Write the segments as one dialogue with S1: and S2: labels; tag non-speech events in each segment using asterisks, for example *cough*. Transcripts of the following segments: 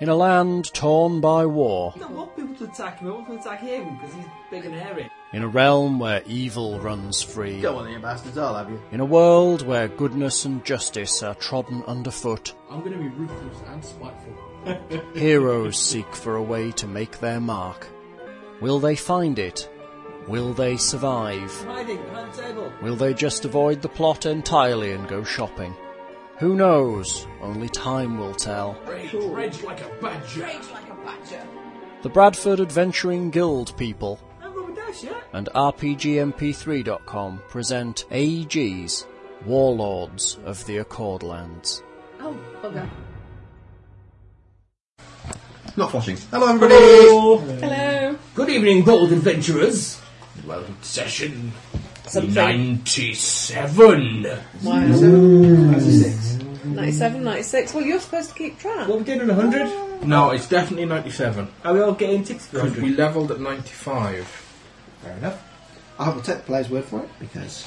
S1: in a land torn by war,
S2: You don't want people to attack him. I want them to attack him because he's big and hairy.
S1: in a realm where evil runs free,
S3: You don't want any bastards, I'll have you.
S1: in a world where goodness and justice are trodden underfoot,
S4: I'm going to be ruthless and spiteful.
S1: heroes seek for a way to make their mark. Will they find it? Will they survive?
S2: Hiding behind the table.
S1: Will they just avoid the plot entirely and go shopping? Who knows? Only time will tell.
S4: Rage, rage like a badger.
S5: Rage like a badger.
S1: The Bradford Adventuring Guild people
S2: And Robert Dash, yeah?
S1: and RPGMP3.com present AEG's Warlords of the Accordlands.
S5: Oh, bugger.
S3: Not flushing. Hello, everybody!
S5: Hello.
S4: Good evening, bold adventurers. Welcome to session
S5: Something.
S4: 97.
S3: Ninety-six.
S5: 97, 96. Well, you're supposed to keep track.
S2: What, we getting 100?
S4: No, it's definitely 97.
S2: Are we all getting tickets for
S4: Because
S2: 100?
S4: we levelled at 95.
S3: Fair enough. I haven't take the player's word for it because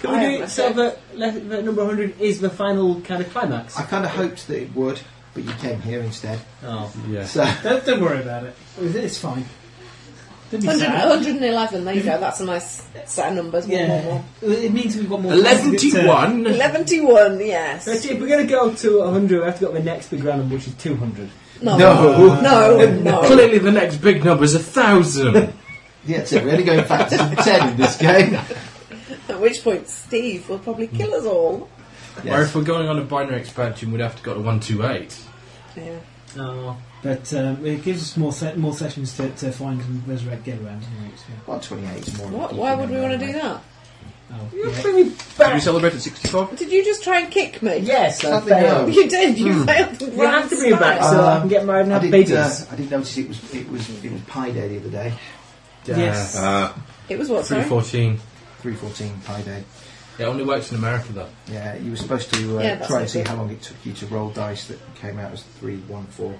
S2: Can
S5: I
S2: we do
S5: have
S2: it so
S5: a-
S2: that, le- that number 100 is the final kind of climax?
S3: I kind of hoped that it would, but you came here instead.
S2: Oh.
S4: Yeah.
S3: So,
S6: Don't, don't worry about it. It's- It's fine. Don't be
S5: 100,
S6: sad.
S5: 111, there you go. That's a nice set of numbers. One, one,
S6: Yeah.
S5: one.
S6: It means we've got more. time to get to-
S4: 111.
S5: 111, yes.
S2: Actually, if we're going to go to 100, we have to go to the next big random, which is 200.
S5: No.
S3: No.
S5: No,
S4: *laughs*
S5: no.
S4: Clearly, the next big number is a *laughs* thousand.
S3: yeah, so we're only going back to 10 in this game.
S5: At which point, Steve will probably kill us all.
S4: Or
S3: Yes.
S4: if we're going on a binary expansion, we'd have to go to 128.
S5: Yeah.
S2: Oh.
S6: But um, it gives us more se- more sessions to, to find and resurrect get around. Anyway, so.
S3: 128 is more.
S5: What? Why would we want to do that?
S6: oh,
S2: You're
S6: yeah.
S2: bringing
S4: Did we
S2: back.
S4: celebrate at 65?
S5: Did you just try and kick me?
S2: Yes, I
S3: Something
S2: failed.
S3: else.
S5: *laughs* You did. You failed.
S2: Hmm. You have to bring it back so
S3: Uh,
S2: I can get married and
S3: I
S2: have
S3: did,
S2: babies.
S3: uh, I did notice it was it was it was Pi Day the other day.
S6: Yes.
S4: Uh,
S5: It was what, sorry?
S4: 314.
S3: 314 Pi Day.
S4: It only works in America, though.
S3: Yeah, you were supposed to uh,
S5: Yeah, that's
S3: try and
S5: not
S3: see
S5: good.
S3: how long it took you to roll dice that came out as 314.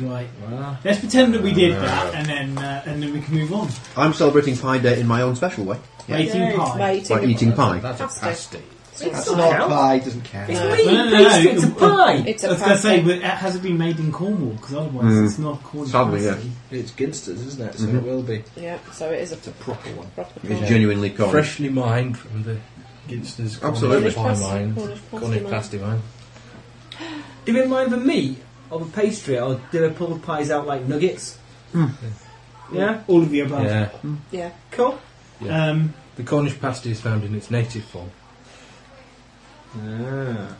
S6: Right.
S4: Well,
S6: Let's pretend that we did that, and then uh, and then we can move on.
S7: I'm celebrating Pi Day in my own special way
S6: We're Eating
S2: Yeah,
S6: pie.
S5: By
S7: by
S5: eating.
S7: eating pie.
S4: that's a pasty.
S2: It's
S3: That's
S2: not
S3: not
S2: count.
S3: Pi, doesn't count.
S2: It's
S5: No.
S2: meat
S6: No, no, no,
S2: pastry, it's a
S6: it-
S2: pie.
S5: It's
S6: I
S5: a
S6: was going to say,
S5: pasta.
S6: but it has it been made in Cornwall? Because otherwise,
S4: Mm.
S6: it's not called.
S7: Probably,
S6: pasta.
S7: yeah.
S4: It's Ginsters, isn't it? So
S7: Mm-hmm.
S4: it will be.
S5: Yeah, so it is a
S3: It's a proper one.
S5: proper
S7: It's
S5: pie.
S7: genuinely corn.
S4: Freshly mined from the Ginsters. Cornish
S7: Absolutely.
S4: Pie
S5: Cornish
S4: mine.
S5: pasty- Cornish
S4: Cornish pasty
S5: pasty
S4: mine.
S2: Do they mind the meat of a pastry, or do they pull the pies out like nuggets? Yeah?
S6: All of the above.
S4: Mm. Yeah.
S5: Yeah.
S2: Cool.
S4: Yeah.
S6: Um,
S4: The Cornish pasty is found in its native form.
S2: Ah.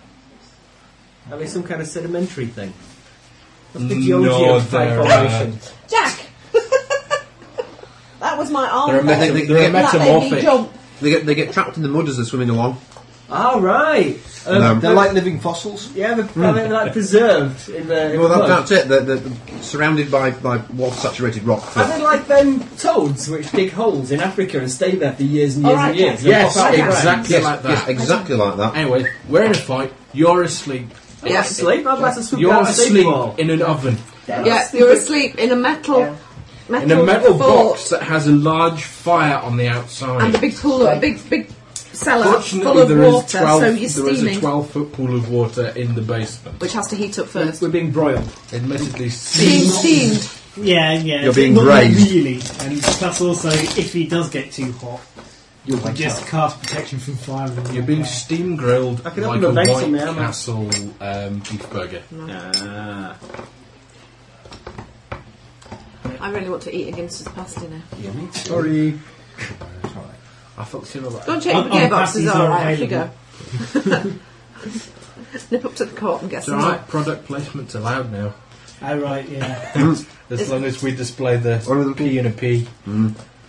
S2: I mean, some kind of sedimentary thing. That's the
S4: No,
S2: geology of pie
S4: they're, uh,
S2: formation.
S5: Jack! that was my arm.
S7: They're a
S5: there.
S7: meta- they-
S4: They're a
S7: they, get,
S5: That made me
S4: metamorphic.
S5: jump.
S7: they, get, they get trapped in the mud as they're swimming along.
S2: All right. Um,
S7: No.
S3: They're like living fossils.
S2: yeah, they're, they're like preserved in the. In
S7: Well,
S2: the
S7: that,
S2: mud.
S7: that's it. They're, they're surrounded by, by water-saturated rock. For,
S2: Are they like them toads which dig holes in Africa and stay there for years and
S5: All
S2: years
S5: right,
S2: and years?
S5: Jack.
S2: Yes,
S4: Yes,
S2: exactly.
S4: exactly
S7: yes,
S4: like
S7: yes,
S4: that.
S7: exactly like that.
S4: Anyway, we're in a fight. You're asleep.
S2: I'm not asleep. I'm about to swoop
S4: You're
S2: down and save
S4: asleep
S2: you all.
S4: in an oven.
S5: Yeah, you're asleep in a metal. metal
S4: In a metal
S5: fort
S4: box that has a large fire on the
S5: And a
S4: outside.
S5: big pool, a big, big cellar full
S4: Fortunately,
S5: of
S4: there is
S5: water, so
S4: there
S5: you're
S4: is a
S5: steaming.
S4: 12 foot pool of water in the basement.
S5: Which has to heat up first.
S2: We're being broiled.
S4: Admittedly,
S5: Steam, steamed.
S6: yeah, yeah.
S7: You're being
S6: not
S7: grazed.
S6: Really, and that's also if he does get too hot,
S3: You'll
S6: we
S3: wake
S6: just
S3: up.
S6: cast protection from fire. and all
S4: You're being
S6: that.
S4: steam grilled
S2: I
S4: like
S2: can
S4: a
S2: open a
S4: White
S2: vase on my arm.
S4: Castle um, beef burger.
S5: I really want to eat against his pasta now.
S3: Sorry.
S4: I thought similar.
S5: Go and check if
S6: Um,
S5: the
S6: um,
S5: gearboxes
S6: pasties
S5: are
S6: are
S5: alright. Off you go.
S6: available.
S5: *laughs* Nip up to the court and get
S4: It's
S5: some.
S4: alright, product placement's allowed now.
S6: Oh right, yeah.
S4: *laughs* As long as we display the P and a P.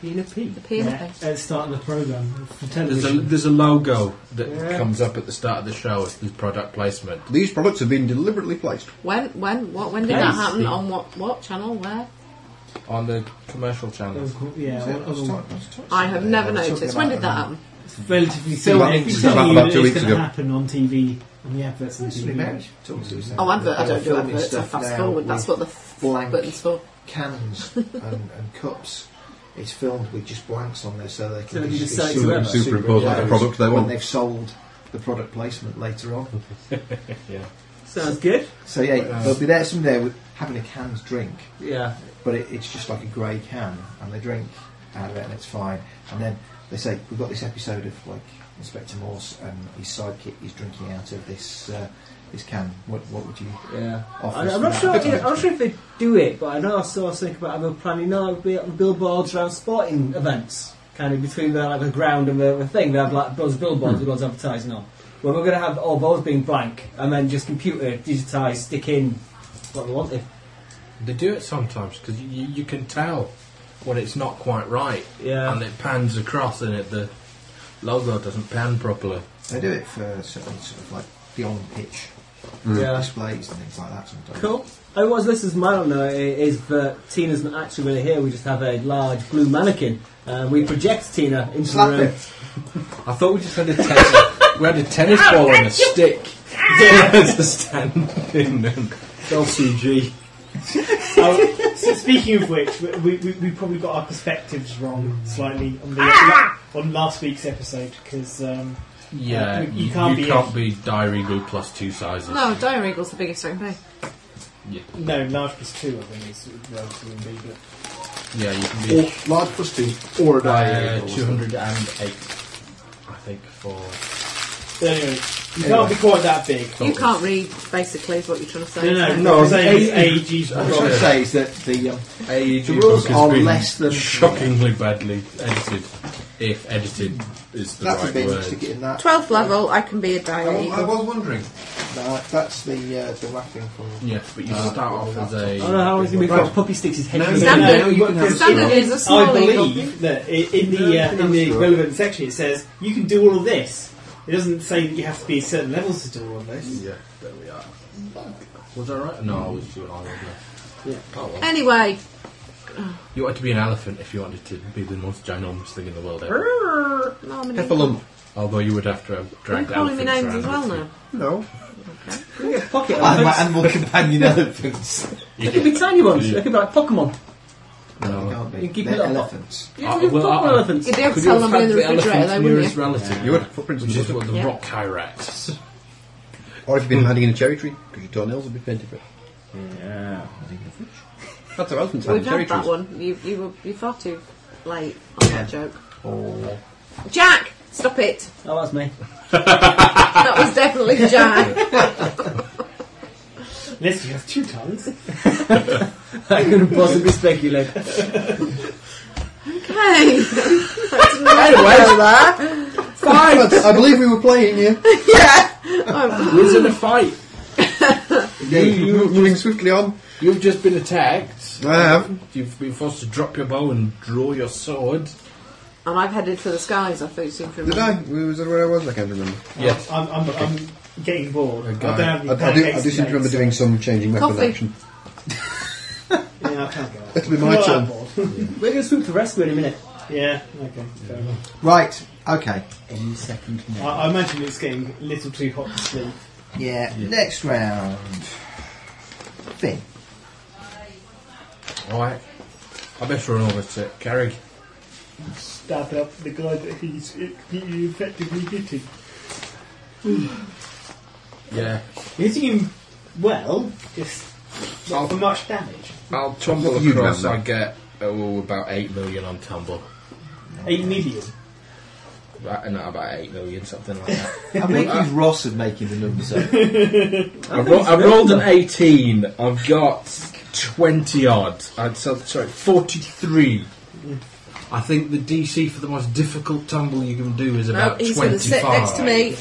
S2: Being a pea.
S5: The pea and
S6: yeah.
S5: thing.
S6: Let's start the program for
S4: There's a,
S6: television.
S4: there's a logo that
S2: Yeah.
S4: comes up at the start of the show as the product placement.
S7: These products have been deliberately placed.
S5: When, when, what, when did
S4: Yes.
S5: that happen? On what, what channel? Where?
S4: On the commercial channel.
S6: yeah,
S3: I was
S6: well,
S3: talk- I was talking
S5: I have never
S3: about
S5: noticed. When did that happen?
S6: it's relatively
S7: About-
S6: soon. If you
S7: about-
S6: tell
S7: about
S6: you that
S7: two
S6: it's
S7: weeks
S6: going to
S7: ago.
S6: happen on TV, on the adverts on
S3: Recently
S6: TV.
S3: married. Talking to us now.
S5: Oh, advert.
S3: They
S5: I
S3: were
S5: don't do
S3: filming
S5: adverts. I
S3: stuff
S5: fast
S3: now
S5: forward. That's
S3: with
S5: what the f-
S3: blank
S5: button's for. *laughs*
S3: cans and, and cups. It's filmed with just blanks on there, so they
S2: So
S3: can
S2: they
S3: just
S2: decide
S3: it's
S2: to
S3: super-
S2: have it.
S3: superimpose
S7: Superimpose what the product they
S3: when
S7: want.
S3: they've sold the product placement later on.
S4: Yeah.
S2: Sounds good.
S3: So yeah,
S2: Uh,
S4: Nice.
S3: they'll be there someday with having a canned drink,
S2: Yeah.
S3: but it, it's just like a grey can, and they drink out of it, and it's fine. And then they say we've got this episode of like Inspector Morse and his sidekick is drinking out of this uh, this can. What what would you
S2: Yeah.
S3: offer?
S2: I,
S3: us
S2: I'm
S3: for
S2: not
S3: that?
S2: sure. You know, I'm not sure if they do it, but I know I saw something about having a plan. You know, like be on billboards around sporting events, kind of between the, like the ground and the, the thing. They have like those billboards with loads of advertising on. Well, we're going to have all those being blank, and then just computer digitise, stick in what they want. If
S4: They do it sometimes because you, you can tell when it's not quite right,
S2: yeah,
S4: and it pans across, and it, the logo doesn't pan properly.
S3: They do it for certain sort of like the on pitch
S2: Mm. yeah.
S3: displays and things like that sometimes.
S2: Cool. Everyone's listeners might not know i- Uh, is that Tina's not actually really here. We just have a large blue mannequin. Uh, we project Tina into
S3: Slap
S2: the room.
S3: it.
S4: I thought we just had a tennis, we had a tennis ball and a stick as a stand-in and LCG.
S5: *laughs*
S8: Oh, so speaking of which, we, we, we- we probably got our perspectives wrong slightly on the la-
S5: Ah!
S8: on last week's episode because um,
S4: Yeah,
S8: You- you
S4: you, you
S8: can't
S4: can't,
S8: be-
S4: be, Diary Eagle plus two sizes.
S5: No, Dire Eagle's the biggest I can be.
S8: no, large plus two I think is relatively big, but
S4: Yeah, you can
S7: Or,
S4: be
S7: large plus two, or a diary.
S4: uh, 208, I think, for...
S8: But anyway, you can't be quite that big.
S5: You can't read, basically, is what you're trying to say.
S8: No, no,
S5: isn't it?
S8: no.
S3: No,
S8: I'm saying it's
S3: eight-
S8: age is
S3: What I'm trying to
S8: wrong.
S3: say is that the um,
S4: AEG
S3: The rules
S4: book has
S3: are
S4: been
S3: less than-
S4: shockingly badly edited, if edited is the
S3: that's a
S4: right
S3: bit
S4: word.
S3: stick it in that.
S5: 12th level, I can be a
S7: I,
S5: Dire
S4: Oh,
S7: wa- I
S5: Eagle.
S7: was wondering.
S3: No, that's the uh, the wrapping from.
S4: Yeah, but you
S3: Uh,
S4: start off as a...
S2: I don't know how long it's going to be before Puppy sticks his head in the
S5: Standard.
S8: No,
S5: no,
S8: you can have-
S5: Standard is a small
S8: I
S5: eagle.
S8: believe that i- in the uh, in the
S7: Sure.
S8: relevant section it says you can do all of this. It doesn't say that you have to be certain levels to do all of this.
S4: Yeah, there we are. Was I right? No, I was too high, wasn't I?
S8: Yeah.
S4: Oh, well.
S5: Anyway,
S4: You wanted to be an elephant if you wanted to be the most ginormous thing in the world ever.
S5: no, I'm an eagle.
S7: Heffalump.
S4: Although you would have to have
S5: Are you
S4: dragged
S5: calling me
S4: elephants
S5: names as
S4: around
S5: well
S4: with you.
S5: now?
S7: No.
S2: pocket.
S3: And my
S2: elephants.
S3: animal companion *laughs* elephants.
S2: They could be tiny ones. They
S4: Yeah.
S2: could be like Pokemon. Uh,
S3: No, they
S4: No.
S3: can't be.
S2: You keep
S3: They're
S2: it up.
S3: elephants.
S2: Yeah,
S4: Uh,
S2: they could be
S4: well,
S2: Pokemon
S4: uh,
S2: elephants.
S5: You'd be able to
S4: Could you
S5: tell
S4: have
S5: them in
S4: had
S5: the refrigerator, though,
S4: elephant's
S5: wouldn't
S4: nearest
S5: you?
S4: relative?
S7: You would. Footprints
S4: Which
S7: would
S4: is
S7: look
S4: what the
S5: Yeah.
S4: rock hyrax.
S7: Or if you've been hiding in a cherry tree, because your toenails would be painted red.
S3: Yeah.
S7: That's how elephants hide in
S5: We've
S7: cherry
S5: had
S7: trees.
S5: that one. You, you were you're far too late on that joke.
S3: Or
S5: Jack! Stop it!
S2: Oh, that's me. *laughs*
S5: That was definitely Jack.
S8: Unless you have two tongues.
S2: I couldn't possibly speculate.
S5: okay.
S7: Fine! I believe we were playing
S5: *laughs*
S7: you.
S4: Who's in a fight?
S7: Yeah, moving swiftly on.
S4: You've just been attacked.
S7: I have.
S4: You've been forced to drop your bow and draw your sword.
S5: and I've headed for the skies, I thought you seemed to
S7: Did
S5: remember.
S7: I? Was that where I was? I can't remember.
S4: Yes.
S8: I'm, I'm, I'm getting bored. I
S4: Okay.
S8: don't have any
S7: I, I do, I
S8: pancakes
S7: do seem to
S8: today,
S7: remember
S8: so-
S7: doing some changing weapon
S5: Coffee.
S7: action.
S8: Yeah, I can't go.
S7: *laughs*
S8: out.
S7: It'll be my
S8: Not
S7: turn.
S8: that bored. *laughs*
S2: We're going to swoop the rescue in a minute.
S8: yeah. Okay. Fair enough.
S3: right. Okay.
S2: Any second
S8: I, I imagine it's getting a little too hot to sleep.
S3: Yeah. Next round. Finn.
S4: Alright. I best run over to Carrig.
S8: Stab up the guy that he's completely effectively hitting.
S4: Yeah.
S8: Hitting him well, just not for much damage.
S4: I'll tumble
S7: What have you
S4: across.
S7: done
S4: I
S7: then?
S4: get oh, about 8 million on tumble.
S8: Eight medium.
S4: About, no, about 8 million, something like that.
S3: *laughs* I am making Ross of making the numbers up.
S4: *laughs* I, ro- I rolled an 18. I've got 20 odd. I'd so, sorry, Mm. 43. I think the DC for the most difficult tumble you can do is
S5: No,
S4: about
S5: he's going
S4: 25.
S5: to sit next to me.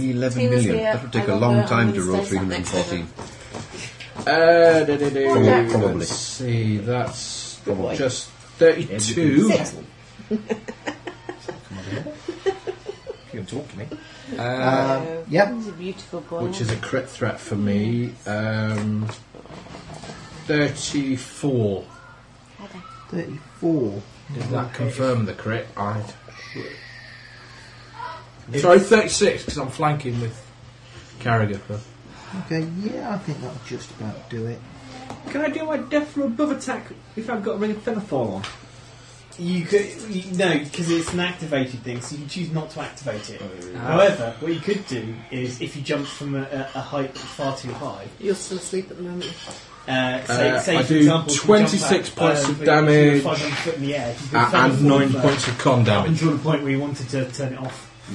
S7: Be 11
S5: He was
S7: million.
S5: here.
S7: That would take
S5: I
S7: a
S5: love
S7: long
S5: her.
S7: time
S5: I'm
S7: to
S5: gonna
S7: roll
S5: say something next
S7: 314.
S4: Uh, do, do, do.
S7: Probably- probably.
S4: Let's see, that's
S7: Probably.
S4: just 32. *laughs*
S3: If you can talk to me.
S4: Uh,
S3: Um, yeah.
S5: He's a beautiful boy.
S4: which is a crit threat for me. Um, 34.
S3: *laughs* Thirty-four.
S4: Does that confirm the crit? I. Sorry, 36, because I'm flanking with Carragher. but-
S3: Okay. Yeah. I think that'll just about do it.
S2: Can I do my death from above attack if I've got a ring of feather fall on?
S8: You could you, no, because it's an activated thing, so you can choose not to activate it.
S7: Oh,
S8: However, what you could do is if you jump from a, a, a height that's far too high.
S9: You're still asleep at the moment.
S8: Uh, say,
S4: Uh,
S8: say
S4: I
S8: for
S4: do
S8: example, if you jump
S4: 26
S8: up,
S4: points of
S8: uh, if you- if you were
S4: damage.
S8: 500 foot in the air, you could
S4: A-
S8: fall
S4: and nine
S8: further
S4: points of con damage.
S8: Until the point where you wanted to turn it off,
S3: Uh,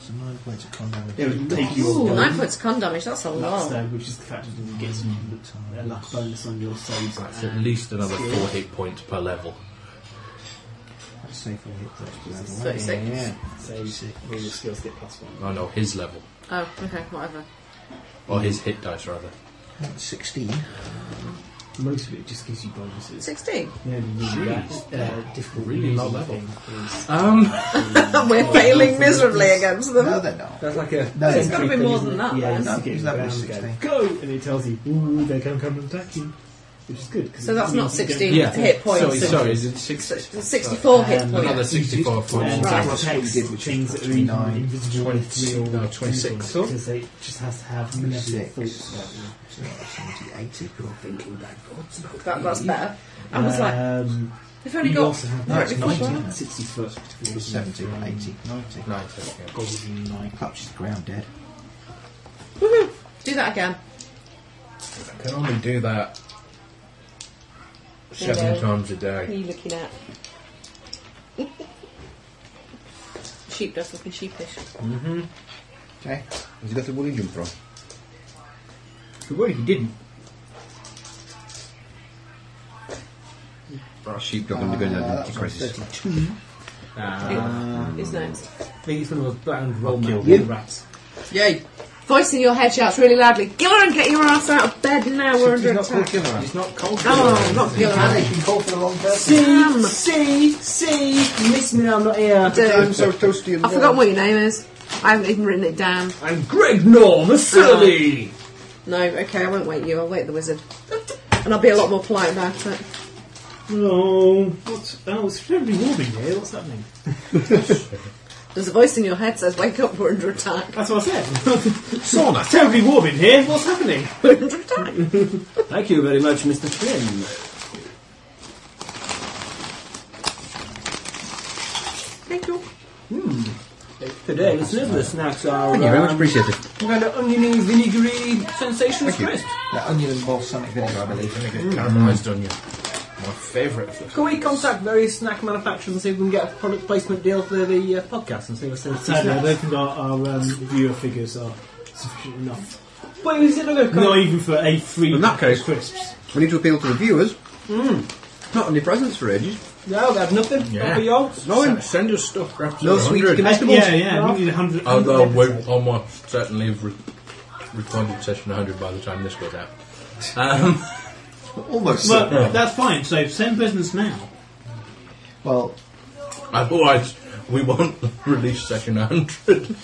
S3: So no way to con damage.
S8: it would take you
S9: Ooh,
S8: all
S9: nine points of con damage, that's a lot.
S8: though, which is the fact that you get some a luck bonus on your saves.
S4: That's at least another four hit points per level.
S3: That's safe for hit threats.
S9: It's 36.
S3: Yeah.
S8: Saves, all your skills get plus one.
S4: Oh no, his level.
S5: Oh, okay, whatever.
S4: Or his hit dice, rather.
S3: That's 16.
S8: Most of it just gives you bonuses.
S9: 16.
S8: The only really uh, difficult
S4: Really low
S8: using
S4: level.
S8: thing is-
S9: *laughs*
S4: Um,
S9: We're failing miserably against them.
S3: No, Oh, they're not.
S2: That's like a.
S3: No,
S9: It's
S3: they're
S9: got
S3: not.
S9: to be more than that,
S8: Yeah,
S9: then.
S8: you
S3: No,
S8: just get
S3: he's
S8: the
S3: level
S8: round
S3: 16.
S8: Go, go, and it tells you, ooh, they're going to come and attack you, which is good. 'cause
S9: So
S8: it
S9: that's not
S8: means you don't-
S9: 16
S4: yeah.
S9: hit points.
S4: Sorry,
S9: and-
S4: sorry, is it six?
S9: It's 64 hit
S8: Um,
S9: points.
S4: Another 64
S8: And
S4: points.
S9: Right.
S8: that
S3: That's what we
S8: takes
S3: did, which
S8: things
S3: was
S8: that are even
S3: 29,
S8: invisible
S4: 20,
S8: with real
S4: no, 26.
S8: Because they just has to have level
S3: 26.
S8: thoughts about them.
S3: So that's 70, 80.
S9: That, that's better. I was like,
S8: um,
S9: we've only
S8: you
S9: got
S8: also have
S3: No, it's
S8: like
S3: 90.
S8: 90, 60 foot.
S3: 70, 80, 90.
S4: Nine, ten, yeah.
S3: Nine. Clutches the ground dead.
S9: Do that again.
S4: I can only do that seven
S9: Hello.
S4: times a
S9: What are
S4: day.
S9: you looking at? *laughs* Sheep does looking sheepish.
S3: Okay. *laughs*
S7: Has he got the woolly jumper on?
S4: What if you didn't?
S7: That sheepdog and they're going
S3: Uh,
S7: down
S3: that's
S7: into
S3: on
S7: crisis.
S3: 32.
S9: Who's next?
S2: I think it's one of those brown roll
S3: kill
S2: men
S3: you.
S2: rats.
S7: Yay!
S5: Voicing your head shouts really loudly, Gilleran, get your ass out of bed now, we're
S3: He's
S5: under
S3: not called
S5: attack.
S3: Killer Ant.
S4: It's not cold.
S5: Oh, not Gilleran.
S3: He's been called for the wrong person.
S2: See, see, see. You miss me now, I'm not here.
S7: I'm so toasty and
S5: I forgot what your name is. I haven't even written it down.
S2: I'm Greg Norm, a silly.
S5: No, okay, I won't wait you, I'll wait the wizard. And I'll be a lot more polite about it.
S8: Oh, what's, oh, it's very warming here. What's happening?
S5: There's a voice in your head says, wake up, we're under attack.
S8: That's what I said. *laughs* Sauna. It's terribly warm in here. What's happening?
S5: We're under attack.
S2: Thank you very much, Mr. Flynn.
S5: Thank you.
S2: Today, listeners, the snacks are.
S7: Thank you very much,
S2: um,
S7: appreciated.
S2: We're going to oniony, vinegary, sensational
S7: Thank you.
S2: crisp.
S3: That onion and balsamic vinegar, I believe.
S4: Gonna get caramelised on you. My favourite of
S2: Can we contact various snack manufacturers and see if we can get a product placement deal for the uh, podcast and see what's in the
S8: Sadly, I
S2: snacks?
S8: don't think our, our um, viewer figures are sufficient enough.
S2: Wait, is it not going to come?
S8: Not even for a free
S7: In that case-
S8: crisps.
S7: We need to appeal to the viewers.
S5: Hmm.
S7: Not any presents for ages.
S2: No, they have nothing.
S4: Yeah.
S2: Not for yours.
S4: No, send, send us stuff. Perhaps
S7: No
S4: a
S7: sweet
S4: hundred.
S7: goodness. Vegetables?
S8: Yeah, yeah. We need a hundred.
S7: Oh,
S4: Although
S8: hundred
S4: we
S8: episodes.
S4: almost certainly have re- recorded session 100 by the time this goes out. Um, *laughs*
S3: Almost.
S8: Well, that's fine. So send presents now.
S3: Well,
S4: otherwise, we won't *laughs* release session 100.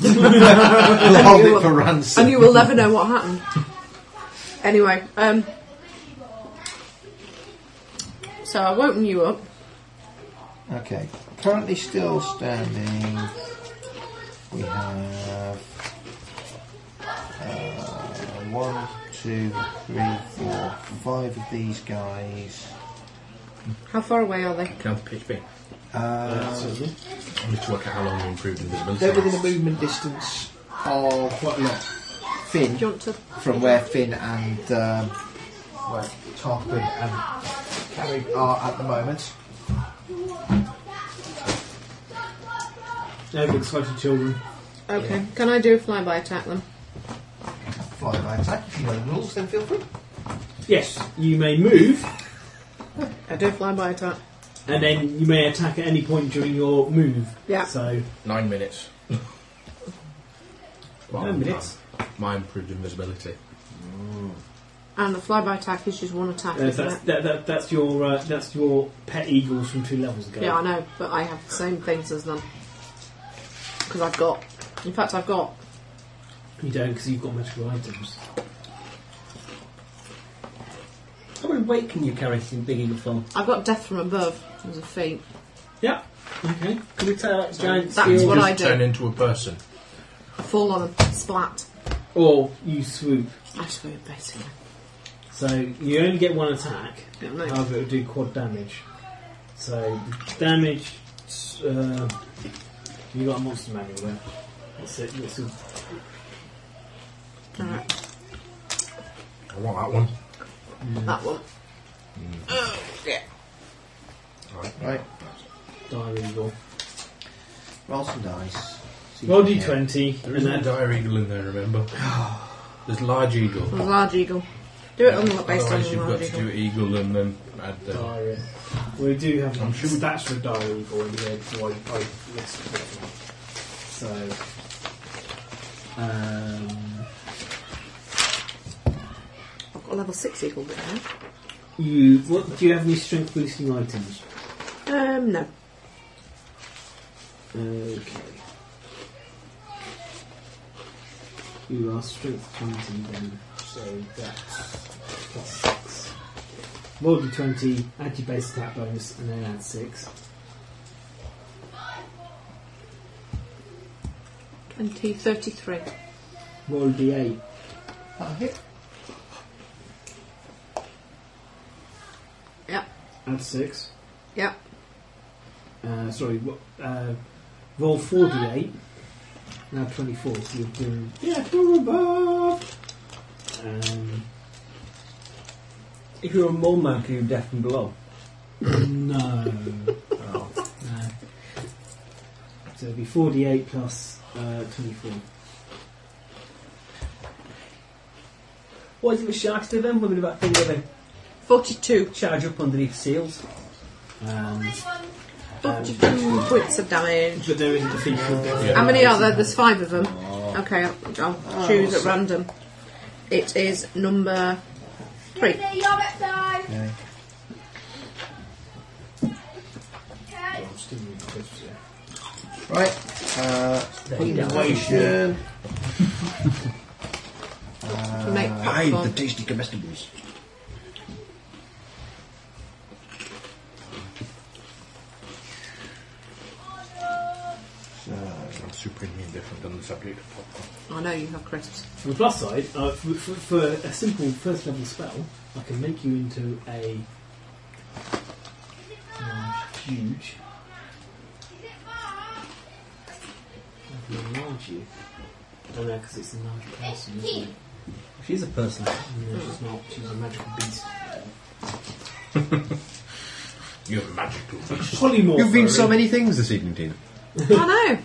S3: we'll hold
S5: you
S3: it
S5: will-
S3: for ransom.
S5: And you will never know
S3: *laughs*
S5: what happened. Anyway, um, so I woken you up.
S3: Okay. Currently still standing. We have uh, one, two, three, four, five of these guys.
S5: How far away are they?
S4: Count the PHP.
S3: Uh,
S4: I need to work out how long we improved invisibility.
S3: they're within a movement distance of what lot? Finn.
S5: Do you want to?
S3: From where Finn and um, where Tarquin and Carrig are at the moment.
S8: No big excited children.
S5: Okay. Can I do a flyby attack then?
S3: Fly by attack. If you know the rules, then feel free.
S8: Yes, you may move,
S5: I do a flyby attack.
S8: and then you may attack at any point during your move.
S5: Yeah.
S8: So
S4: *laughs* Nine minutes. Well,
S8: Nine minutes?
S4: My improved invisibility.
S5: And the flyby attack is just one attack,
S8: uh,
S5: isn't
S8: that's
S5: it?
S8: that, that, that's your uh, that's your pet eagles from two levels ago.
S5: Yeah, I know, but I have the same things as them. Because I've got. In fact, I've got.
S8: You don't because you've got magical items.
S2: How many weight can you carry in Big Eagle form?
S5: I've got death from above as a feat.
S8: Yeah. Okay.
S2: Can we tell that giant
S5: That's
S2: steel?
S5: what
S4: Just
S5: I do.
S4: turn into a person.
S5: Fall on them, splat.
S8: Or you swoop.
S5: I swoop, basically.
S8: So you only get one attack.
S5: Yeah, right.
S8: However, it would do quad damage. So damage. Uh, you got a monster manual there. That's it. That's it.
S4: Uh,
S5: Alright,
S4: I want that one.
S5: that one.
S4: Mm.
S5: Oh,
S3: Right,
S8: Diary roll.
S3: roll some dice. See
S8: Roll
S3: if you can.
S8: d20
S4: There
S8: and
S4: isn't a
S8: add
S4: dire eagle in there, remember? There's large eagle.
S5: A large eagle. Do it on the based on
S4: Otherwise,
S5: the
S4: you've got
S5: large
S4: to do
S5: eagle.
S4: eagle and then add the.
S8: diary. We do have
S4: I'm sure we-
S8: stats for diary roll in there before I, I list it off now. So. Um,
S5: I've got a level 6 eagle bit
S8: you, what, do you have any strength boosting items?
S5: now. Um, no.
S8: Okay. You are strength 20 then, so that's plus 6. Roll d 20, add your base attack bonus, and then add 6.
S5: 20, 33.
S8: Roll d8.
S3: That'll hit.
S5: Yep,
S8: Add 6.
S5: yep.
S8: Uh, sorry, wo- uh, roll 4d8. Now 24, so you're doing. Yeah, you're above! Um,
S2: If you're a mole man, can you deaf and Oh. blow?
S8: no. No. So it'd be 48 plus uh, 24.
S2: What is it with sharks do then? Women about thing where they
S5: 42.
S2: charge up underneath seals.
S8: Um,
S5: 42 points of damage.
S8: But there is a defeat for death.
S4: Yeah.
S5: How many are there? There's five of them. Okay, I'll, I'll choose at random. It is number three.
S3: Okay. Right. Uh, punctuation.
S5: To make
S7: Aye, the
S5: popcorn.
S7: tasty comestibles.
S3: So,
S7: I'm supremely indifferent on the subject of popcorn.
S5: I know you have credit.
S8: On the plus side, uh, for, for, for a simple first level spell, I can make you into a large huge. I can enlarge you. I don't know, because it's a large person, isn't it?
S2: She's a person.
S8: No, she's not. She's a magical beast.
S4: You're magical.
S8: Polymorph.
S7: You've been so many things this evening, Tina.
S5: I know.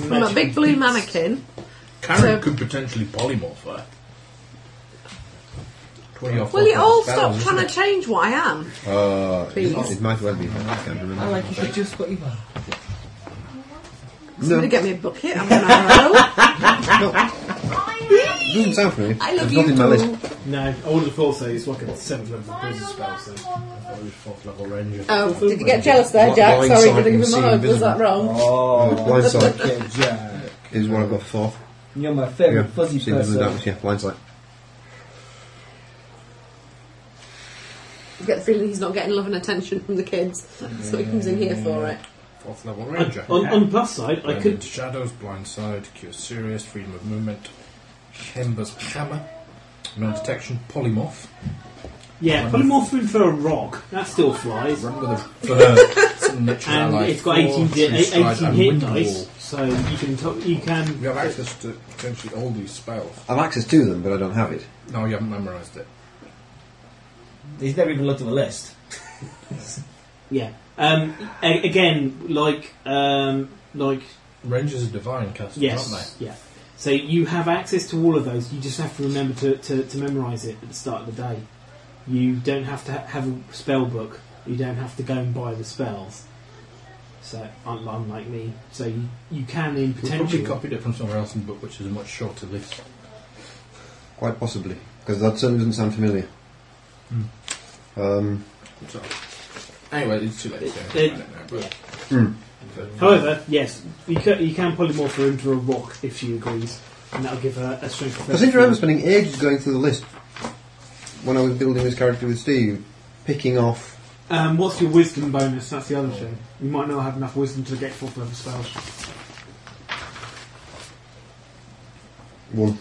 S5: From a big blue mannequin.
S4: Karen
S5: So-
S4: could potentially polymorph her. 20 or
S5: Will
S4: 40
S5: you all stop
S4: spells,
S5: trying
S4: isn't
S5: to change what I am?
S7: it? Uh,
S5: Please.
S7: it, it might well be. I can't remember.
S2: I like you for just what you are.
S5: Somebody get me a bucket. I'm going to have a row.
S7: It doesn't sound familiar.
S5: I love
S7: it's
S5: you
S7: not in my
S5: too.
S7: list.
S8: No, I would have thought so. It's like a seventh level prison spell, so.
S4: it? I thought it was fourth level ranger.
S5: Oh, did you get jealous there,
S7: What
S5: Jack?
S7: blind
S5: Sorry, did I
S7: sight
S5: give
S7: and
S5: him a
S7: seeing
S5: hug? Was that
S7: invisible.
S5: wrong?
S7: Oh,
S2: Oh,
S7: blindsight
S2: yeah, Jack.
S7: is what I've got fourth.
S2: You're my favourite
S7: Yeah,
S2: fuzzy
S7: see, there's no
S2: person.
S7: damage, yeah, blindsight.
S5: I get the feeling he's not getting love and attention from the kids, so he comes in here for it.
S4: Fourth level ranger.
S8: On, on the plus side, I
S4: Blend
S8: could
S4: into shadows, blind side, cure serious, freedom of movement, Chemba's hammer, non-detection, polymorph.
S8: Yeah,
S4: Wonderful.
S8: polymorph in for a rock. That still flies.
S4: Run with a
S8: *laughs*
S4: for some natural
S8: And
S4: ally,
S8: it's got
S4: four,
S8: 18, di-
S4: true
S8: eight-
S4: stride,
S8: 18
S4: and
S8: hit
S4: wind
S8: dice,
S4: wall.
S8: so you can to- you can.
S4: You have access to potentially all these spells.
S7: I've access to them, but I don't have it.
S4: No, you haven't memorised it.
S2: He's never even looked at the list.
S8: Yeah. Um, a- again, like um, like
S4: Rangers are divine casters, aren't
S8: yes, yeah. So you have access to all of those. You just have to remember to, to, to memorize it at the start of the day. You don't have to ha- have a spell book. You don't have to go and buy the spells. So un- unlike me, so you, you can in
S4: they? We probably
S8: potential.
S4: copied it from somewhere else in the book, which is a much shorter list.
S7: Quite possibly. Because that certainly doesn't sound familiar. Um,
S4: So, anyway, it's too late. To
S8: It-
S4: say anything about it now,
S8: yeah.
S7: hmm.
S4: but-
S8: However, yes, you can, you can polymorph her into a rock if she agrees, and that'll give her a strength. of
S7: I seem to remember
S8: 13.
S7: spending ages going through the list when I was building this character with Steve, picking off.
S8: Um, what's your wisdom bonus? That's the other thing. You might not have enough wisdom to get fourth level spells.
S7: One.
S4: Well,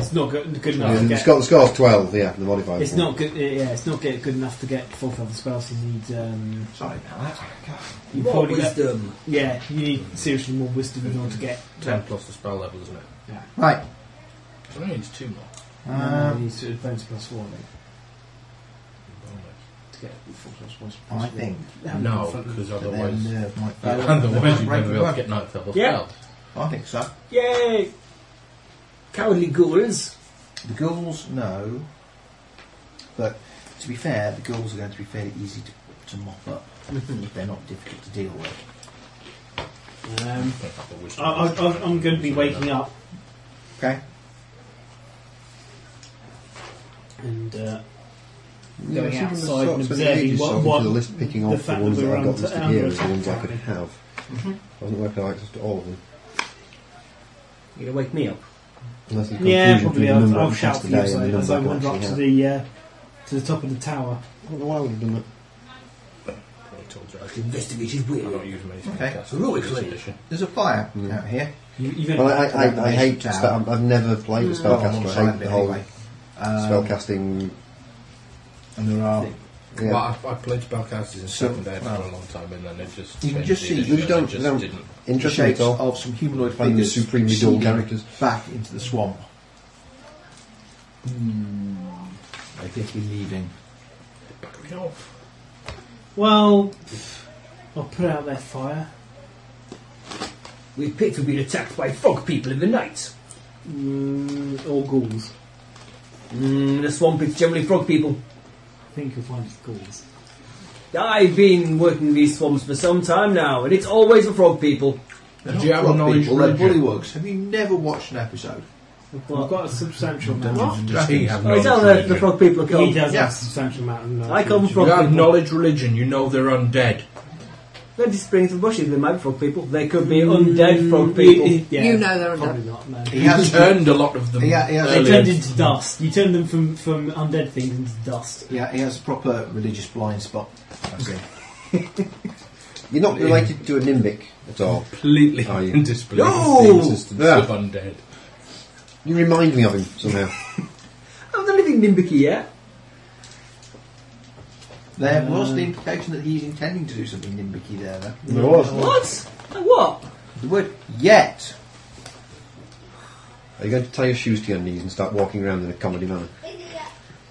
S8: It's not good, good enough
S7: Yeah,
S8: to
S7: and
S8: get.
S7: it's got the score's 12, yeah, the modifier.
S8: Oh, it's not good. Yeah, it's not get good enough to get fourth level spells. You need. Um,
S3: Sorry about that. God.
S8: you
S2: More
S8: probably get,
S2: wisdom.
S8: Yeah, you need seriously more wisdom in order to get.
S4: Ten plus the spell level, isn't it?
S3: Right.
S4: I only needs two more.
S8: Um,
S3: Um,
S8: you need to advance plus four then, to get four plus one.
S3: I think
S8: Um,
S4: No, because
S3: that their
S4: otherwise,
S3: nerve
S4: *laughs*
S3: might be.
S4: otherwise you'd
S3: Right,
S4: never be able to
S3: right.
S4: get ninth level
S2: Yeah.
S4: spells.
S3: I think so.
S2: Yay! Cowardly ghouls.
S3: The ghouls, no. But to be fair, the ghouls are going to be fairly easy to, to mop up.
S7: Mm-hmm.
S3: They're not difficult to deal with.
S8: Um, I, I, I- I'm going to be waking up
S3: Okay.
S8: and uh,
S7: Yeah,
S8: going
S7: I shouldn't have
S8: outside
S7: stopped
S8: and
S7: spending
S8: observing
S7: ages
S8: what-
S7: sorting
S8: what-
S7: through the list picking
S8: the
S7: off the
S8: fact that
S7: ones
S8: we
S7: that
S8: were
S7: I
S8: on
S7: got listed
S8: to-
S7: here
S8: um,
S7: as the ones I could
S8: attack.
S7: have. I wasn't working on access to all of them.
S2: You're gonna wake me up.
S7: Unless there's
S8: yeah,
S7: confusion
S8: probably
S7: through the
S8: I'll,
S7: number
S8: I'll
S7: of
S8: shout
S7: tests
S8: for you
S7: today
S8: as I-
S7: and the
S8: as I
S7: number I
S8: wander up
S7: actually
S8: to
S7: have.
S8: the uh, to the top of the tower.
S7: I don't know why I would have done that.
S4: I told you, I didn't-
S2: Investigate his
S4: I'm
S2: will.
S4: not using many
S3: Okay.
S4: spellcasts.
S2: Heroically.
S3: There's a fire
S7: Mm.
S3: out here.
S8: You, you're
S7: Well,
S8: going
S7: I, I, I, I hate
S3: Down.
S7: spell. I've never played the
S3: Well, Oh, on
S7: spellcaster.
S3: one
S7: I
S3: side
S7: hate
S3: of
S7: the
S3: it
S7: whole
S3: anyway. Um,
S7: spellcasting.
S3: And there are.
S7: Yeah.
S4: Well, I, I played spellcasters in
S3: So-
S4: secondary
S3: well.
S4: for a long time, and then it just
S3: You can
S4: changed
S3: just
S4: the
S3: see-
S4: edition,
S7: you don't-
S4: and it just
S7: you don't-
S4: didn't.
S3: the
S7: Interesting
S3: shapes
S7: at all.
S3: of some humanoid
S7: Playing the
S3: figures
S7: supremely dull
S3: receding
S7: characters.
S3: back into the swamp. I think we're leaving.
S4: Back me off.
S8: Well, I'll put out their fire.
S2: We picked have been attacked by fog people in the night.
S8: Mm, or ghouls.
S2: Mm, the swamp is generally frog people.
S8: I think you'll find it's ghouls.
S2: I've been working these swamps for some time now, and it's always the frog people.
S4: Do you have
S3: Rock
S4: knowledge
S3: people, they're
S4: religion?
S3: bullywugs. Have you never watched an episode?
S8: I've got a substantial
S3: Dungeons
S8: amount.
S3: and
S4: Does he
S3: Dragons.
S4: have
S2: Oh, it's
S4: knowledge
S2: how the, the
S4: religion?
S2: frog people are
S8: He
S2: called.
S8: does have a
S3: Yeah.
S8: substantial amount. Of
S2: I come
S8: knowledge.
S2: from-
S4: You have
S2: people.
S4: knowledge religion, you know they're undead.
S2: They're just springing from bushes. They might be frog people. They could be undead *laughs*
S8: Mm,
S2: frog people.
S8: Yeah,
S5: You know they're
S8: probably not. No.
S3: He
S4: You
S7: *laughs*
S3: has
S4: turned a lot of them.
S3: He ha- he has-
S8: They
S4: earlier.
S8: turned into dust. You turned them from, from undead things into dust.
S3: Yeah, he has a proper religious blind spot. I see.
S7: You're not related to a nimbic at all.
S4: completely
S3: Oh,
S7: Are you?
S4: in disbelief
S2: No!
S4: of the existence
S7: Yeah.
S4: of undead.
S7: You remind me of him somehow.
S2: I've done anything nimbicky yet.
S3: There
S7: Uh,
S3: was the implication that he's intending to do something nimbicky there, though.
S7: *laughs* there was.
S2: What? Like What?
S3: The word yet.
S7: Are you going to tie your shoes to your knees and start walking around in a comedy manner?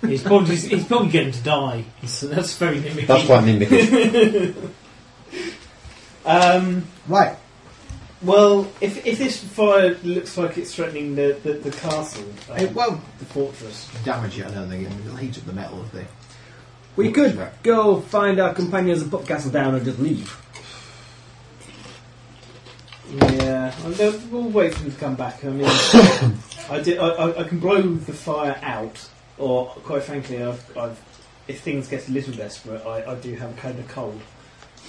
S8: He's probably he's probably going to die. So that's very nimbicky.
S7: That's what nimbic is.
S8: Um,
S3: Right.
S8: well, if if this fire looks like it's threatening the the, the castle, um,
S3: It won't
S8: the fortress.
S3: damage it, I don't think. It'll heat up the metal of the.
S2: We could
S3: Right.
S2: go find our companions and put Castle down and just leave.
S8: Yeah, I mean, we'll wait for them to come back. I mean, *coughs* I, did, I, I, I can blow the fire out, or quite frankly, I've, I've if things get a little desperate, I, I do have a kind of cold.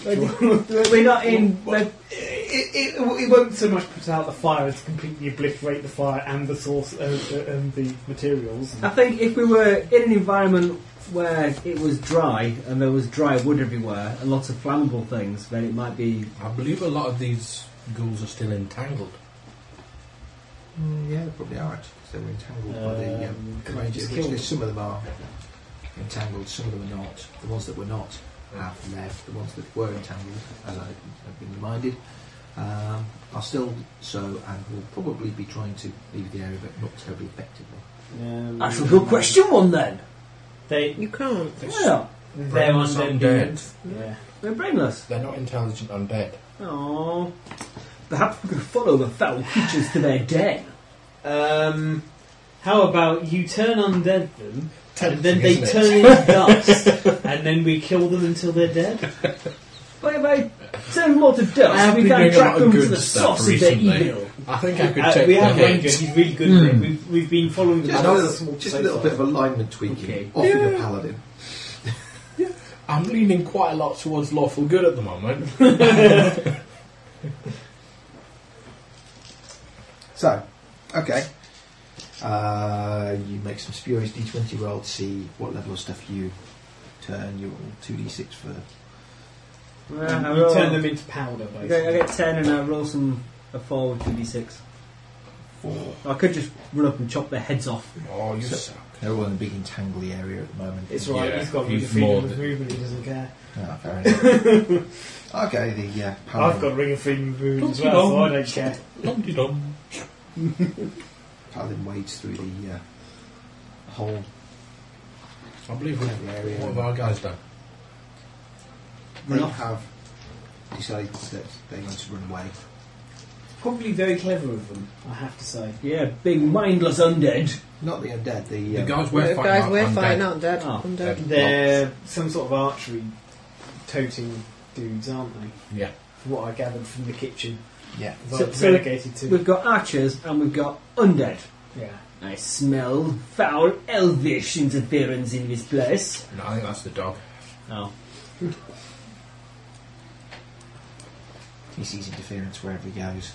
S2: We're not in.
S8: Well, it, it, it won't so much put out the fire as completely obliterate the fire and the source uh, uh, and the materials.
S2: I think if we were in an environment where it was dry and there was dry wood everywhere and lots of flammable things, then it might be.
S4: I believe a lot of these ghouls are still entangled.
S3: Mm, yeah, they probably are actually, 'cause they were entangled by the. Um,
S8: Um,
S3: could
S8: just
S3: which
S8: kill
S3: they- some of them are entangled, some of them are not. The ones that were not have left. The ones that were entangled, as I have been reminded, um, are still so and will probably be trying to leave the area, but not terribly effectively.
S8: Um,
S2: I shall go question one then.
S8: They,
S5: You can't.
S2: Why not?
S8: they're
S4: Brainless
S8: undead.
S4: undead.
S8: Yeah.
S2: We're brainless.
S4: They're not intelligent undead.
S2: Oh. Perhaps we could follow the foul creatures to their den.
S8: Um, how about you turn undead them, and then
S4: Tempting,
S8: they
S4: isn't it?
S8: turn
S4: *laughs*
S8: into dust, and then we kill them until they're dead?
S2: But if I turn them all to
S4: I
S2: dust,
S4: have
S2: we
S4: been
S2: can
S4: doing a
S2: track
S4: lot of
S2: them to
S4: good
S2: the
S4: stuff
S2: source of their
S4: recently.
S2: evil.
S4: I think I could
S8: Uh,
S4: take
S8: we
S4: the
S8: have Ranger,
S4: hit.
S8: he's really good for it. We've, we've been following them.
S3: Hmm. Just,
S8: up
S3: a
S8: this
S3: little,
S8: wall
S3: just
S8: so
S3: a little
S8: far.
S3: bit of alignment tweaking
S2: Okay.
S3: off your
S4: Yeah.
S3: paladin.
S4: I'm leaning quite a lot towards lawful good at the moment.
S3: So, okay. Uh, you make some spurious d20 roll to see what level of stuff you turn. You roll 2d6 for.
S2: Yeah, I
S8: you
S2: roll-
S8: turn them into powder,
S2: I
S8: basically.
S2: get, I get 10 and I roll some a 4 with 2d6.
S3: four.
S2: I could just run up and chop their heads off.
S4: Oh, you
S3: So-
S4: suck.
S3: They're all in a big entangly area at the moment.
S8: It's right,
S4: Yeah,
S8: he's got
S4: he's
S8: really freedom
S4: mauled
S8: of movement, he doesn't care.
S3: Ah, fair enough.
S10: *laughs*
S3: okay, the uh,
S8: Oh,
S3: panel.
S10: I've got ring of freedom of movement as well, so I don't care.
S4: Dum-de-dum.
S3: Paladin wades through the uh, whole
S4: I believe we've
S3: area.
S4: one of our guys done.
S3: They
S2: Run off.
S3: have decided that they're going to run away.
S2: Probably very clever of them,
S8: I have to say.
S2: Yeah, big mindless undead.
S3: Not the undead, the,
S4: The
S3: um,
S4: guys we're
S5: The
S4: fighting
S5: guys
S4: are
S5: we're
S4: undead.
S5: fighting aren't dead.
S2: Oh,
S5: undead.
S4: dead.
S8: They're some sort of archery toting dudes, aren't they?
S4: Yeah.
S8: From what I gathered from the kitchen.
S3: Yeah.
S8: As I
S2: So-
S8: was
S2: so-
S8: relegated to.
S2: We've got archers and we've got undead.
S8: Yeah.
S2: I smell foul elvish interference in this place.
S4: No, I think that's the dog.
S2: Oh.
S3: He sees interference wherever he goes.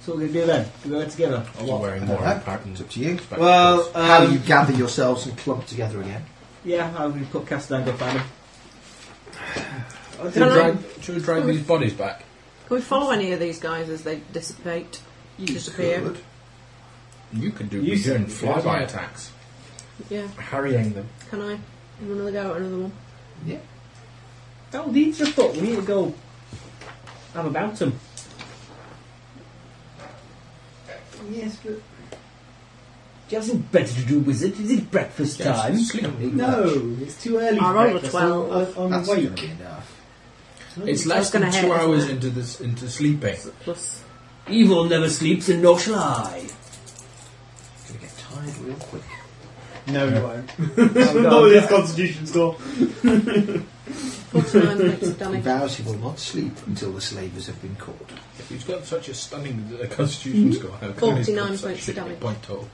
S2: So what are we going to do then? We go together.
S4: Or what? wearing
S3: I don't
S4: more
S3: know.
S4: impact
S3: It's
S4: and
S3: up to you.
S4: spectacles.
S2: Well,
S3: How
S2: um,
S3: you gather yourselves and clump together again.
S2: yeah, I'm going to put Castle down and go find him.
S4: should,
S5: uh,
S4: we drag, should we drag these bodies back?
S5: Can we follow any of these guys as they dissipate? disappear?
S3: could.
S4: You could do
S10: You
S4: you
S10: said
S4: doing
S10: you could,
S4: flyby
S10: yeah.
S4: attacks,
S5: Yeah.
S4: harrying them.
S5: Can I? Have another go at another one.
S2: That'll lead to the foot. We need to go have about him.
S9: Yes, but
S2: Do you have something better to do, wizard? Is it breakfast
S4: Yes,
S2: time?
S4: sleep.
S10: No, it's too early.
S5: I
S10: for
S5: rolled a
S10: breakfast.
S5: 12.
S10: I'm- I'm
S3: That's going to be
S10: awake.
S3: enough.
S4: It's
S5: I
S4: less
S5: was gonna
S4: than
S5: hit,
S4: two
S5: isn't
S4: hours
S5: it?
S4: into this into sleeping.
S5: Plus,
S3: *laughs*
S2: Evil never sleeps, and nor shall I.
S3: Going to get tired real quick.
S10: No, you won't.
S8: *laughs*
S10: Not with
S2: I've
S10: this constitution score.
S5: 49 makes it
S3: He
S5: damage.
S3: vows he will not sleep until the slavers have been caught.
S4: He's got such a stunning uh, constitution
S5: Mm-hmm.
S4: score. How come he's
S5: 49
S4: got such
S5: points of
S4: shitty
S5: damage.
S4: Point total.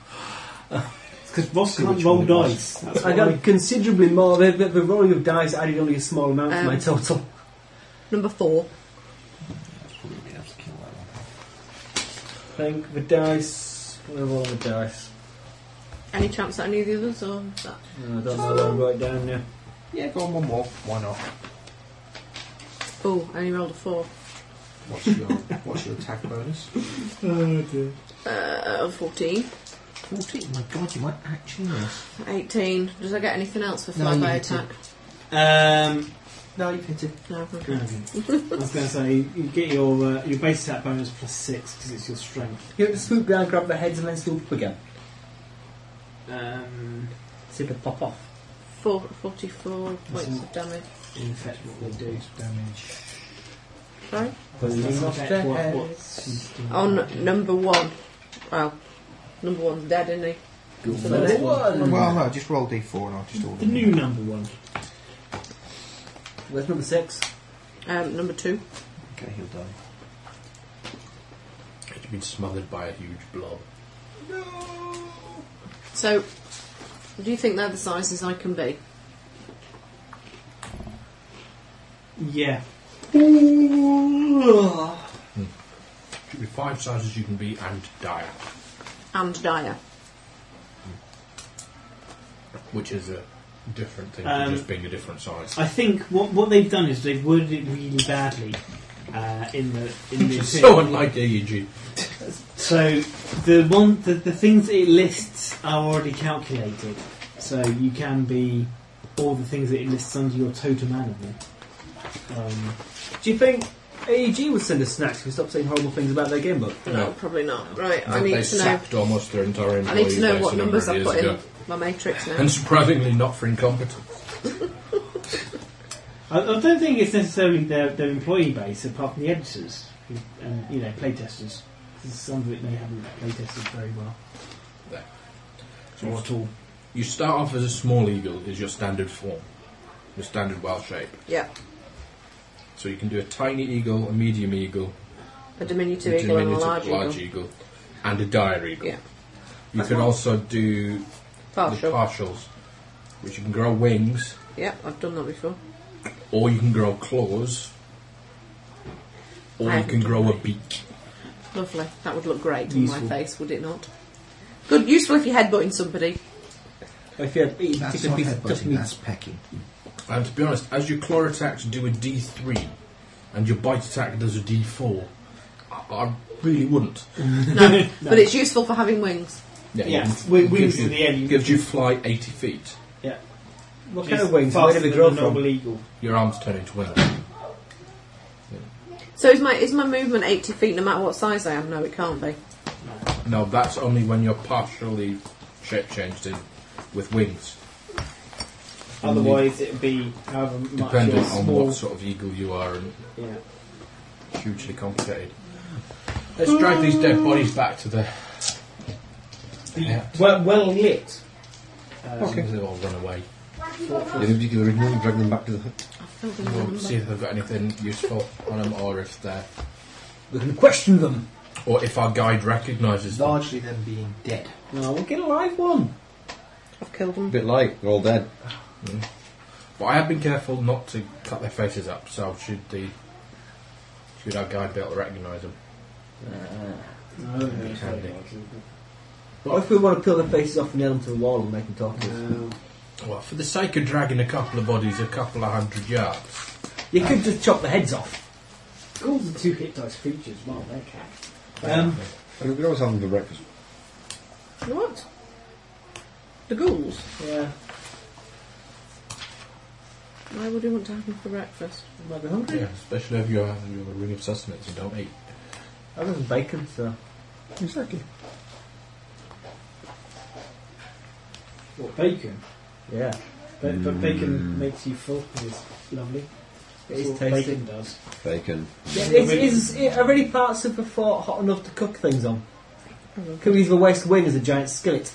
S8: It's because Ross
S3: See
S8: can't
S3: which
S8: roll
S3: one it was.
S8: dice. That's
S2: I
S8: why.
S2: got considerably more. The, the, the rolling of dice added only a small amount to my
S5: Um,
S2: total.
S5: Number four.
S3: That's probably going to have to kill that one.
S2: I think the dice. Where were all the dice?
S5: Any chance at any of the others or is that?
S2: No, Oh, I don't know where I wrote it down now.
S3: Yeah, go on one more. Why not?
S5: Oh, I only rolled a four.
S3: What's your What's your attack bonus?
S10: Oh dear.
S5: Uh, 14.
S3: Fourteen. Oh, My God, you might actually miss.
S5: 18. Does I get anything else for
S3: No,
S5: flyby
S3: you
S5: by
S3: need to-
S5: attack?
S8: Um,
S3: No, you've hit it.
S5: No, okay.
S8: no, *laughs* I was going to say, you get your uh, your base attack bonus plus six because it's your strength.
S2: You have to swoop down, grab the heads, and then swoop up again.
S8: Um,
S2: See if they pop off.
S5: Four, 44 points
S8: That's
S5: of damage.
S8: in effect, what they do.
S3: It's damage.
S5: Sorry?
S8: That's
S2: Off
S8: effect what-
S2: their
S8: what's-
S5: On number one. Well, number one's dead, isn't he? So the
S2: Number
S5: next
S2: one.
S3: Well, no, just roll d4 and I'll just order.
S10: The new number one.
S2: Where's number six?
S5: Um, number two.
S3: Okay, he'll die.
S4: He's been smothered by a huge blob.
S5: So, do you think they're the sizes I can be?
S8: Yeah.
S4: Should be five sizes you can be and dire,
S5: And dire.
S4: which is a different thing
S8: Um,
S4: from just being a different size.
S8: I think what what they've done is they've worded it really badly uh, in the in
S4: *laughs*
S8: the
S4: Which is
S8: appeal.
S4: so unlike E AEG.
S8: So the one the, the things that it lists are already calculated. So you can be all the things that it lists under your totem animal. Um,
S2: Do you think AEG would send us snacks if we stopped saying horrible things about their game book?
S5: No, probably not. Right, I
S4: That
S5: need
S4: they
S5: to know.
S4: sacked almost their entire
S5: I
S4: employee
S5: need to know
S4: base
S5: what
S4: a number
S5: numbers
S4: of
S5: I've
S4: years
S5: put in
S4: ago.
S5: my matrix now.
S4: And surprisingly, not for incompetence.
S8: I, I don't think it's necessarily their, their employee base, apart from the editors who- and you know playtesters. 'Cause Some of it they haven't playtested very well.
S4: There.
S8: Or at all.
S4: You start off as a small eagle, is your standard form, your standard wild shape.
S5: Yeah,
S4: So you can do a tiny eagle, a medium eagle,
S5: a diminutive
S4: a
S5: eagle and a
S4: diminutive
S5: large,
S4: large
S5: eagle.
S4: eagle, and a dire eagle.
S5: Yeah.
S4: You can also do
S5: Partial.
S4: the partials, which you can grow wings,
S5: yeah, I've done that before.
S4: or you can grow claws, or
S5: I
S4: you can
S5: haven't
S4: grow a beak.
S5: Lovely. That would look great on
S8: Useful.
S5: my face, would it not? Good, useful if you're headbutting somebody.
S2: If you had eaten
S3: That's
S2: particular
S3: not
S2: piece of duck
S3: headbutting,
S2: meat.
S3: that's pecking.
S4: And to be honest, as your claw attacks do a D3, and your bite attack does a D4, I- I really wouldn't.
S5: No, but it's useful for having wings.
S4: Yeah,
S2: Yeah.
S4: it
S8: Wi-
S4: gives
S8: wings
S4: you-
S8: at the end.
S4: Gives you flight 80 feet.
S2: What
S8: Which
S2: kind
S8: is
S2: of wings? Where
S8: faster
S2: do they
S8: than
S2: grow
S8: the
S2: from?
S8: normal eagle.
S4: Your arms turn into wings.
S5: So is my is my movement eighty feet no matter what size I am? No, it can't be.
S4: No, that's only when you're partially shape changed in with wings,
S8: Otherwise, it would be however much
S4: depending
S8: your
S4: on
S8: small-
S4: what sort of eagle you are, and
S8: Yeah.
S4: hugely complicated. Let's drag these dead bodies back to the. Yeah.
S2: Well, well lit.
S4: Okay. They've all run away.
S7: In a particular ignore, drag them back to the hut.
S5: I filled in the
S4: We'll
S5: number.
S4: see if they've got anything useful on them, or if they're,
S2: We can question them.
S4: or if our guide recognises them.
S3: Largely them being dead.
S2: No, we'll get a live one.
S5: I've killed
S7: A
S5: them.
S7: bit late, they're all dead.
S4: But I have been careful not to cut their faces up. So should the should our guide be able to recognise them?
S3: Uh-huh.
S8: No, no,
S4: Handy.
S2: What if we want to peel their faces off and nail them to the wall and make them talk to us?
S4: Well, for the sake of dragging a couple of bodies a couple of hundred yards,
S3: Uh-huh.
S2: You could just chop the heads off.
S8: Ghouls are two hit dice creatures. Well, they can.
S2: Um,
S7: I mean, we could always have them for breakfast.
S5: What? The ghouls.
S2: yeah,
S5: Why would you want to have them for breakfast?
S2: might be hungry.
S4: yeah, especially if you're you're a ring of sustenance and don't eat.
S2: Other than bacon, so.
S7: Exactly.
S8: What bacon?
S2: Yeah.
S8: But, but bacon makes you full. and It's lovely.
S2: It
S8: That's
S2: is
S8: what
S2: tasty.
S8: Bacon does.
S7: Bacon.
S2: Is, is, are any parts of the fort hot enough to cook things on? Could we use the west wing as a giant skillet?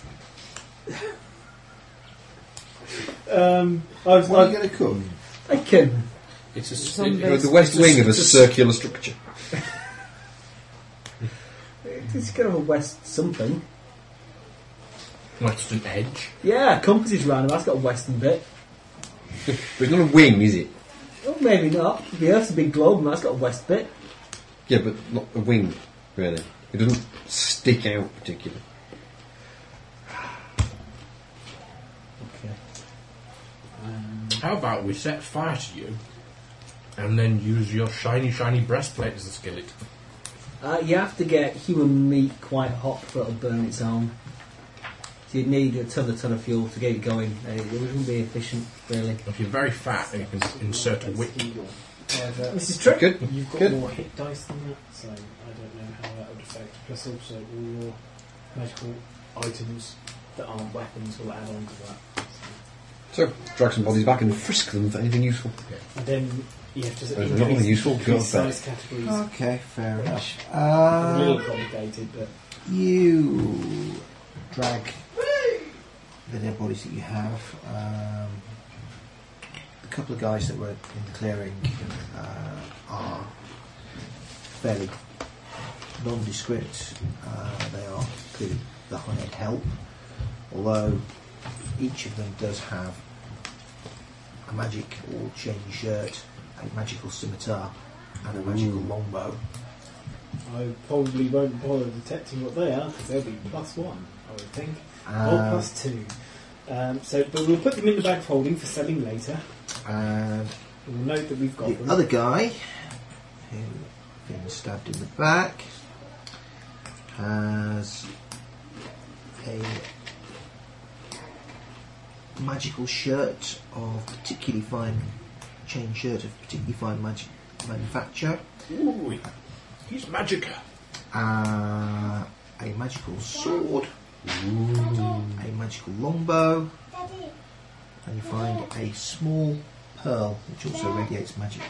S8: Um, I was
S7: What are you
S8: like,
S7: going to cook?
S2: I can.
S4: It's a
S5: Zombie.
S7: You're at the west wing of a circular structure.
S2: It's kind of a west something.
S4: western edge.
S2: Yeah, compass is random. That's got a western bit.
S7: But it's not a wing, is it?
S2: Well, maybe not. The Earth's a big globe, and that's got a west bit.
S7: Yeah, but not a wing, really. It doesn't stick out particularly.
S4: How about we set fire to you, and then use your shiny, shiny breastplate as a skillet?
S2: Uh, you have to get human meat quite hot for it'll burn its own. So you'd need a ton, a ton of fuel to get it going. and It it wouldn't be efficient, really.
S4: If you're very fat, you can insert a wick.
S8: However,
S2: This is true.
S7: Good.
S8: you've got
S7: Good.
S8: more hit dice than that, so I don't know how that would affect. Plus, also all your magical items that aren't weapons will add on to that.
S7: So, drag some bodies back and frisk them for anything useful.
S8: And then you have to
S7: There's nothing
S8: increase,
S7: useful, God,
S8: increase size categories.
S3: Okay, fair
S8: Which
S3: enough.
S8: a little
S3: Uh,
S8: complicated, but
S3: you drag the dead bodies that you have. Um, a couple of guys that were in the clearing uh, are fairly nondescript. Uh, they are clearly the hired help, although each of them does have a magic or chain shirt, a magical scimitar, and a magical longbow.
S8: I probably won't bother detecting what they are because they'll be plus one, I would think, or
S7: Ah.
S3: Um,
S8: plus two. Um, so, but we'll put them in the bag of holding for selling later.
S3: and
S8: We'll note that we've got
S3: the
S8: them.
S3: other guy, who been stabbed in the back, has a magical shirt of particularly fine chain shirt of particularly fine magic manufacture,
S4: Ooh, he's magica.
S3: uh, a magical sword, a magical longbow, and you find a small pearl which also radiates magic.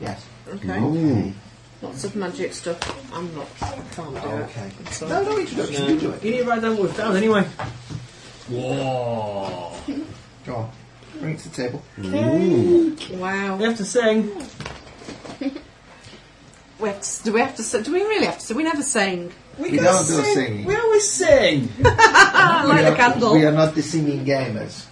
S3: Yes.
S5: Okay.
S3: Okay.
S5: Lots of magic stuff. I'm not. I can't do it.
S3: Okay.
S5: I'm
S3: No,
S5: sorry.
S3: no introduction. You do it.
S2: You need to write down what we've found anyway.
S4: Whoa!
S3: Go on. Bring it to the table.
S2: We
S5: Wow.
S2: have to sing.
S5: We have to, do we have to? sing- Do we really have to? sing? We never sing.
S2: We,
S3: We
S2: can
S3: don't do singing.
S2: We always sing.
S5: I like the candle.
S3: We are not the singing gamers.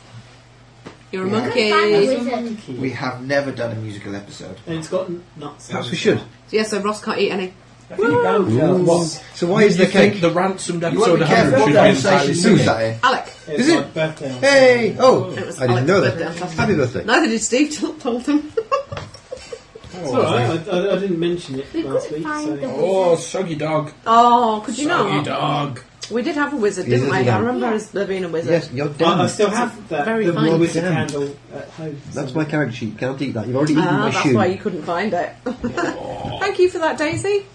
S5: You're a
S3: Yeah.
S5: monkey.
S3: We have never done a musical episode.
S8: and it's got n- nuts.
S7: Perhaps
S8: in
S7: we
S8: it.
S7: should.
S5: Yeah, so Ross can't eat any.
S2: I think you can, Charles.
S7: What? So why is the cake?
S4: the ransomed
S3: You want
S4: episode
S3: to be careful
S4: 100 should
S3: what
S4: be entirely
S3: conversation
S4: singing?
S3: moves at here.
S5: Alec.
S8: It's
S7: Is
S8: my
S7: it?
S8: birthday on
S7: Hey!
S8: Saturday.
S7: Oh,
S5: It was
S7: I didn't know
S5: Alex's
S7: that.
S5: birthday. *laughs*
S7: Happy birthday.
S5: Neither did Steve till told him.
S8: Oh, It's alright, I, I, I didn't mention it
S11: We
S8: last
S11: couldn't
S8: week.
S11: find
S8: So.
S11: the-
S4: Oh, soggy dog.
S5: Oh, could you
S4: Soggy
S5: not?
S4: dog.
S5: We did have a wizard,
S3: Yes,
S5: didn't
S3: we
S5: we?
S3: did.
S5: I remember
S11: Yeah.
S5: us there being a wizard.
S7: Yes, you're
S8: I, I
S4: Uh,
S7: done.
S8: still have that
S5: Very
S8: the
S5: fine.
S8: wizard
S7: Damn.
S8: candle at home.
S7: That's my
S8: somewhere.
S7: character sheet. You can't eat that. You've already eaten
S5: Ah,
S7: my
S5: that's
S7: shoe.
S5: why you couldn't find it. Thank you for that, Daisy.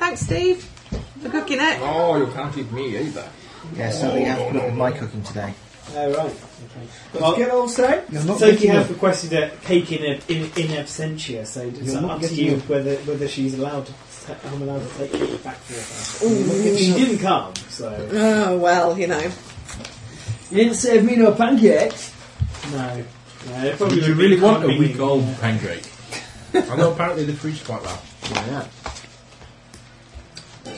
S5: Thanks, Steve, for cooking it.
S4: Oh, you can't eat me either. Oh,
S3: Yeah, something happened with my cooking today.
S8: Oh, right. Okay.
S2: Let's get all set.
S3: You're not
S8: So you
S3: getting
S8: have
S3: up.
S8: requested a cake in, a, in, in absentia, so it's
S3: You're not
S8: up to
S3: getting
S8: you
S3: up.
S8: whether, whether she's allowed to, ta- I'm allowed to take it back for her. She didn't come, so
S5: Oh, well, you know.
S2: You didn't save me no pancakes.
S8: no. no it probably
S4: Did you
S8: would be
S4: really
S8: quite
S4: want a
S8: convenient,
S4: week old
S8: yeah.
S4: pancake? Although apparently they freeze quite well.
S3: Yeah.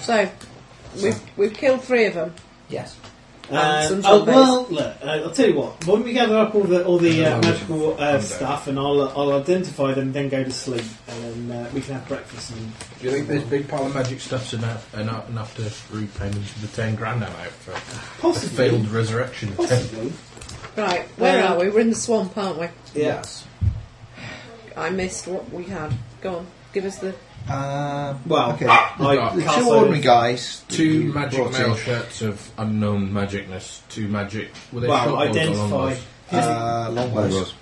S5: So, we've, we've killed three of them.
S3: Yes.
S5: And
S8: Um,
S5: some
S8: oh,
S5: zombies.
S8: well, look, uh, I'll tell you what. Why don't we gather up all the all the uh,
S4: Um,
S8: magical uh,
S4: I'm
S8: stuff, and I'll uh, I'll identify them, then go to sleep, and then uh, we can have breakfast. And
S4: Do you think this big pile of magic stuff's enough, enough, enough to repay me the 10 grand I'm out for? A
S8: possibly,
S4: failed resurrection attempt.
S8: possibly,
S5: Right, where
S8: Uh,
S5: are we? We're in the swamp, aren't we?
S8: yeah.
S5: I missed what we had. Go on, give us the.
S3: Um,
S8: Well,
S3: okay.
S8: I
S4: The
S3: The
S8: cast
S3: two
S8: over-
S3: ordinary guys. that
S4: Two
S3: you
S4: magic
S3: brought
S4: mail
S3: in,
S4: shirts of unknown magicness. Two magic. Were they
S8: Well,
S4: short ones or long
S8: identify.
S4: ones?
S3: Uh, longbows.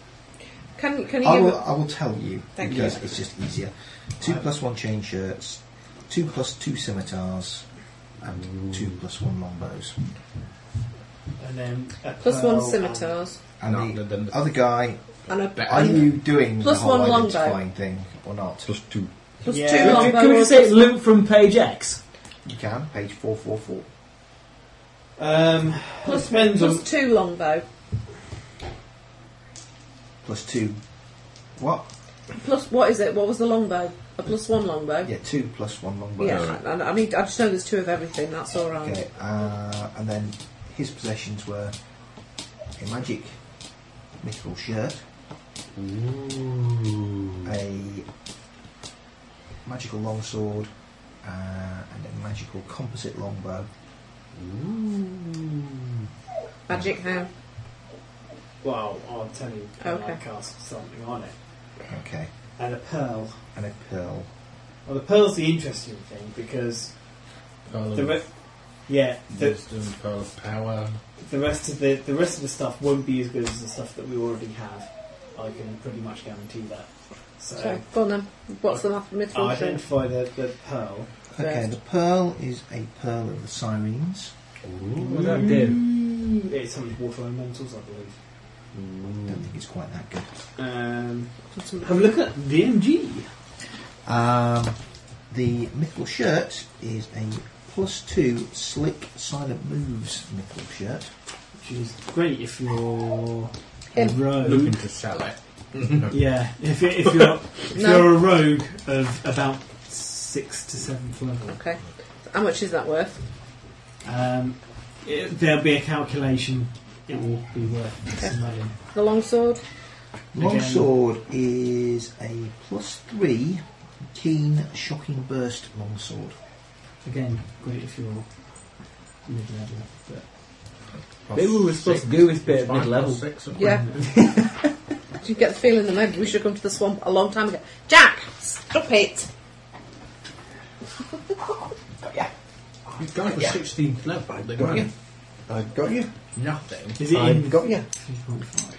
S5: Can can you
S3: I
S5: give?
S3: will,
S5: us
S3: I will tell you
S5: Thank you.
S3: because it's just easier. Two plus one chain shirts, two plus two scimitars, and two plus one longbows.
S8: and then uh, oh, a
S5: plus one
S8: pearl
S5: scimitars
S3: And
S4: No,
S3: the
S4: then the-
S3: other guy,
S5: and a
S4: Better.
S3: are you doing
S5: Plus
S3: the whole
S5: one longbow.
S3: identifying thing or not?
S4: Plus two.
S5: plus
S8: Yeah.
S5: two
S8: Can-
S5: longbow.
S2: Can we just
S5: or a
S2: say it's Luke from page X?
S3: You can page four four four.
S8: Um,
S5: Plus-
S8: it depends
S5: plus
S8: on
S5: two longbow?
S3: Plus two. What?
S5: Plus what is it? What was the longbow? A plus one longbow.
S3: Yeah, two plus one longbow.
S5: Yeah, I, I need. I just know there's two of everything. That's all right.
S3: Okay, uh, and then his possessions were a magic mythical shirt, a magical longsword, uh, and a magical composite longbow.
S5: Magic how?
S8: well, I'll tell you. when I
S5: Okay.
S8: cast something on it,
S3: Okay,
S8: and a pearl.
S3: and a pearl.
S8: Well, the pearl's the interesting thing because
S4: Pile
S8: the
S4: of
S8: re- yeah the,
S4: wisdom, pile of power.
S8: the rest of the the rest of the stuff won't be as good as the stuff that we already have. I can pretty much guarantee that. So
S5: So go on then. What's the math
S8: I'll
S5: mythical thing?
S8: identify the, the pearl.
S3: Okay,
S5: First.
S3: the pearl is a pearl of the Syrenes.
S2: What does that do?
S8: Mm. It's some water elementals, I believe.
S3: I don't think it's quite that good.
S8: Um, have a look at VMG.
S3: Um, the mythical shirt is a plus two slick silent moves mythical shirt.
S8: Which is great if you're a
S5: Him.
S8: rogue.
S4: Looking to sell it.
S8: Yeah, if, you- if you're if
S5: No.
S8: you're a rogue of about sixth to seventh level,
S5: Okay. So How much is that worth?
S8: um, it, there'll be a calculation. It will be worth some money.
S5: The longsword.
S3: Longsword is a plus three keen shocking burst longsword.
S8: Again, great if you're mid level. But
S2: Maybe we were supposed to do is pay at
S4: Five plus
S2: mid-level.
S4: six, and
S5: Yeah. Do you get the feeling that maybe we should come to the swamp a long time ago? Jack, stop it.
S4: These guys were 16th level. They got
S7: I've got you.
S4: nothing.
S8: is it in
S7: I've got you.
S8: 3.5?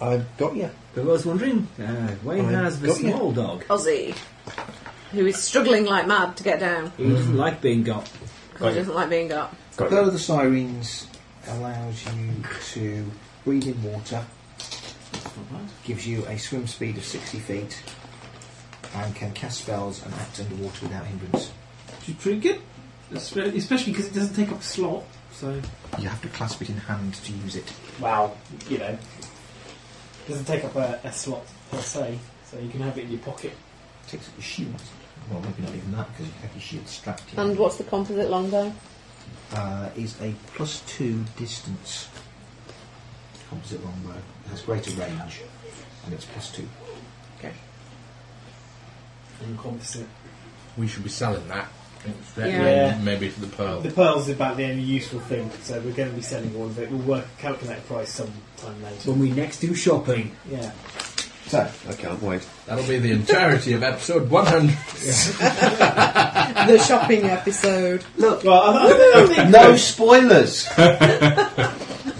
S7: I've got you.
S2: But I was wondering, uh, Wayne
S7: I've
S2: has the
S7: got you.
S2: small dog.
S5: Ozzy, who is struggling like mad to get down
S2: He doesn't like being got.
S5: because he doesn't like being got.
S7: Got
S3: Pearl
S7: you.
S3: of the Syrenes allows you to breathe in water, gives you a swim speed of 60 feet, and can cast spells and act underwater without hindrance.
S8: Which is pretty good, Espe- especially because it doesn't take up a slot. So
S3: You have to clasp it in hand to use it.
S8: wow, you know, doesn't take up a, a slot per se. So you can have it in your pocket.
S3: Takes up your shield. Well, maybe not even that because you have your shield strapped in.
S5: And what's the composite longbow?
S3: uh, is a plus two distance composite longbow. It has greater range, and it's plus two.
S8: And composite.
S4: We should be selling that. It's very-
S5: Yeah.
S4: Maybe for the pearl.
S8: The pearl's about the only useful thing, so we're going to be selling all of it. We'll work calculate a price sometime later.
S2: When we next do shopping.
S8: Yeah.
S3: So So,
S7: I can't wait.
S4: That'll be the entirety of episode 100.
S9: *laughs* the shopping episode.
S2: Look, well, I, I think
S3: no spoilers.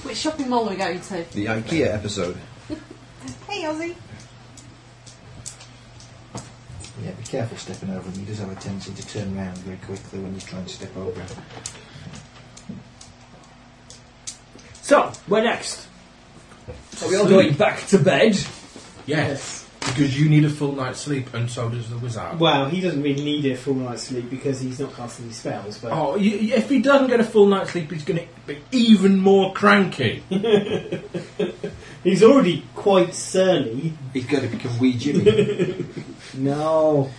S5: Which shopping mall are we going to?
S7: The IKEA episode.
S9: Hey, Ozzy.
S3: Yeah, be careful stepping over him. He does have a tendency to turn round very quickly when you try and step over him.
S2: So, we're next. So we all going back to bed.
S4: Yes. Because you need a full night's sleep, and so does the wizard.
S8: Well, he doesn't really need a full night's sleep because he's not casting any spells. But
S4: Oh, y- y- if he doesn't get a full night's sleep, he's going to be even more cranky.
S8: he's already quite surly.
S3: He's going to become wee Jimmy.
S2: No.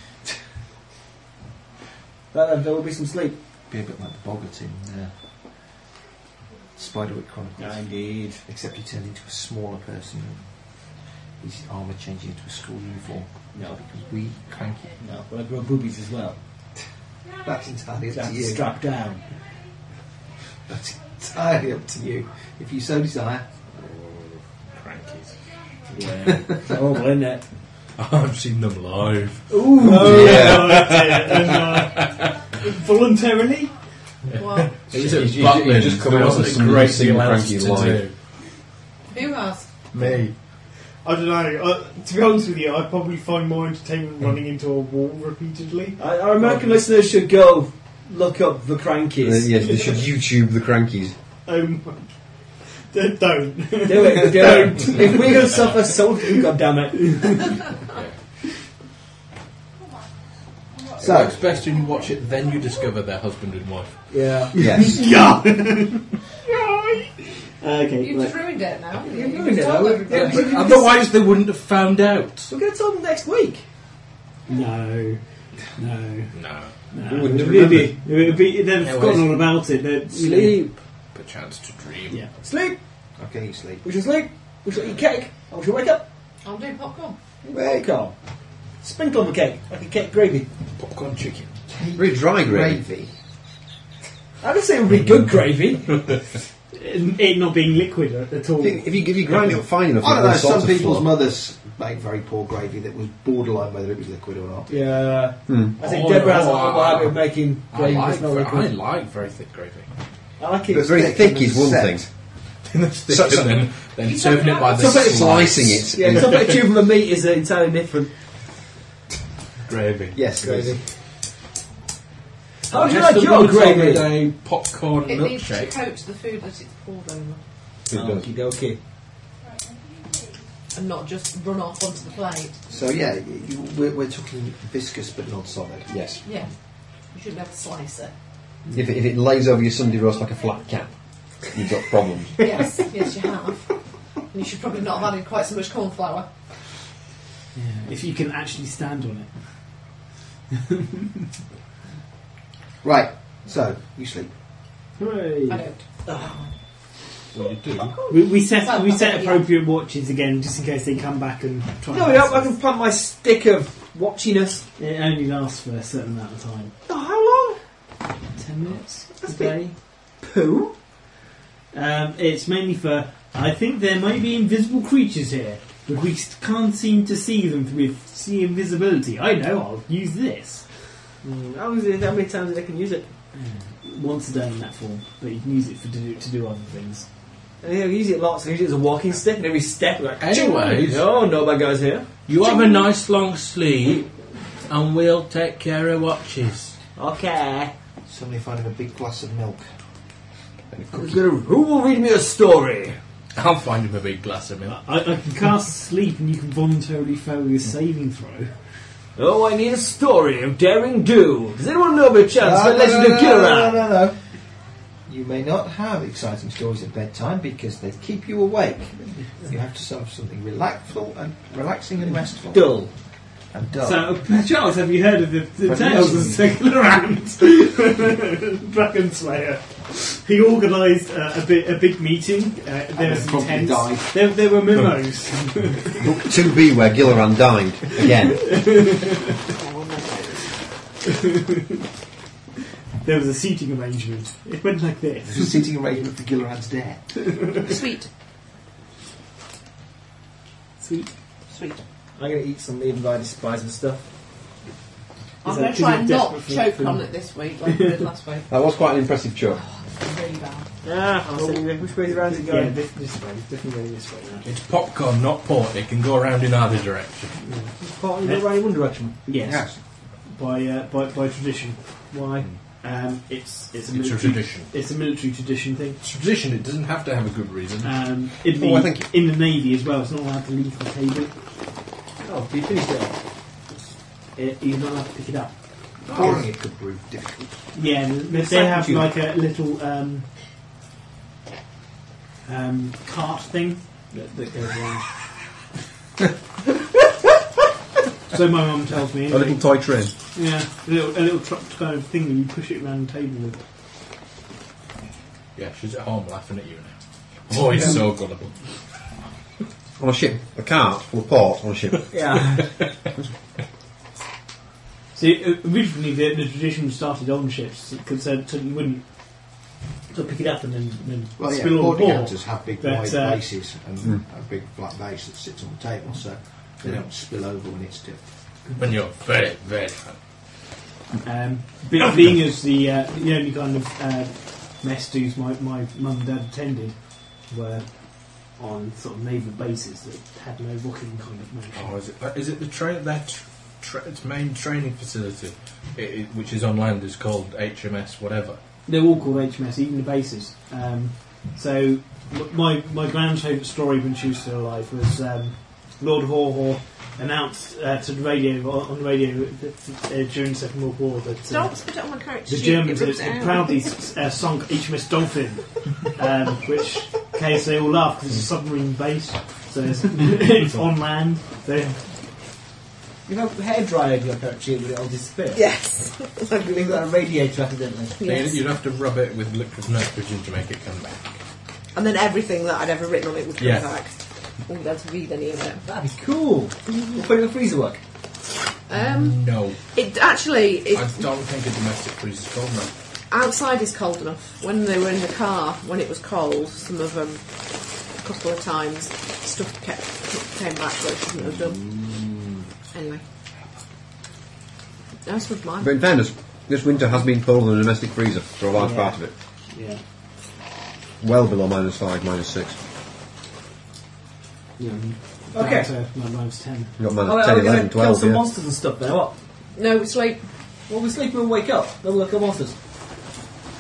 S2: There, there will be some sleep.
S3: be a bit like the Boggart in uh, Spiderwick Chronicles.
S2: indeed.
S3: Except he turned into a smaller person. And his armour changed into a school uniform.
S2: No.
S3: Becomes wee cranky.
S2: No. Well, I grow boobies as well.
S3: That's entirely up
S2: That's
S3: to you.
S2: strapped down.
S3: That's entirely up to you. If you so desire.
S4: Crankies.
S2: Yeah. *laughs* it's horrible, isn't it?
S4: *laughs* I've seen them live.
S2: Ooh.
S8: Oh, yeah. and,
S10: oh,
S8: uh, voluntarily?
S5: What?
S4: It
S7: You-
S4: was
S7: you- you
S4: at Butlins.
S7: just come
S4: There
S7: out
S4: wasn't
S7: with
S4: a
S7: some
S4: great
S7: singing
S4: deal else to
S7: Frankie live.
S4: do.
S5: Who asked?
S4: Me.
S10: I don't know. Uh, to be honest with you, I probably find more entertainment
S8: Hmm.
S10: running into a wall repeatedly.
S2: Our our American listeners should go look up the crankies.
S7: yes, they should YouTube
S4: *laughs*
S7: the Crankies.
S10: Um, *laughs* d- don't.
S2: Do it, do *laughs* it. If we're going to suffer, so do, goddammit.
S3: So,
S4: It's best when you watch it, then you discover they're husband and wife.
S2: Yeah.
S7: Yes. *laughs*
S10: yeah. okay.
S5: You've
S10: right.
S5: just ruined it now. haven't you?
S2: You've
S5: You've
S2: ruined it
S5: told
S2: now.
S5: everybody.
S2: Yeah, but-
S4: Otherwise, they wouldn't have found out.
S2: We're going to tell them next week.
S8: No. No.
S4: No,
S8: no.
S7: We wouldn't
S8: It
S7: have
S8: would be- it would be- They've
S4: Yeah,
S8: forgotten
S4: well,
S8: all about it. They're-
S2: Sleep.
S4: perchance to dream.
S8: Yeah.
S2: Sleep.
S3: okay, you sleep.
S2: We shall sleep. We shall eat cake. And we shall wake up.
S5: I'll do popcorn.
S2: Wake up. Sprinkle the cake, like a cake gravy.
S4: Popcorn chicken.
S7: Very dry gravy.
S3: Gravy.
S2: I would say it would be good
S8: *laughs*
S2: gravy.
S8: It it not being liquid at at all.
S7: If you, if you, if you grind it up fine enough,
S3: I
S7: it
S3: don't know,
S7: all
S3: some
S7: sorts of
S3: people's
S7: fluff.
S3: mothers make very poor gravy that was borderline whether it was liquid or not.
S2: Yeah.
S7: Hmm.
S2: I think
S4: Oh,
S2: Deborah has a
S4: no,
S2: horrible
S4: I-
S2: habit of making
S4: I
S2: gravy
S4: like,
S2: that's not very
S4: very, I
S2: good.
S4: like very thick gravy.
S2: I like
S7: But
S2: it.
S7: very
S3: thick
S7: thick
S3: and
S7: is one
S3: set.
S7: thing.
S4: thick
S7: So- so-
S4: and then, then serving it by the
S2: Something
S4: slice.
S7: Slicing it.
S2: Yeah,
S7: is-
S2: top of tubular meat is entirely different.
S4: gravy.
S7: yes, it is.
S2: How would you
S4: Just
S2: like
S4: the
S2: your
S4: ones on
S2: gravy?
S4: a popcorn
S5: It needs to
S4: milkshake.
S5: coat the food that it's poured over
S7: It does.
S2: Okie dokie.
S5: and not just run off onto the plate.
S3: So, yeah, you, we're, we're talking viscous but not solid.
S7: Yes.
S5: Yeah. You shouldn't have to
S2: *laughs*
S5: slice it.
S7: If it, if it lays over your Sunday roast like a flat cap, you've got problems.
S5: Yes, yes, you have. And you should probably not have added quite so much corn flour.
S8: If you can actually stand on it.
S3: Right, so, you sleep.
S5: I
S8: Hooray.
S5: don't.
S2: Oh,
S4: Well, you do.
S8: We, we set
S5: Well,
S8: we set
S5: yeah.
S8: appropriate watches again just in case they come back and try.
S2: No,
S8: and
S2: we don't. I can plant my stick of watchiness.
S8: It only lasts for a certain amount of time.
S2: Oh,
S8: Ten minutes
S2: That's
S8: a day.
S2: how long? Poo?
S8: Um, it's mainly for. I think there may be invisible creatures here, but we s- can't seem to see them with see invisibility. I know. I'll use this
S2: Mm, how, is it, how many times I can use it?
S8: once a day in that form, but you can use it for to do, to do other things.
S2: I think I use it lots. I use it as a walking stick, and every step, like,
S4: Anyways.
S2: "Ching!" Oh, no, my guy's here.
S4: You have a nice long sleep, and we'll take care of watches.
S2: Okay.
S3: Suddenly find him a big glass of milk.
S2: Who's gonna- Who will read me a story?
S4: I'll find him a big glass of milk.
S8: I, I can cast sleep, and you can voluntarily fail your saving throw.
S2: Oh, I need a story of daring do. Does anyone know of a chance for Legend of
S3: no,
S2: Gilran?
S3: no, no. You may not have exciting stories at bedtime because they keep you awake. You have to serve something relaxful and relaxing and restful.
S2: Dull.
S3: And dull.
S8: So, *laughs* Charles, have you heard of the, the
S3: Have
S8: Tales
S3: you?
S8: of *laughs* Secularound? Dragon Slayer. He organised uh, a, bi- a big meeting. Uh, there were
S3: they
S8: some
S3: probably died.
S8: tents. There, there were memos.
S7: Book 2B where Gilliran dined. Again.
S8: there was a seating arrangement. It went like this. *laughs*
S3: sitting arrangement for Gilliran's dare.
S5: Sweet.
S8: Sweet.
S5: Sweet.
S2: I'm going to eat some even though I despise and stuff.
S5: I'm going
S8: that- is
S5: to try
S8: it
S5: and not
S8: desperate for-
S5: choke
S8: for-
S5: on it this week like I did last week.
S7: That was quite an impressive chop.
S5: It's really
S8: *laughs*
S5: bad.
S2: Ah, I'll send you which way around it
S8: Yeah,
S2: going.
S8: this, this way, definitely this way. Now.
S4: It's popcorn, not port. It can go around in either direction.
S2: Partly go round in one direction.
S8: Yes, by, uh, by by tradition.
S2: Why?
S8: Um, it's it's a
S4: It's a
S8: military
S4: tradition.
S8: It's a military tradition thing.
S4: It's tradition. It doesn't have to have a good reason.
S8: Um, in the
S7: Oh, I think-
S8: in the navy as well, it's not allowed to leave the table.
S2: Oh, you finished it off.
S8: It, you're not allowed to pick it up.
S3: Pouring it could prove difficult.
S8: Yeah, and they they have like a little um, um, cart thing that, that goes around. *laughs* so my mum tells me.
S7: A little toy train.
S8: Yeah, a little, a little truck kind of thing that you push it around the table with.
S4: Yeah, she's at home laughing at you now. Oh, he's so gullible.
S7: On a ship. A cart full of port on a ship.
S2: Yeah.
S8: See, o- originally the, the tradition started on ships because so, so you wouldn't sort of pick it up and then, then
S3: Well, yeah,
S8: spill all the
S3: porting
S8: port.
S3: counters have big
S8: but,
S3: wide
S8: uh,
S3: bases and
S7: Hmm.
S3: a big flat base that sits on the table, so they don't spill over when it's dipped.
S4: When you're very, very
S8: Um, but being as the uh, the only kind of uh, mess dues my, my mum and dad attended were on sort of naval bases that had no rocking kind of motion.
S4: Oh, is it? Is it the train? That tra- its main training facility, i i which is on land, is called HMS whatever.
S8: They're all called HMS, even the bases. Um, so m- my my grand's favourite story when she was still alive was um, Lord Haw Haw announced uh, to the radio on on the radio that, uh, during the Second World War that. Uh,
S5: Don't spit it on my carrot
S8: The
S5: sheet,
S8: Germans
S5: it
S8: had,
S5: rips it
S8: had
S5: out.
S8: proudly s- uh, sunk HMS Dolphin, um, which okay, so they all laugh because it's a submarine base, so it's, *laughs* it's on land. So
S2: You have a hairdryer in your carrot sheet, but it'll disappear.
S8: *laughs*
S9: Yes.
S2: You've got a radiator accidentally.
S9: Yes.
S4: You'd have to rub it with liquid nitrogen to make it come back.
S9: And then everything that I'd ever written on it would come
S4: Yeah.
S8: *laughs*
S9: back. I
S5: Oh,
S9: wouldn't be able to read any of it.
S2: That'd be cool. We'll put it in the freezer work.
S5: Um,
S4: No,
S5: it actually
S4: I
S5: it,
S4: don't think a domestic freeze is called that.
S5: outside is cold enough. When they were in the car, when it was cold, some of them a couple of times stuff kept came back that it shouldn't have done. Anyway, that's with mine.
S7: But in fairness, this winter has been colder than a domestic freezer for a large
S8: Yeah.
S7: part of it.
S8: yeah,
S7: Well below minus five, minus six.
S8: yeah.
S2: Okay.
S8: So my mum's ten.
S7: You've got minus
S2: Oh,
S7: 10,
S2: we're gonna
S7: 11,
S2: kill
S7: 12.
S2: some
S7: Yeah.
S2: monsters and stuff then. What?
S5: No, we sleep.
S2: Well, we sleep and we wake up. Then we'll kill monsters.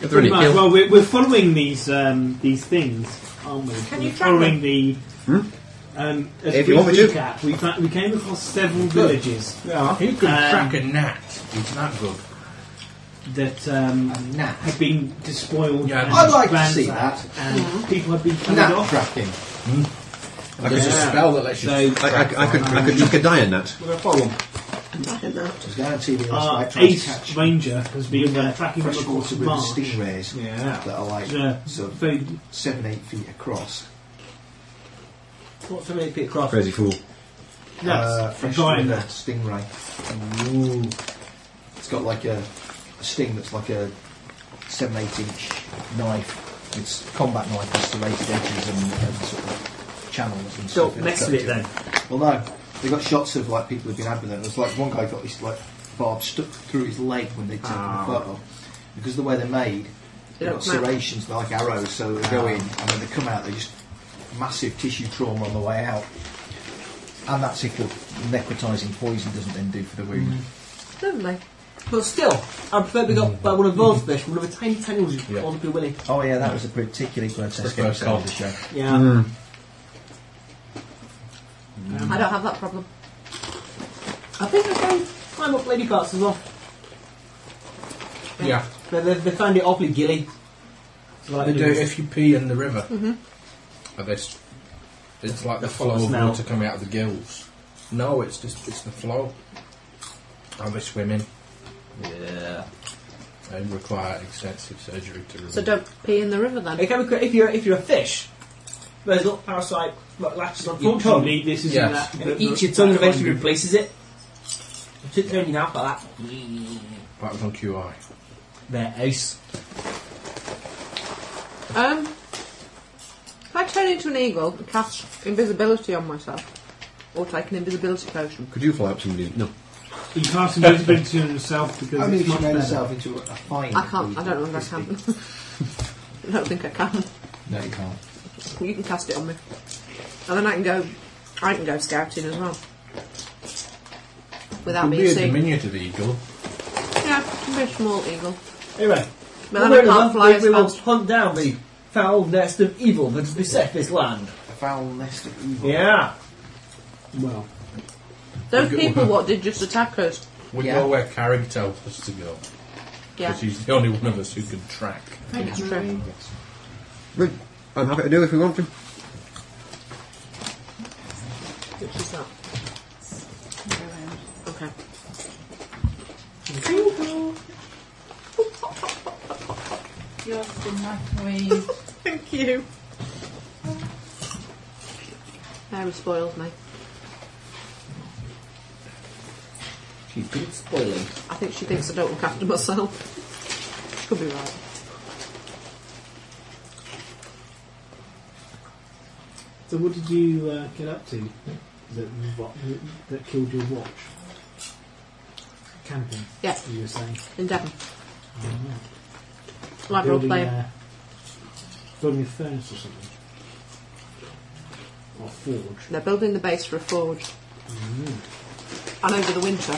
S8: Pretty much. Well, we're, we're following these um, these things, aren't we?
S5: Can
S8: we're
S5: you track
S8: following the. Um, as
S7: If you
S8: we
S7: want me to.
S8: recap, we, fa- we came across several villages
S2: Yeah.
S4: He could
S8: Um,
S4: crack a gnat. He's that good.
S8: that um,
S5: Oh,
S3: Nat.
S8: had been despoiled.
S4: Yeah,
S8: and
S4: I'd
S3: like to see
S8: ransacked, and people had been killed
S3: Nat
S8: off.
S3: cracking.
S12: Hmm.
S4: There's a spell that lets you.
S8: So-
S7: I, I, I could, I could chuck a die in that.
S2: We're going to follow them.
S3: I was guaranteed
S2: Uh,
S3: it last
S8: Our
S3: night trying to
S8: ace
S3: catch
S8: ranger has been uh, tracking them across
S3: freshwater
S8: the
S3: with the
S8: marsh.
S3: stingrays
S2: Yeah.
S3: that are like
S8: Yeah.
S3: sort of
S8: Very-
S3: seven, eight feet across.
S2: What's the name Peter Croft?
S7: Crazy fool.
S3: uh,
S8: Yes,
S3: fresh
S8: giant
S3: river stingray. Ooh. It's got like a, a sting that's like a 7 8 inch knife. It's a combat knife with serrated edges and, and sort of channels and stuff.
S2: Don't mess with it then.
S3: Well, no. They got shots of like people who've been adamant. There's like one guy got this like barb stuck through his leg when they took the photo because of the way they're made. They've got
S5: don't come out.
S3: serrations they're like arrows, so they go in and when they come out, they just massive tissue trauma on the way out. And that's if the necrotising poison doesn't then do for the wound.
S5: Lovely.
S2: But still, I prefer being got by one of those fish, one of the tiny, tiny ones you
S4: Yeah.
S2: call the blue willy.
S3: Oh yeah, that was a particularly grotesque
S4: That's
S3: episode of
S4: cold.
S3: the show.
S2: Yeah.
S5: I don't have that problem.
S2: I think I can climb up lady parts as well.
S4: yeah,
S2: They, they, they find it awfully gilly. It's like
S4: they do it
S2: it's-
S4: if you pee in the river. But this, it's like the, flow of
S2: smell.
S4: water coming out of the gills. No, it's just it's the flow. And they swim in.
S2: Yeah.
S4: They require extensive surgery to remove.
S5: So don't pee in the river
S2: It
S5: then.
S2: can be, qu- if you're if you're a fish, there's a little parasite that latches on your tongue
S8: Fortunately, this isn't
S4: Yes.
S8: that.
S2: and it
S8: that-
S2: eats your
S8: that
S2: tongue and
S8: kind
S2: eventually
S8: of-
S2: replaces it. You sit there in your mouth like that.
S4: That was on QI.
S2: They're ace.
S5: Um, if I turn into an eagle and cast invisibility on myself, or take an invisibility potion.
S7: Could you fly up somebody? No.
S2: *laughs*
S8: You can't invisibility on yourself because
S3: Only if
S8: it's
S3: you
S8: much
S3: made
S8: better.
S3: yourself into a a fine.
S5: I can't. I don't know if I
S3: Crispy.
S5: can. I don't think I can. *laughs*
S3: No, you can't.
S5: You can cast it on me, and then I can go. I can go scouting as well without
S4: Could
S5: being
S4: be a
S5: seen.
S4: diminutive eagle.
S5: Yeah, I can be a small eagle,
S2: Anyway,
S5: but then I can't fly as
S2: we will
S5: fast.
S2: hunt down the foul nest of evil that has beset this land.
S3: A foul nest of evil.
S2: Yeah.
S8: Well,
S5: Those people what did just attack us.
S4: We
S3: Yeah.
S4: go where Carrig tells us to go.
S5: Yeah,
S4: Because he's the only one of us who can track.
S5: that's true.
S7: Good. I'm happy to do it if we want to.
S5: Which is that? Okay.
S11: Yours has been microwaved.
S5: Thank you. Mary spoils me.
S3: She's good at spoiling.
S5: I think she thinks I don't look after myself. She could be right.
S8: so what did you uh, get up to that vo- that killed your watch? Camping.
S5: Yeah.
S8: You were saying.
S5: In Devon.
S8: Alright.
S5: Like role
S8: building,
S5: player.
S8: uh, building a furnace or something. Or forge.
S5: They're building the base for a forge. And over the winter,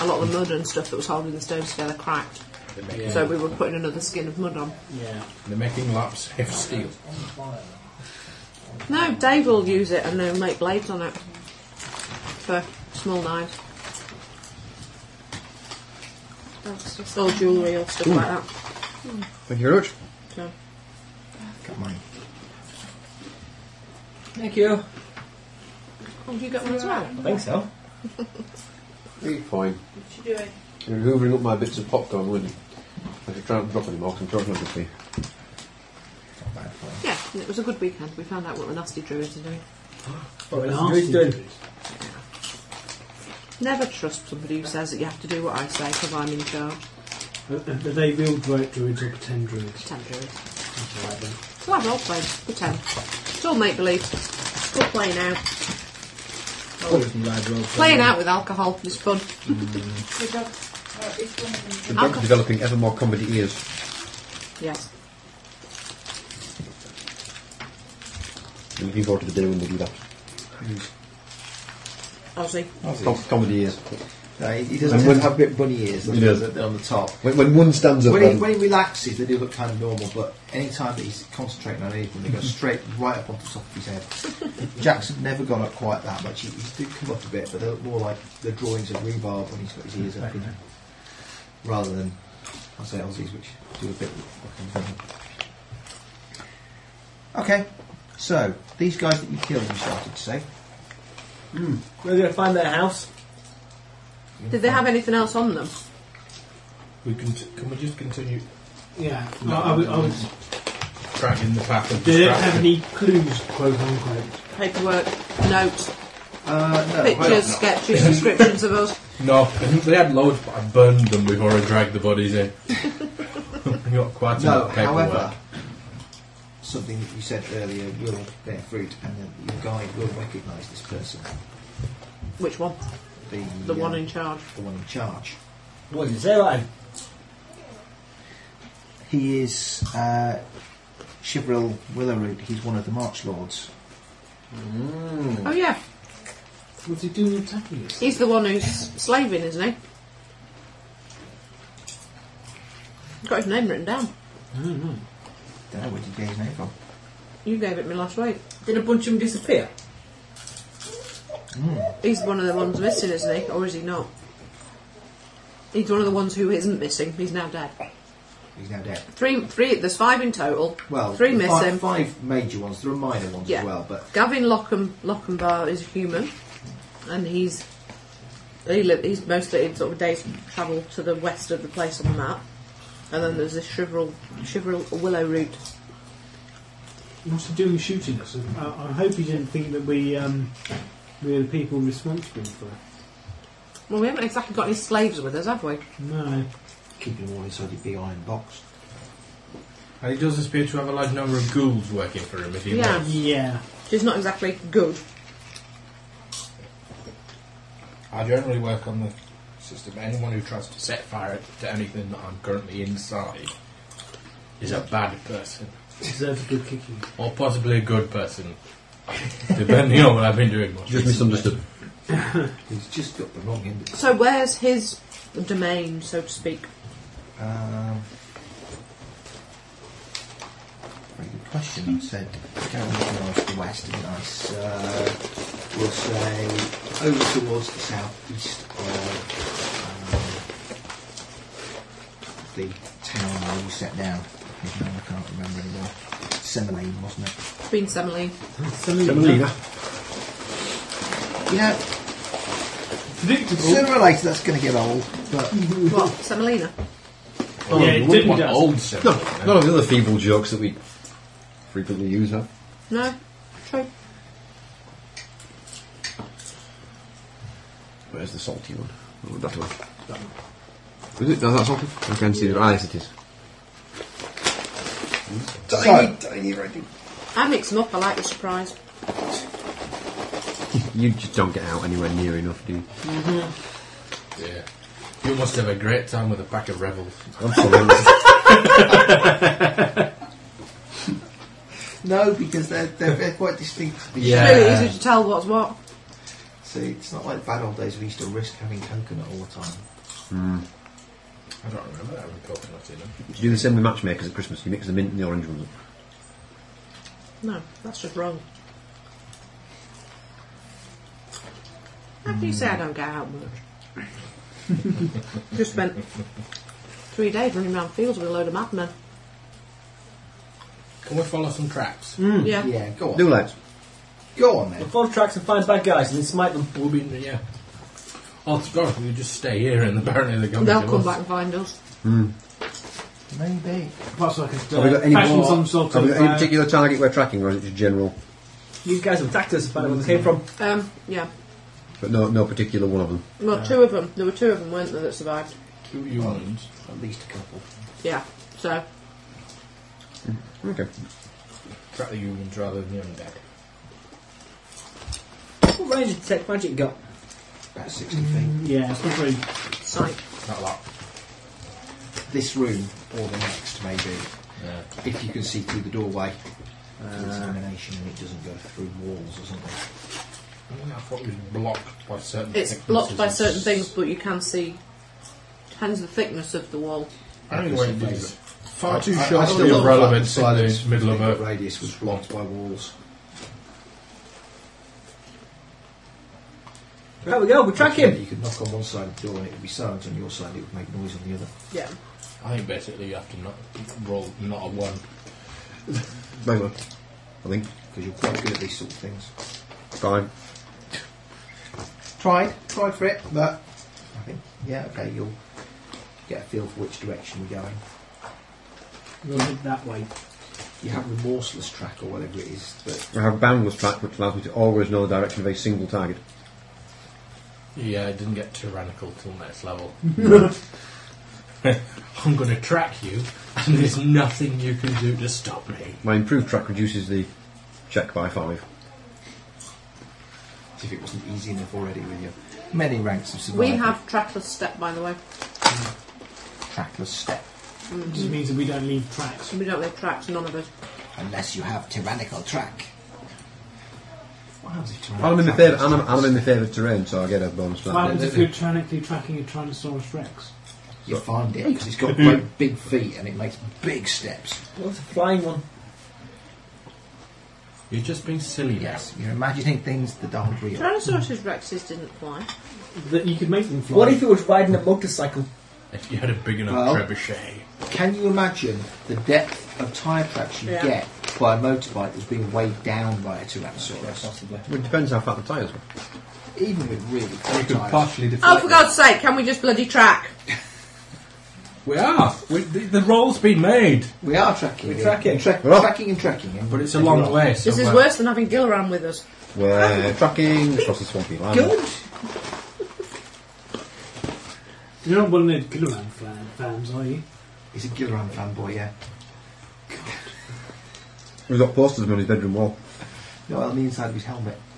S5: a lot of the mud and stuff that was holding the stones together cracked.
S4: They're making,
S5: So we were putting another skin of mud on.
S8: Yeah.
S4: they're making laps of steel.
S5: No, Dave will use it and then make blades on it for small knives. Or jewellery or stuff like that.
S7: Thank you very much.
S5: So,
S3: Got mine.
S2: Thank you.
S5: oh, you got one as well?
S2: I think so.
S12: Be fine.
S11: What you doing?
S12: You're hoovering up my bits of popcorn, wouldn't you? I should try and drop any more, 'cause I'm dropping them for you.
S3: Not bad for you.
S5: Yeah, and it was a good weekend. We found out what the nasty druids are doing.
S2: What is Druid
S8: Nasty
S2: doing?
S8: druid.
S5: Never trust somebody who says that you have to do what I say because I'm in charge.
S8: Are, are they real dru- druids or pretend druids?
S5: Pretend druids.
S8: Something like that.
S5: So I've all played pretend. It's all make believe. It's good playing out.
S2: Always live role
S5: Playing out with alcohol is fun.
S2: Mm.
S11: The dog. Uh, it's one of
S7: The
S11: them.
S7: dog's
S5: Okay.
S7: developing ever more comedy ears.
S5: Yes.
S7: I'm looking forward to the day when they do that.
S5: Aussie.
S7: Com- comedy ears.
S3: No, he he doesn't tend
S7: And when-
S3: to have bit bunny ears
S7: He does.
S3: on the top.
S7: When, when one stands up,
S3: When he,
S7: then,
S3: when he relaxes, they do look kind of normal, but any time that he's concentrating on anything, they go straight right up onto the top of his head. *laughs* Jackson never gone up quite that much. He, he did come up a bit, but they look more like the drawings of rhubarb when he's got his ears up, you know, rather than, I'll say, Aussies, which do a bit of fucking thing. Okay, so these guys that you killed, you started to say.
S2: We're going to find their house.
S5: Did they have anything else on them?
S4: We can, can we just continue
S8: Yeah. I, I would, I would,
S4: tracking the path of
S8: they don't
S4: distraction?
S8: have any clues, quote unquote.
S5: Paperwork, notes,
S3: Uh, no,
S5: pictures,
S3: well,
S5: sketches, descriptions of us.
S4: No, they had loads, but I burned them before I dragged the bodies *laughs* in. we got quite a lot
S3: No,
S4: of paperwork.
S3: however, something that you said earlier will bear fruit, and that your guide will recognise this person,
S5: Which one?
S3: the
S5: The
S3: uh,
S5: one in charge.
S3: the one in charge.
S2: What did you say about him?
S3: He is uh, Shivril Willerud. He's one of the March Lords. Mm.
S5: Oh yeah,
S8: What's he doing attacking us?
S5: he's the one who's slaving, isn't he? He's Got his name written down.
S3: Don't know where did he get his name from.
S5: You gave it me last week.
S2: Did a bunch of them disappear?
S5: He's one of the ones missing, isn't he? Or is he not? He's one of the ones who isn't missing. He's now dead.
S3: He's now dead.
S5: Three, three. There's five in total.
S3: Well,
S5: three
S3: fi-
S5: missing.
S3: Five, major ones. There are minor ones
S5: Yeah.
S3: as well, but
S5: Gavin Lockham Lockenbar is a human, and he's he li- he's mostly in sort of day's travel to the west of the place on the map. And then there's this Shivril, Shivril Willow Route.
S8: What's he doing shooting us? I, I hope he didn't think that we um, we are the people responsible for it.
S5: Well, we haven't exactly got any slaves with us, have we?
S8: No.
S3: keeping them all inside your big iron box.
S4: And he does appear to have a large number of ghouls working for him if he
S5: Yeah.
S4: wants.
S8: Yeah.
S5: She's not exactly good.
S4: I generally work on the system. Anyone who tries to set fire to anything that I'm currently inside is a bad person.
S8: Deserves a good kicking.
S4: Or possibly a good *laughs* person. Depending on what I've been doing.
S7: Just misunderstood.
S3: He's just got the wrong end. of it.
S5: So where's his domain, so to speak?
S3: Um, very good question. I said, Carol towards the west, and I s- uh, will say over towards the southeast of um, the town where you sat down. His name I can't remember anymore. Semlane, wasn't it?
S5: Been Semele.
S3: Semolina. You know,
S13: Predictable.
S3: sooner or later that's going to get old. But
S14: Mm-hmm.
S5: What? Semolina.
S7: Oh,
S13: yeah, it
S7: we wouldn't
S13: didn't
S7: want
S13: does.
S7: old stuff. No, none of the other feeble jokes that we frequently use have.
S5: No. True.
S7: Where's the salty one? Oh, that one. Is it? Is that salty? I can see it. Ah, yes, it is.
S14: Tiny, tiny writing.
S5: I mix them up. I like the surprise.
S7: You just don't get out anywhere near enough, do you?
S4: Yeah. You must have a great time with a pack of rebels.
S3: no, because they're, they're, they're quite distinct.
S4: Yeah.
S5: It's really easy to tell what's what.
S3: See, it's not like bad old days we used to risk having coconut all the time.
S4: I don't remember having coconut in them.
S7: *laughs* You do the same with matchmakers at Christmas. You mix the mint and the orange ones up.
S5: No, that's just wrong. How can you say I don't get out much? Just spent three days running around fields with a load of madmen.
S4: Can we follow some traps?
S5: Yeah.
S3: Yeah, go on.
S7: Do lads.
S3: Go on,
S2: The
S3: then.
S2: four tracks and find bad guys and then smite them.
S4: Blooming, yeah. Oh, it's gone. We just stay here and apparently they're coming
S5: They'll
S4: to
S5: come
S4: us.
S5: back and find us.
S3: Maybe.
S8: Perhaps I could uh,
S7: Have we got any,
S8: fashion
S7: more-
S8: some sort
S7: have we
S8: of.
S7: got any
S8: uh,
S7: particular target we're tracking, or is it just general?
S2: These guys have attacked us. Find out where they came from.
S5: Um, yeah.
S7: But no, no particular one of them.
S5: Well, two of them. There were two of them, weren't there, that survived?
S4: Two humans.
S3: At least a couple.
S5: Yeah. So,
S7: Okay.
S4: Track the humans rather than the undead.
S2: What range of detect magic got?
S3: About 60 feet.
S8: yeah, it's not very.
S5: sight.
S4: Not a lot.
S3: This room, or the next, maybe.
S4: Yeah.
S3: If you can see through the doorway. Uh, examination and it doesn't go through walls or something.
S4: I thought it was blocked by certain
S5: It's
S4: thicknesses
S5: blocked by
S4: and
S5: certain
S4: s-
S5: things, but you can see. Depends the thickness of the wall.
S4: I don't know what it is. Far too
S3: I- I
S4: short to
S3: still
S4: be
S3: love
S4: relevant
S3: that
S4: in the
S3: silence
S4: middle of
S3: that
S4: a
S3: radius was blocked by walls.
S2: There we go. We track him.
S3: You could knock on one side of the door and it would be silent on your side, it would make noise on the other.
S5: Yeah.
S4: I think basically you have to not roll not a one.
S7: Very well. I think
S3: Because you're quite good at these sort of things.
S7: five.
S3: Tried, tried for it, but I think, yeah, okay, you'll get a feel for which direction we're going.
S8: We'll head that way.
S3: You have remorseless track or whatever it is, but
S7: I have a boundless track, which allows me to always know the direction of a single target.
S4: Yeah, I didn't get tyrannical till next
S5: *laughs*
S4: level. I'm going to track you, and there's nothing you can do to stop me.
S7: My improved track reduces the check by five.
S3: if it wasn't easy enough already with your many ranks of survival.
S5: We have trackless step, by the way.
S3: trackless step,
S8: Just means that we don't leave tracks.
S5: We don't leave tracks, none of us.
S3: unless you have tyrannical track. What happens if tyrannical
S7: I'm in my
S3: track
S7: favourite.
S3: is-
S7: I'm, I'm in my favourite terrain, so I get a bonus for
S8: What
S7: that.
S8: happens if you're tyrannically tracking a Tyrannosaurus Rex?
S3: You find it because it's got
S7: Mm-hmm.
S3: great big feet and it makes big steps.
S2: What's a flying one?
S4: You're just being silly
S3: Yes, you're imagining things that aren't real.
S5: Tyrannosaurus rexes didn't fly.
S8: That you could make them fly.
S2: What if he was riding a motorcycle?
S4: now. If you had a big enough
S3: Well-
S4: trebuchet.
S3: Can you imagine the depth of tyre tracks you
S5: Yeah.
S3: get by a motorbike that's being weighed down by a Tyrannosaurus?
S2: Possibly.
S7: Well, it depends how fat the tyres were.
S3: Even with really
S7: You
S3: thick
S7: could
S3: tyres.
S7: partially deflate.
S5: Oh, for God's sake, can we just bloody track?
S4: We are. We, the, the roll's been made,
S3: We are tracking.
S2: We're
S3: him.
S2: tracking.
S3: Tra-
S7: We're off.
S3: tracking and tracking him.
S4: but it's a long way. So
S5: This is worse than having Gilran with us.
S7: We're tracking across the swampy land.
S3: Good.
S8: You're not one of the Gilliland fan, fans, are you?
S3: He's a Gilran fanboy, yeah.
S7: We've got posters on his bedroom wall.
S3: No, on the inside of his helmet. *laughs*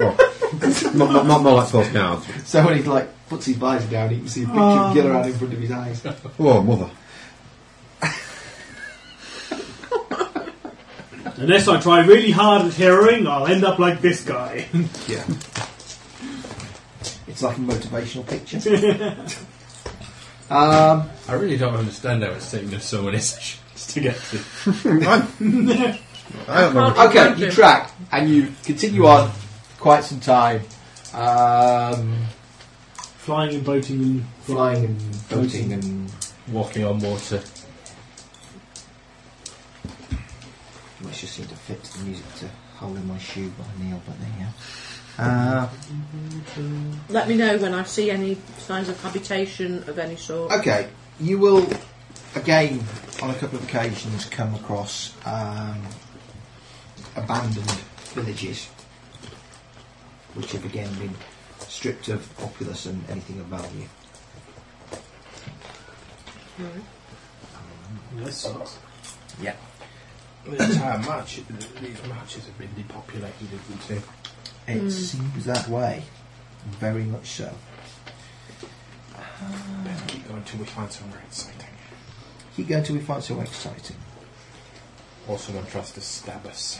S7: Oh. more, more, more, more like false cards.
S3: So when he like puts his visor down, he can see a picture
S7: Oh.
S3: of Gillerand in front of his
S4: *laughs*
S3: eyes.
S7: Oh, mother.
S15: Unless I try really hard at heroing, I'll end up like this
S8: *laughs*
S15: guy.
S3: yeah. It's like a motivational
S4: *laughs*
S3: picture.
S4: Um, I really don't understand how it's taken us so many *laughs* sessions to get to. I don't know.
S3: Okay, you track and you continue on quite some time. Um,
S8: flying and boating and
S3: flying and boating and
S4: walking on water.
S3: Which just seemed to fit to the music to Hole in My Shoe by Neil, but there you go. Uh,
S5: Let me know when I see any signs of habitation of any sort.
S3: Okay, you will again on a couple of occasions come across um, abandoned villages, which have again been stripped of populace and anything of value.
S4: That sucks.
S3: Yeah.
S4: The entire match, these matches have been depopulated, haven't they?
S3: It
S4: Mm.
S3: seems that way, very much so.
S4: Better keep going until we find somewhere exciting.
S3: Keep going till we find something exciting.
S4: Or someone tries to stab us.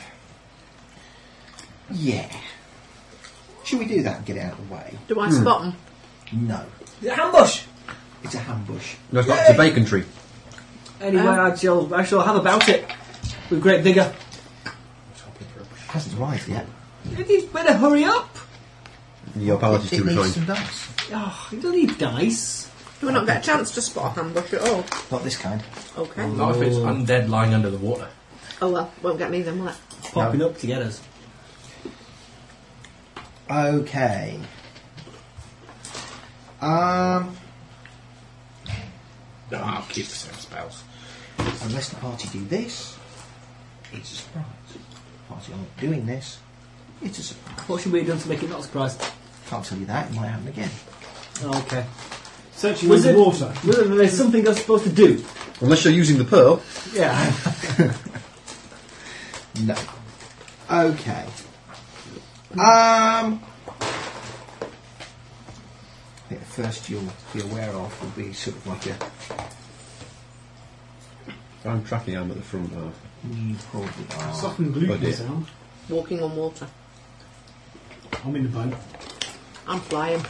S3: Yeah. Should we do that and get it out of the way?
S5: Do I
S7: Hmm.
S5: spot them?
S3: No.
S2: Is it ambush?
S3: It's a ambush.
S7: No, it's not. It's a bacon tree.
S2: Anyway, I shall, I shall have about it with great vigour.
S3: Hasn't arrived yet.
S2: He's better hurry up.
S7: Your apologies to rejoin.
S3: dice.
S2: Oh, you don't need dice.
S5: Do we not get a chance to spot a ambush at all?
S3: Not this kind.
S5: Okay.
S4: Not if it's undead lying under the water.
S5: Oh well, won't get me then, will it?
S2: Popping up to get us.
S3: Okay. Um,
S4: No, I'll keep the same spells.
S3: unless the party do this, it's a surprise. Party aren't doing this, it's a surprise.
S2: What should we have done to make it not a surprise?
S3: Can't tell you that. It might happen again.
S2: Oh, Okay.
S8: Searching
S2: Was
S8: the
S2: it-
S8: water.
S2: was it- there's something I'm supposed to do.
S7: Unless you're using the pearl.
S2: Yeah.
S3: No. Okay. Um. I think the first you'll be aware of will be sort of like a.
S7: I'm tracking. I'm at the front now.
S3: You probably are.
S8: Stop and glue
S7: Oh, dear.
S8: myself.
S5: Walking on water.
S8: I'm in the boat.
S5: I'm flying.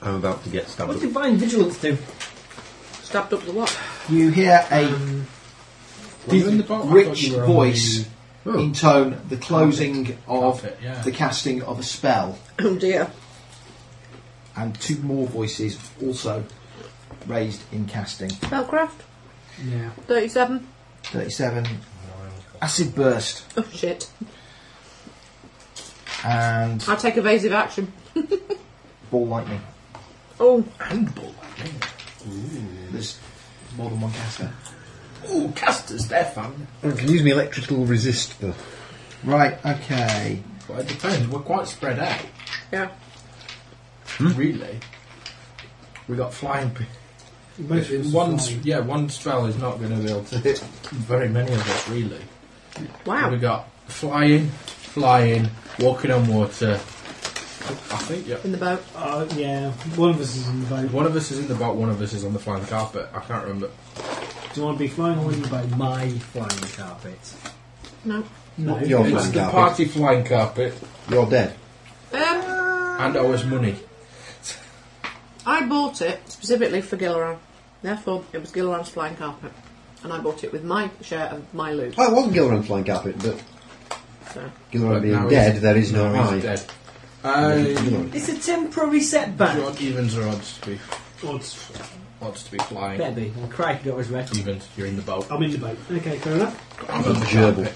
S7: I'm about to get stabbed.
S2: What's
S7: Up.
S2: divine vigilance do?
S5: Stabbed up the what?
S3: You hear a
S4: were you in the boat? I thought
S3: rich
S4: you were on
S3: voice
S7: the-
S3: intone the closing of
S4: Carpet, yeah.
S3: the casting of a spell,
S5: *coughs* Oh dear.
S3: and two more voices also raised in casting.
S5: Spellcraft.
S8: Yeah.
S5: Thirty-seven.
S3: 37 acid burst
S5: Oh shit.
S3: and
S5: I take evasive action.
S3: ball lightning.
S5: Oh,
S4: Handball.
S3: There's more than one caster.
S4: Ooh, casters, they're fun.
S7: I can use my electrical resist uh, though.
S3: Right, okay.
S4: But it depends, we're quite spread out,
S5: yeah.
S7: Hmm?
S4: really. We got flying. Pe-
S8: Most of us are
S4: one,
S8: flying.
S4: yeah, one spell is not going to be able to hit very many of us, really. We
S5: Wow.
S4: got flying, flying, walking on water. I think, yeah.
S5: In the boat.
S8: Uh, yeah. One of us is in the boat.
S4: One of us is in the boat, one of us is on the flying carpet. I can't remember.
S8: Do you want to be flying or in the boat?
S2: My flying carpet.
S5: No.
S8: No.
S7: Not your
S4: it's
S7: flying
S4: the
S7: carpet.
S4: party flying carpet
S7: You're dead.
S5: Um,
S4: and owes money.
S5: I bought it specifically for Gilliran. Therefore, it was Gilliran's flying carpet, and I bought it with my share of my loot.
S7: Oh, it wasn't Gilran flying carpet, but
S5: So.
S7: Gilran
S4: But now
S7: being
S4: he's-
S7: dead, there is no
S4: now
S7: eye.
S4: he's dead. Uh,
S7: Gilran.
S2: It's a temporary setback.
S4: John, evens or odds to be
S8: Odds.
S4: odds to be flying.
S2: Better be. I'll cry if it was red.
S4: Evens, you're in the boat.
S8: I'm in the boat. Okay, fair enough.
S4: I'm on the
S7: Gerbil.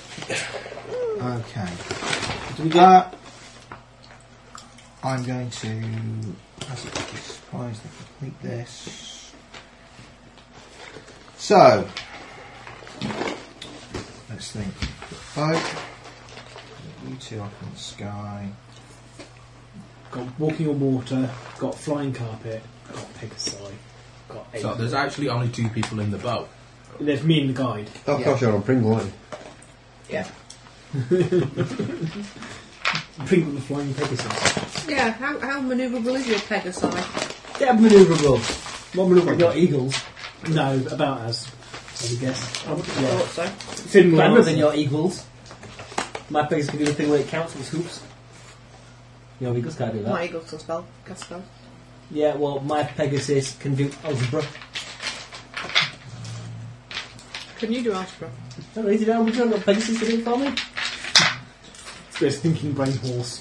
S4: carpet.
S3: Okay.
S8: Do we get?
S3: Uh, I'm going to. As it is surprise, they complete this. So, let's think. Boat. You two up in the sky.
S8: Got walking on water. Got flying carpet. Got Pegasi. Got eight.
S4: So there's actually only two people in the boat.
S8: There's me and the guide.
S7: Oh,
S3: Yeah.
S7: gosh, you're on Pringle, aren't you?
S5: Yeah.
S2: people with flying Pegasus.
S5: Yeah, how, how manoeuvrable is your Pegasi?
S2: They're manoeuvrable. Not manoeuvrable, not eagles.
S8: No, about us. I would guess.
S2: I would have thought
S5: so.
S2: Finn
S8: Well,
S2: Glamour than
S8: so-
S2: your eagles. My Pegasus can do the thing where it counts with hoops. Your eagles can't do that.
S5: My eagle can spell, cast spell.
S2: Yeah, well, my Pegasus can do algebra.
S5: Can you do algebra?
S2: I read it down, would you want Pegasus to do it for me?
S8: It's a thinking brain horse.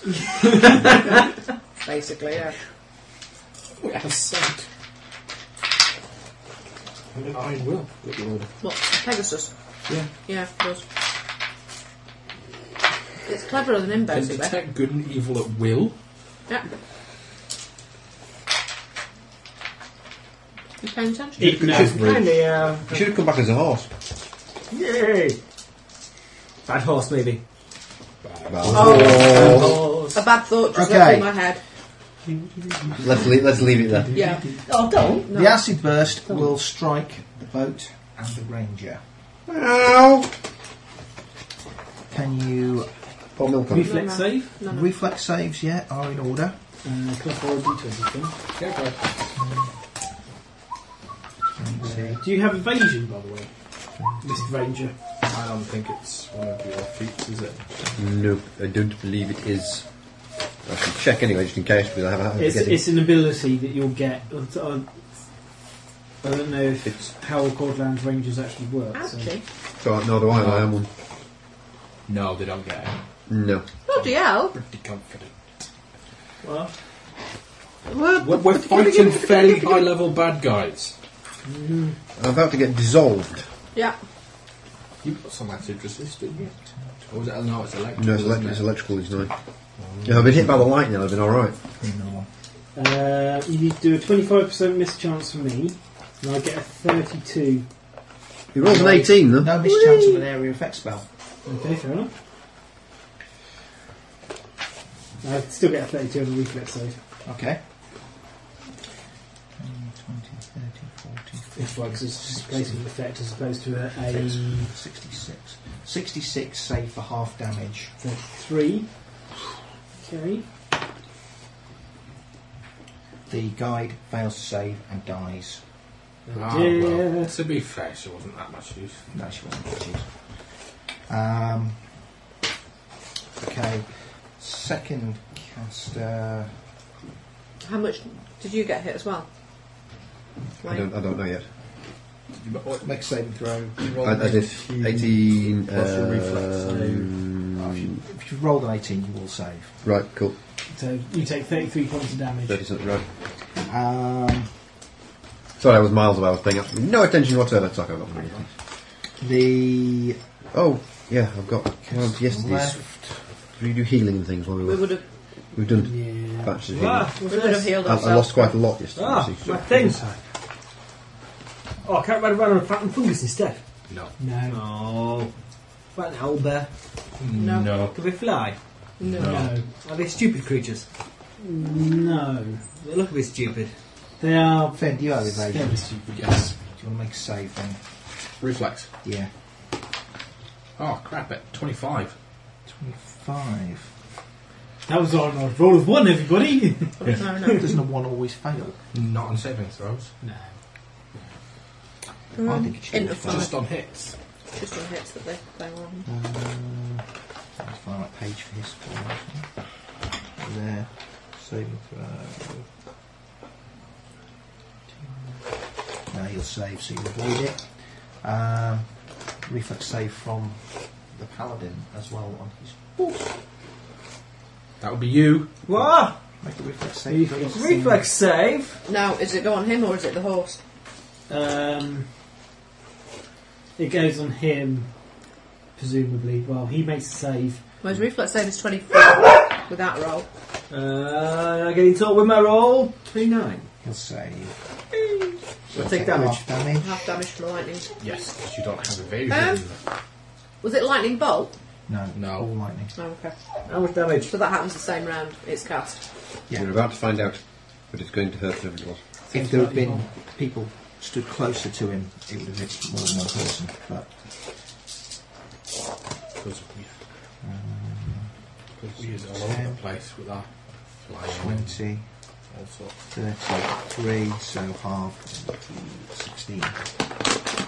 S5: Basically, yeah.
S2: We have sent.
S8: I will.
S5: What? Pegasus?
S8: Yeah.
S5: Yeah, of course. It's cleverer than him,
S4: Can
S5: basically.
S4: detect good and evil at will.
S5: Yeah. You paying attention?
S4: It knows
S2: And
S4: really.
S2: uh,
S16: You should have come back as a horse.
S2: Yay! Bad horse, maybe.
S5: Oh, a bad thought just went
S16: Okay.
S5: through my head.
S16: Let's leave, let's leave it there.
S5: Yeah.
S2: Oh, don't.
S5: No.
S3: The acid burst will strike the boat and the ranger.
S16: Ow!
S3: Can you
S16: Pour milk on it.
S8: Reflex save.
S5: No, no.
S3: reflex saves? Yeah, are in order.
S8: Uh, can I borrow a d20 Finn? Do you have evasion, by the way, Mr. Ranger?
S4: I don't think it's one of your feats, is it?
S7: Nope, I don't believe it is. I should check anyway, just in case, because I have a habit of
S8: It's,
S7: forgetting.
S8: it's an ability that you'll get. I don't- I don't know if it's how Cordland's Rangers actually work. so-
S5: Actually.
S7: So, no, do I? I am one.
S4: No, they don't get it.
S7: No.
S5: Bloody hell.
S4: Pretty confident.
S8: Well,
S5: What?
S4: We're, we're fighting fairly high level bad guys.
S16: I'm about to get dissolved.
S5: Yeah.
S4: You got some acid resistant yet? Or was it? No, it's electric.
S7: No, it's,
S4: isn't
S7: elect- it's
S4: it?
S7: electrical, it's nine. Yeah, I've been hit by the lightning, I've been alright.
S8: Uh, you do a 25% mischance for me, and I get a 32.
S7: He rolls an 18, though.
S3: No mischance of an area effect spell.
S8: Okay, fair enough. I still get a 32 on the reflex save.
S3: Okay. 20, 30, 40,
S8: Reflex is just placing an effect as opposed to a, a
S3: 66. 66 save for half damage.
S8: 3. Okay.
S3: The guide fails to save and dies.
S4: Ah, well,
S8: Yeah.
S4: to be fair, she wasn't that much use.
S3: No, she wasn't confused. Um, okay. Second caster.
S5: How much did you get hit as well?
S7: I don't, I don't know yet.
S3: Make a saving throw.
S7: I, I did 18.
S3: Plus your
S7: um,
S3: If you roll an 18, you will save.
S7: Right, cool.
S8: So you take 33 points of damage.
S7: 30 something, right.
S3: Um,
S7: Sorry, I was miles away, I was paying up. No attention whatsoever. It's like I've got money.
S3: the.
S7: Oh, yeah, I've got one of yesterday's. We do healing and things while we
S5: We
S7: were.
S5: would have
S7: We've done
S8: Yeah.
S7: batches of healing.
S2: Ah,
S5: we
S2: what's
S5: would have
S2: this?
S5: healed
S7: I, I
S5: ourselves.
S7: lost quite a lot yesterday.
S2: Ah,
S7: so-
S2: my thing. Oh, I can't run around on a platinum fungus instead.
S4: No.
S8: No.
S2: No. What an owl bear.
S5: No.
S4: No.
S2: Can they fly?
S5: No.
S8: No.
S2: Are they stupid creatures?
S8: No.
S2: They look a bit stupid.
S8: They are
S3: oh, Finn, do you have evasion?
S8: fairly
S3: Do
S8: stupid.
S4: Yes.
S3: you want to make a save then?
S4: Reflex.
S3: Yeah.
S4: Oh, crap it. 25.
S3: 25.
S8: That was on a roll of one, everybody.
S5: No,
S7: *laughs*
S5: no.
S3: Doesn't a 1 always fail?
S4: Not on saving throws.
S8: no.
S3: I think it should
S5: in
S3: be
S5: the
S3: a
S5: fire.
S3: five.
S4: Just on hits.
S5: Mm. Just on hits that they, they were on.
S3: Uh, Let's find that page for his score. There. Saving throw. Now you'll save, so you avoid it. Um, reflex save from the paladin as well on his.
S4: That would be you.
S2: What?
S3: Make a reflex save.
S8: Reflex.
S2: *laughs*
S3: please.
S2: Reflex save?
S5: Now, is it go on him or is it the horse?
S8: Um, it goes on him, presumably. Well, he makes a save.
S5: Well, his reflex save is 24 without a roll.
S2: Uh, I get in touch with my roll. 29.
S3: He'll save.
S2: I take damage.
S3: Half damage.
S5: Half damage from the lightning.
S4: Yes, because you don't have evasion.
S5: Was it lightning bolt?
S3: No.
S4: No.
S3: All lightning.
S5: No, okay.
S2: How much damage?
S5: So that happens the same round. It's cast.
S3: Yeah.
S7: We're about to find out, but it's going to hurt everyone.
S3: If there had been people stood closer to him, it would have hit more than one person. But
S4: Because
S17: We use it all over the place with our flying.
S3: 20,
S17: All sorts.
S3: 33, so half, 16.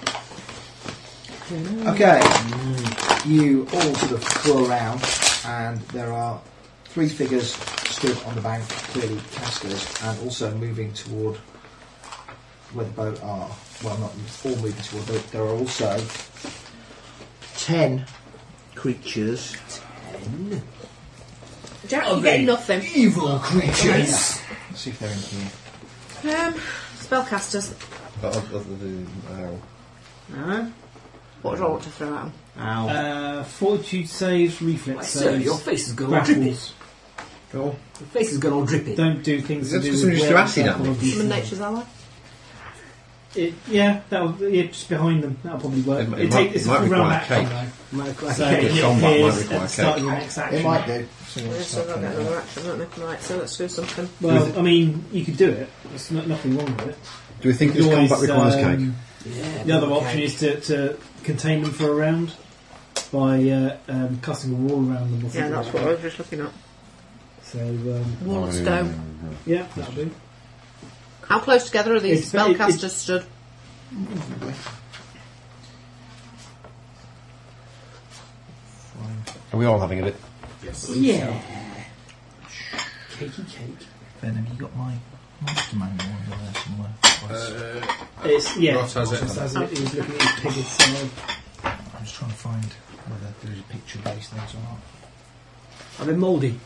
S3: Okay, Mm. you all sort of whirl around, and there are three figures stood on the bank, clearly caskers, and also moving toward where the boat are. Well, not all moving toward, but there are also ten creatures. Ten?
S5: Jack,
S7: Oh,
S5: you get nothing.
S2: Evil
S3: creatures. Let's see if they're in here.
S5: Um, spellcasters.
S7: But other than
S12: uh,
S7: owl.
S8: No.
S5: What do I want to throw at 'em?
S3: Ow.
S8: Uh, fortitude saves, reflex
S18: Why,
S8: saves.
S18: sir, your face has gone all
S8: grapples.
S7: Go
S18: The face has gone all drippy.
S8: Don't do things to
S18: That's
S8: do
S18: because
S8: with
S18: somebody's
S8: wear
S18: acid
S8: yourself
S18: damage.
S8: or abuse
S5: Summon
S8: them.
S5: nature's ally.
S8: It, yeah, that'll yeah, just behind them. That'll probably work.
S12: It
S8: It,
S12: might-
S8: take, it's
S12: it might
S8: a full
S12: require
S8: round
S12: a
S8: action
S12: cape.
S8: though.
S12: Might require a
S8: so
S12: cape.
S8: it
S12: Yeah, combat might
S8: appears
S12: require
S8: at
S12: a
S8: the start of
S12: cape.
S8: your next
S12: It
S8: action.
S12: might do.
S5: Yeah, so they'll get another action, won't they? Right, so let's do something.
S8: Well, I mean, you could do it. There's no, nothing wrong with it.
S12: Do we think
S8: You could
S12: this combat
S8: always, um,
S12: requires
S18: cake?
S2: um,
S18: Yeah,
S8: the other
S18: cake.
S8: option is to, to contain them for a round by uh, um, casting a wall around them. Or
S5: yeah,
S8: something
S5: that's
S8: like
S5: what I
S8: that.
S5: was just looking at.
S8: So um,
S5: Wall of stone.
S8: Yeah, that'll do.
S5: How close together are these
S8: It's- it-
S5: spellcasters
S8: it's-
S5: stood?
S12: Are we all having a bit?
S17: Yes.
S8: Yeah. Cakey cake.
S3: Ben, have you got my monster manual over there somewhere?
S17: Uh,
S8: It's yeah.
S17: Ross has it.
S8: Ross has it. He was looking at his pig itself.
S3: I'm just trying to find whether there's a picture of these things or not.
S2: I've been mouldy.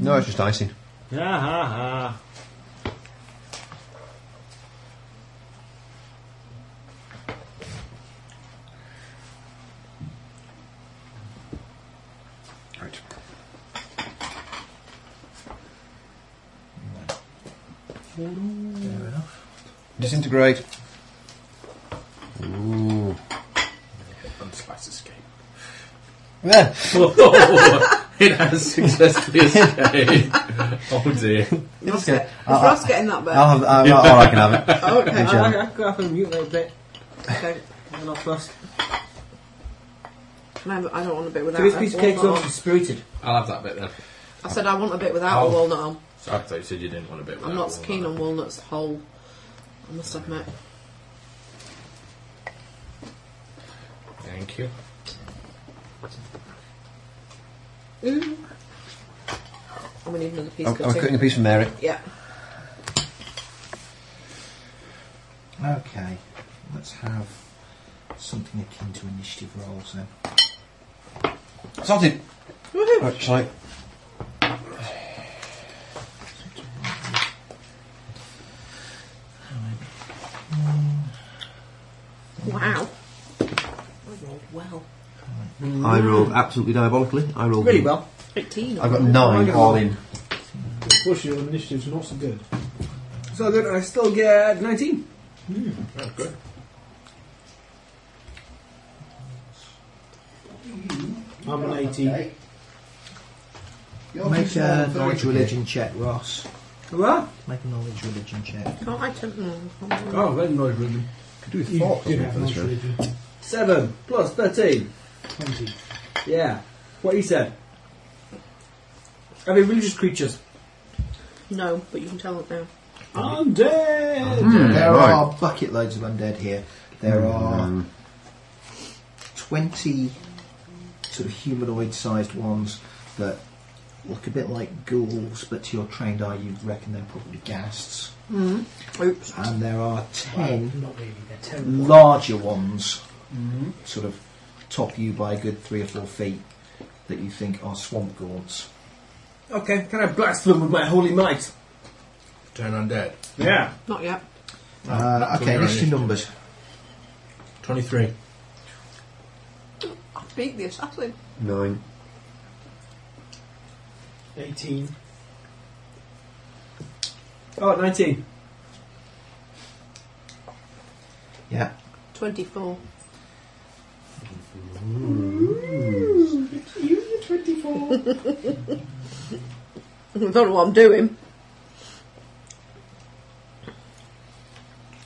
S12: No, it's just icing.
S2: Ha ha
S12: Right.
S3: Fair enough.
S2: *laughs*
S12: Disintegrate. Ooh.
S17: And slice escape.
S4: *laughs*
S12: Yeah.
S17: it has successfully
S4: *laughs*
S17: escaped. oh dear.
S5: Ross get- is Ross getting that bit?
S12: I'll have, I'll, I'll, I can have
S2: *laughs*
S12: it.
S5: Oh, okay.
S12: Whichever.
S2: I, I, I could have a mute little bit.
S5: Okay.
S2: I'm not fussed.
S5: No, I don't want a bit without
S2: So this
S5: a
S2: piece of cake's
S5: walnut
S2: all
S5: on.
S2: spirited.
S17: I'll have that bit then.
S5: I said I want a bit without
S17: Oh.
S5: a walnut on.
S17: So I thought you said you didn't want a bit.
S5: I'm not so keen on walnuts whole. I must admit.
S17: Thank you.
S5: Mm. I'm gonna need another piece.
S12: I'm,
S5: of
S12: I'm
S5: cutting.
S12: cutting a piece from Mary.
S5: Yeah.
S3: Okay, let's have something akin to initiative rolls then.
S12: Sorted. Right, shall I?
S5: Wow. I rolled well.
S12: I rolled absolutely diabolically. I rolled
S2: Really well.
S5: 18.
S12: I've got nine all in.
S8: Unfortunately, your initiative's not so good.
S2: So good. I still get 19.
S8: Hmm,
S17: Oh, good.
S8: I'm an 18.
S3: Make a knowledge religion check, Ross.
S2: What?
S3: Make a knowledge religion check.
S5: Can't I tempt them?
S2: Oh, very nice, really.
S12: Could do with
S8: You
S12: thought, couldn't
S8: did
S12: we,
S8: have
S12: for this
S8: much
S12: round?
S8: religion.
S2: 7 plus 13.
S8: 20.
S2: Yeah. What he said. Are they religious creatures?
S5: No, but you can tell it now.
S8: I'm
S2: Uh-huh.
S8: dead!
S7: Hmm,
S3: there
S12: right.
S3: are bucket loads of undead here. There are 20 sort of humanoid sized ones that look a bit like ghouls, but to your trained eye, you'd reckon they're probably ghasts.
S5: Mm. Oops.
S3: And there are 10
S8: Well, not really, they're terrible.
S3: larger ones, sort of top you by a good three or four feet, that you think are swamp gaunts.
S2: Okay, can I blast them with my holy might?
S17: Turn undead.
S2: Yeah.
S5: Not yet.
S3: Uh, okay,
S17: Clear
S3: initiative numbers.
S17: 23.
S5: I beat the assassin.
S12: Nine.
S8: 18.
S2: Oh, 19.
S3: Yeah.
S5: 24.
S10: You the
S5: *laughs*
S10: 24.
S5: I don't know what I'm doing.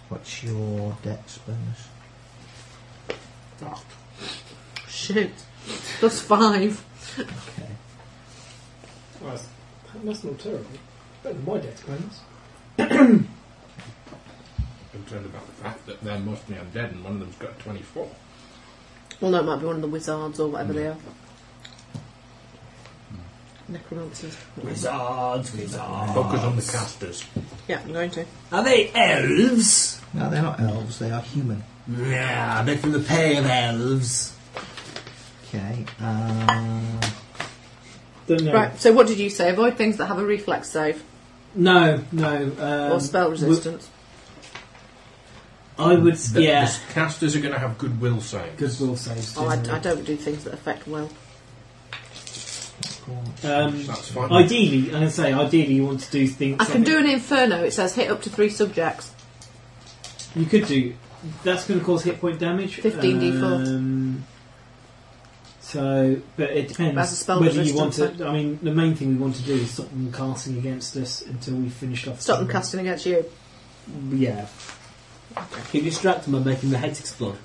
S3: What's your dex bonus?
S5: Shit. Ah. Plus five.
S3: Okay.
S19: Well, that's, that's not terrible. Better than my death cleanse.
S4: Concerned about the fact that they're mostly undead and one of them's got a 24.
S5: Well, no, it might be one of the wizards or whatever they are.
S3: Hmm.
S5: Necromancers.
S4: Wizards, wizards. Focus on the casters.
S5: Yeah, I'm going to.
S2: Are they elves?
S3: No, they're not elves, they are human.
S2: Nah, they're from the pay of elves.
S3: Okay. Uh,
S5: Right, so what did you say? Avoid things that have a reflex save
S8: No, no. Um,
S5: or spell
S8: w-
S5: resistance.
S8: I would,
S4: The,
S8: yeah.
S4: The casters are going to have goodwill saves.
S8: Goodwill saves.
S5: oh, I, I don't do things that affect will.
S8: Um,
S4: That's fine.
S8: ideally, I'm going to say, ideally, you want to do things.
S5: I can do an inferno. It says hit up to three subjects.
S8: You could do. That's going to cause hit point damage.
S5: 15d4.
S8: Um, so, but it depends
S5: That's a spell
S8: whether you want
S5: resistance,
S8: to. I mean, the main thing we want to do is stop them casting against us until we finish off.
S5: Stop them
S8: the-
S5: casting against you.
S8: Yeah.
S2: Can you distract them by making their heads explode?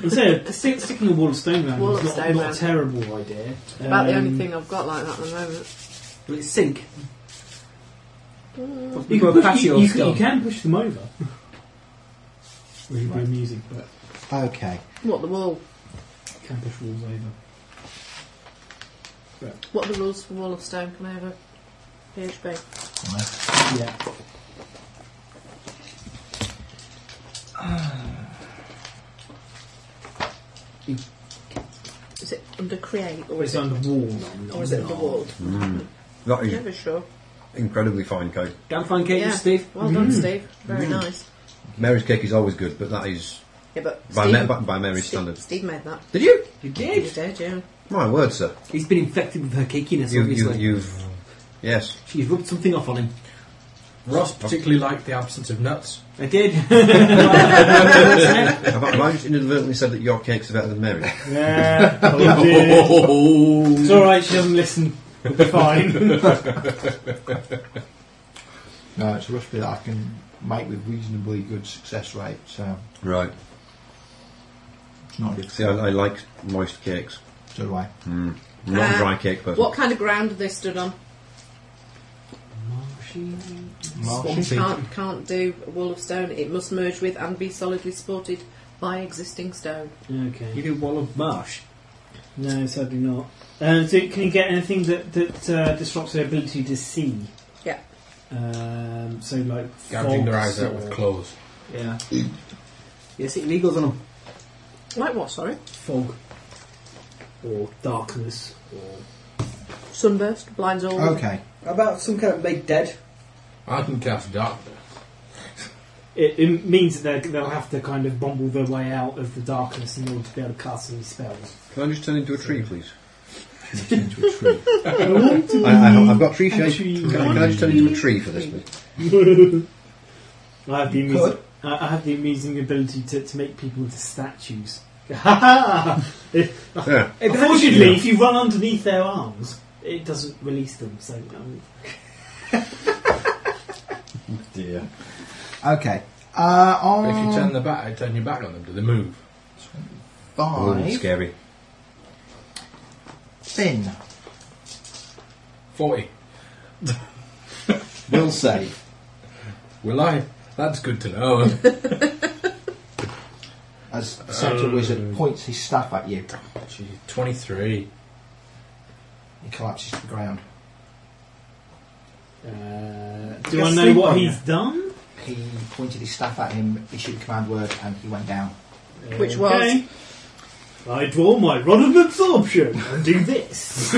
S8: Instead of stick, sticking a wall of stone around
S5: Wall
S8: is
S5: of
S8: not,
S5: stone
S8: not
S5: round.
S8: a terrible idea.
S5: About the only
S8: Um,
S5: thing I've got like that at the moment.
S2: Will it sink?
S5: Mm.
S2: You
S8: You
S2: go
S8: can, push,
S2: past
S8: you,
S2: your
S8: you can-
S2: stone.
S8: you can push them over. Which would be amusing, but
S3: okay.
S5: What the wall?
S8: you can push walls over.
S5: What are the rules for wall of stone? Come over. PHB.
S8: Yeah.
S5: Is it under create or
S8: But
S5: is
S8: it's
S5: it?
S8: under wall.
S5: Or is it under wall?
S7: Mm. That is
S5: Never sure.
S7: incredibly fine cake.
S2: Damn fine cake,
S5: yeah.
S2: Steve.
S5: Well done,
S2: Mm.
S5: Steve. Very
S7: Mm.
S5: nice.
S7: Mary's cake is always good, but that is
S5: Yeah, but
S7: by,
S5: Steve,
S7: Ma- by, by Mary's
S5: Steve,
S7: standards.
S5: Steve made that.
S7: Did you?
S2: You
S5: He
S2: did.
S5: did, yeah.
S7: My word, sir.
S2: He's been infected with her cakiness,
S7: You, you,
S2: obviously.
S7: you've. Yes.
S2: She's rubbed something off on him.
S4: Ross particularly liked the absence of nuts.
S2: I did.
S7: have, I, have I just inadvertently said that your cakes are better than Mary's?
S8: Yeah. *laughs*
S7: Oh,
S8: it's *laughs* alright, she doesn't listen. We'll be *laughs* fine.
S3: no, it's a recipe that I can make with reasonably good success rate, so
S7: Right.
S3: it's not
S7: See, I, I like moist cakes.
S3: So do I.
S2: Hmm.
S7: Mm. Not
S5: Uh,
S7: a dry cake person.
S5: What kind of ground have they stood on?
S3: Marshy.
S5: Can't, can't do a wall of stone. It must merge with and be solidly supported by existing stone.
S8: okay.
S2: You do wall of marsh.
S8: No, sadly not. Um, so can you get anything that, that uh, disrupts their ability to see?
S5: Yeah.
S8: Um, so like
S4: Gouging their
S8: fogs
S4: eyes out
S8: or-
S4: with clothes.
S2: Yeah. yes, it illegals on them.
S5: Like what, sorry?
S8: fog or darkness or
S5: Sunburst, blinds all.
S3: Okay.
S2: About some kind of make dead.
S4: I can cast darkness.
S8: it, it means that they'll have to kind of bumble their way out of the darkness in order to be able to cast any spells.
S7: Can I just turn into a tree, please?
S4: *laughs*
S3: into a tree.
S7: I, I, I've got tree
S8: *laughs* A
S7: shade.
S8: tree.
S7: Can, I- can I just turn into a tree for this, please?
S8: I have the
S3: You
S8: amusing,
S3: could.
S8: I I have the amusing ability to, to make people into statues. Unfortunately,
S7: Yeah.
S8: if you run underneath their arms, it doesn't release them. So um,
S7: Dear.
S3: Okay. Uh,
S4: But
S3: on
S4: if you turn the back, I turn your back on them. Do they move?
S7: Oh,
S3: five,
S7: scary.
S3: Finn
S4: 40.
S3: will save.
S4: Will I? That's good to know.
S3: As the central wizard points his staff at you,
S4: Gee, 23.
S3: he collapses to the ground.
S8: uh,
S3: You
S8: do I
S3: can
S8: know
S3: sleep
S8: what
S3: on
S8: he's
S3: you.
S8: done?
S3: He pointed his staff at him, issued a command word, and he went down.
S5: Which
S8: Okay. I draw my rod of absorption and do *laughs* this.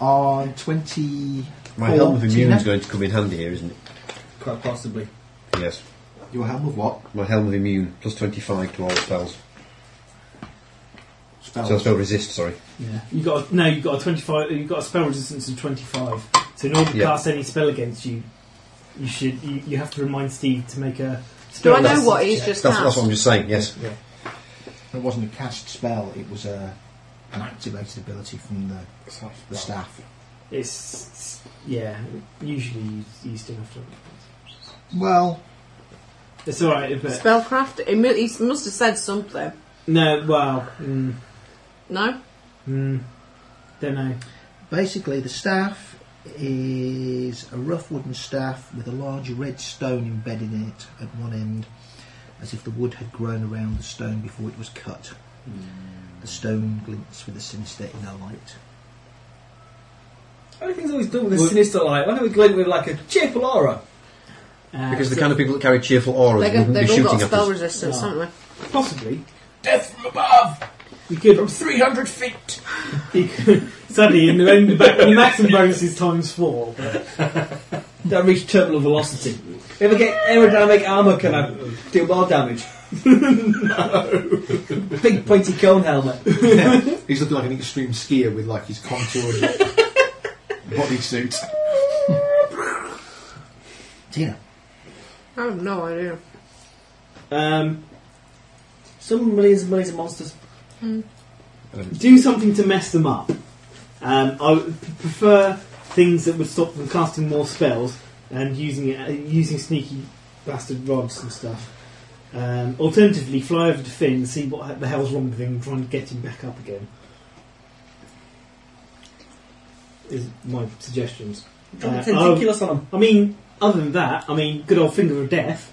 S3: On 20.
S7: My helm of immune
S3: Tina?
S7: is going to come in handy here, isn't it?
S2: Quite possibly.
S7: Yes.
S3: Your helm of what?
S7: My helm of immune plus twenty-five to all spells.
S3: Spells.
S7: So spell resist. Sorry.
S8: Yeah. You got a, no. You got a twenty-five. You got a spell resistance of twenty-five. So in order to
S7: Yeah.
S8: cast any spell against you, you should you, you have to remind Steve to make a.
S5: Do
S8: Spell
S5: I know
S8: resistance
S5: what he's
S8: check.
S5: just
S7: That's, that's
S5: cast?
S7: what I'm just saying. Yes.
S8: Yeah.
S3: It wasn't a cast spell, it was a, an activated ability from the, the staff.
S8: It's yeah. Usually you, you still have to.
S3: Well,
S8: It's all right, but
S5: Spellcraft? He mu- he must have said something.
S8: no. Well, mm,
S5: No?
S8: mm, Don't know.
S3: Basically, the staff is a rough wooden staff with a large red stone embedded in it at one end, as if the wood had grown around the stone before it was cut. The stone glints with a sinister inner light.
S2: Everything's always done with a sinister light. Why don't we glint with like a cheerful aura?
S7: Because the kind of people that carry cheerful auras
S5: They've,
S7: wouldn't
S5: got,
S7: be
S5: they've all
S7: shooting
S5: got
S7: at us.
S5: spell resistance,
S8: Yeah.
S5: haven't
S8: Possibly.
S4: Death from above!
S8: You could
S4: From 300 feet!
S8: He could, sadly, in the, in the, back, the maximum bonus is times four. But
S2: Don't reach terminal velocity. If I get aerodynamic armour, can I do more
S8: *laughs*
S2: damage? no. Big pointy cone helmet.
S3: He's looking like an extreme skier with like his
S5: *laughs*
S3: contoured bodysuit. Tina,
S5: they? I have no idea.
S8: um,
S2: Some millions and millions of monsters.
S8: do something to mess them up. Um, I would p- prefer things that would stop them casting more spells and using it, uh, using sneaky bastard rods and stuff. Um, alternatively, fly over to Finn and see what the hell's wrong with him, and try and get him back up again. Is my suggestions.
S2: Drop a
S8: Uh,
S2: tentaculous on 'em.
S8: I mean, other than that, I mean, good old finger of death.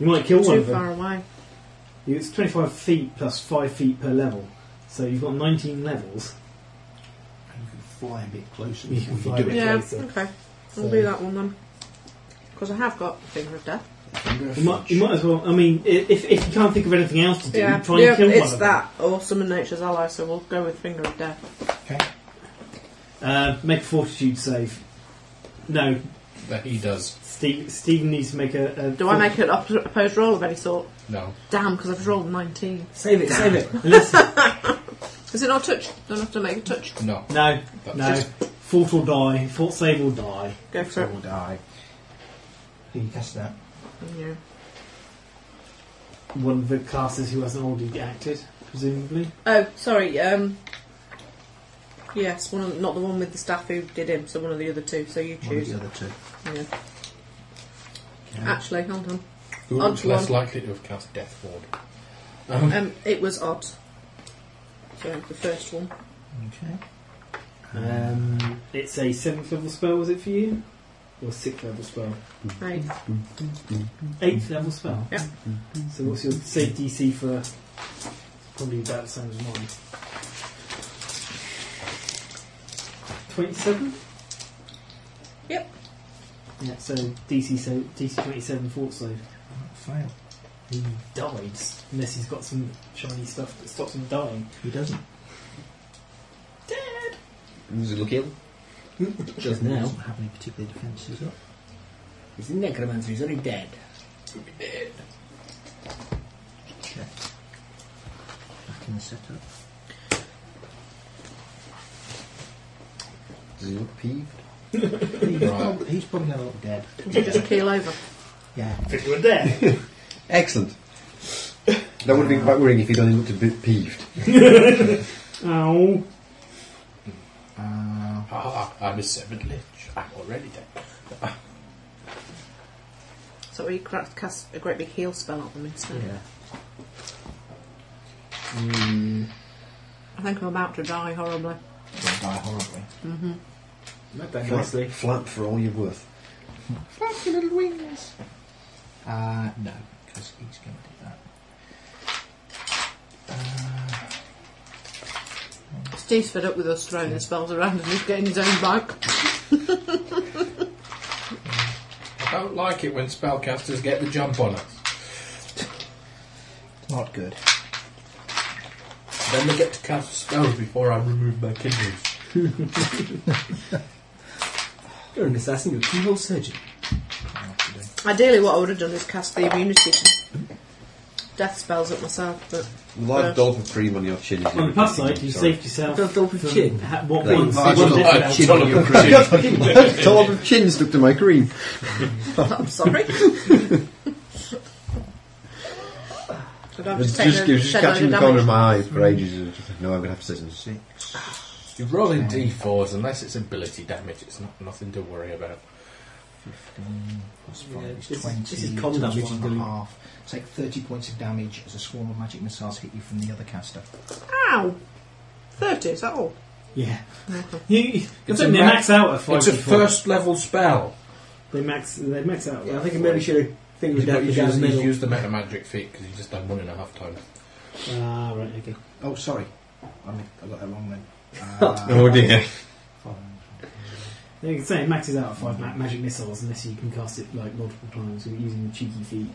S8: You might kill one
S5: Too
S8: of them.
S5: far away.
S8: It's 25 feet plus 5 feet per level. So you've got 19 levels.
S3: you can fly a bit closer.
S8: You can
S3: before do
S8: fly a bit
S3: it.
S5: Yeah,
S8: later.
S5: okay.
S3: So-
S5: We'll do that one then. Because I have got Finger of Death.
S8: You might, you might as well, I mean, i- if, if you can't think of anything else to do,
S5: Yeah,
S8: try
S5: yeah
S8: and kill one
S5: it's
S8: of
S5: that. Or Summon Nature's Ally, so we'll go with Finger of Death.
S8: them. Uh, make a fortitude save. No,
S4: That he does.
S8: Steve, Stephen needs to make a. a
S5: Do I make an op- opposed roll of any sort?
S4: No.
S5: Damn, because I've rolled 19.
S2: Save it, save it.
S5: Is it not touch? Don't have to make a touch.
S4: No.
S8: *laughs* No,
S4: That's
S8: no.
S4: just-
S8: Fort will die. Fort save will die.
S5: Go for
S3: So
S5: it.
S3: will die. Can you cast that?
S5: Yeah.
S8: One of the classes who hasn't already acted, presumably.
S5: Oh, sorry. Um, yes, one of, not the one with the staff who did him, so one of the other two. So you
S3: One of
S5: choose.
S3: the other two.
S5: Yeah.
S3: Okay.
S5: Actually, hold on.
S4: Who
S5: Odd
S4: looks less
S5: one.
S4: likely to have cast Death Ward? Um,
S5: Um, it was odd. So the first one.
S3: Okay.
S8: Um, it's a 7th level spell, was it for you? Or 6th level spell?
S5: Right.
S8: Eighth level spell.
S5: Yeah.
S8: So what's your save DC for? Probably about the same as mine. Twenty-seven.
S5: Yep.
S8: Yeah. So DC so DC twenty-seven fort save.
S3: Fail.
S8: He dies unless he's got some shiny stuff that stops him dying.
S3: He doesn't.
S7: Does it look ill?
S2: Just
S3: He
S2: now.
S3: doesn't have any particular defences up.
S2: He's a necromancer, he's already dead.
S3: Check. Back in the setup.
S7: Does he look peeved?
S3: He's,
S4: Right.
S3: probably, he's probably going to look dead.
S5: Did you *laughs* just keel over?
S3: Yeah.
S8: If you were there.
S7: Excellent. That would have been quite worrying if he'd only looked a bit peeved.
S8: Ow.
S3: Uh,
S4: ah, I'm a seventh lich. I'm already dead.
S5: So we cra- cast a great big heal spell on them instead.
S3: yeah.
S5: I think I'm about to die horribly.
S3: He'll die horribly.
S2: Not that
S7: Flap,
S2: nicely.
S7: flap for all you're worth.
S3: Flap your little wings. Uh, no, because he's going to do that.
S5: Steve's fed up with us throwing the spells around and he's getting his own back.
S4: I don't like it when spellcasters get the jump on us.
S3: Not good.
S4: Then they get to cast spells before I remove my kidneys.
S2: You're an assassin, you're a keyhole surgeon.
S5: Ideally, what I would have done is cast the immunity death spells at myself, but *laughs*
S7: Live dolphin cream on your chin. is
S8: On the plus
S7: ridiculous.
S8: side,
S7: Sorry. *laughs*
S8: you saved yourself.
S2: Don't double
S8: from
S2: chin.
S8: Ha- what
S7: Like,
S8: one?
S7: I
S8: one
S7: just-
S8: death
S7: I
S8: knell.
S4: Ton of precision.
S7: Ton of chin stuck to my cream.
S5: I'm sorry. *laughs* Did I have to
S7: It's
S5: take
S7: just,
S5: a
S7: it was just
S5: shed load
S7: catching
S5: of
S7: the corner
S5: damage?
S7: of my eye for ages. and just, No, I'm going to have to say something.
S3: Six.
S4: *laughs* You're rolling d4s unless it's ability damage. It's not nothing to worry about.
S3: 15 plus 5
S2: Yeah,
S3: is
S2: this is-
S3: 20.
S2: this is con
S3: plus
S2: damage
S3: one
S2: he's
S3: and a
S2: doing.
S3: half. Take 30 points of damage as a swarm of magic missiles hit you from the other caster.
S5: Ow! 30, is that all?
S8: Yeah.
S5: Okay.
S8: You, you,
S4: It's
S8: they
S4: a ma-
S8: max out at five.
S4: It's a first level spell.
S8: They max. They max out.
S2: Yeah, I think you maybe should have
S4: He's,
S2: fingered
S4: got-
S2: out the
S4: he's
S2: guy's
S4: used, he's
S2: middle.
S4: used the meta magic feat because he's just done one and a half times.
S8: Ah, right. Okay.
S3: Oh, sorry. I, mean, I got that wrong then. *laughs* Uh,
S7: Oh, dear.
S8: Like I say, it maxes out at five ma- magic missiles unless you can cast it like multiple times with- using cheeky feet.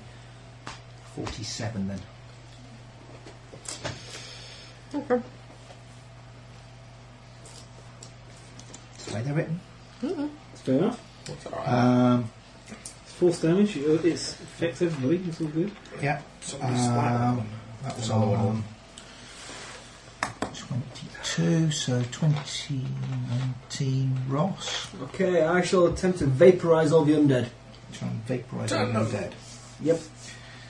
S3: 47 then.
S5: Okay.
S3: It's the way they're written.
S5: Mm-hmm.
S8: Fair enough.
S3: Um,
S8: It's force damage. It it's affects everybody. It's all good.
S3: yeah. Um, that was
S4: Another one.
S3: on 22, so 2019 Ross.
S2: Okay, I shall attempt to vaporise all the undead.
S3: Try and vaporise
S4: Turn
S3: all
S4: them.
S3: dead.
S2: Yep.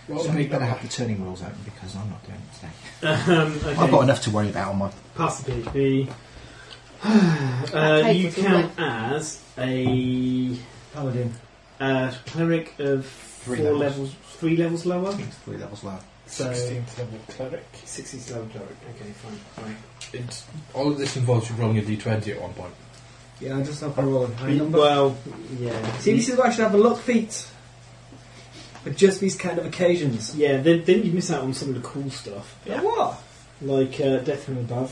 S4: Well,
S3: Somebody's
S4: big
S3: better
S4: damage.
S3: have the turning rules open because I'm not doing it today.
S8: Um, okay.
S3: I've got enough to worry about on my
S8: Pass the PHP.
S5: That
S8: *sighs* uh,
S5: cake
S8: you
S5: was lovely.
S8: count as a
S2: Paladin.
S8: uh, cleric of
S3: Three
S8: four
S3: levels.
S8: levels, three levels lower.
S3: things three levels lower.
S8: So
S4: 16th level cleric.
S8: 60th level cleric. Okay, fine. Right.
S4: It's, all of this involves you rolling a d20 at one point.
S2: Yeah, I just have a roll of high
S8: Be-
S2: number.
S8: Well, yeah.
S2: See, this is why I should have a luck feat. For just these kind of occasions.
S8: yeah, then, then you miss out on some of the cool stuff,
S2: Like What?
S8: like uh, Death from Above,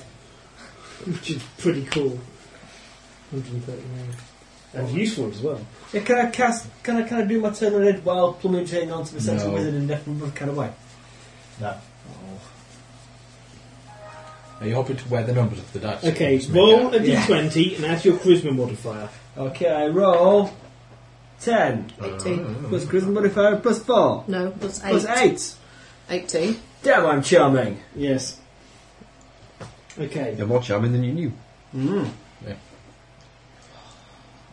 S8: which is pretty cool. 139. And useful as well.
S2: Yeah, can I cast? Can I kind of do my turn on it while plummeting chain onto the sense
S4: No.
S2: of wizard in a different kind of way?
S3: No.
S4: Are you hoping to wear the numbers of the dice?
S8: Okay,
S4: Just make
S8: roll
S4: that.
S8: a d20 and add your charisma modifier.
S2: Okay, I roll ten
S5: 18.
S2: plus charisma modifier plus four
S5: No, that's 8.
S2: Uh, plus eight.
S5: 18.
S2: Damn, I'm charming.
S8: Yes. Okay.
S7: They're more charming than you knew.
S2: Mm.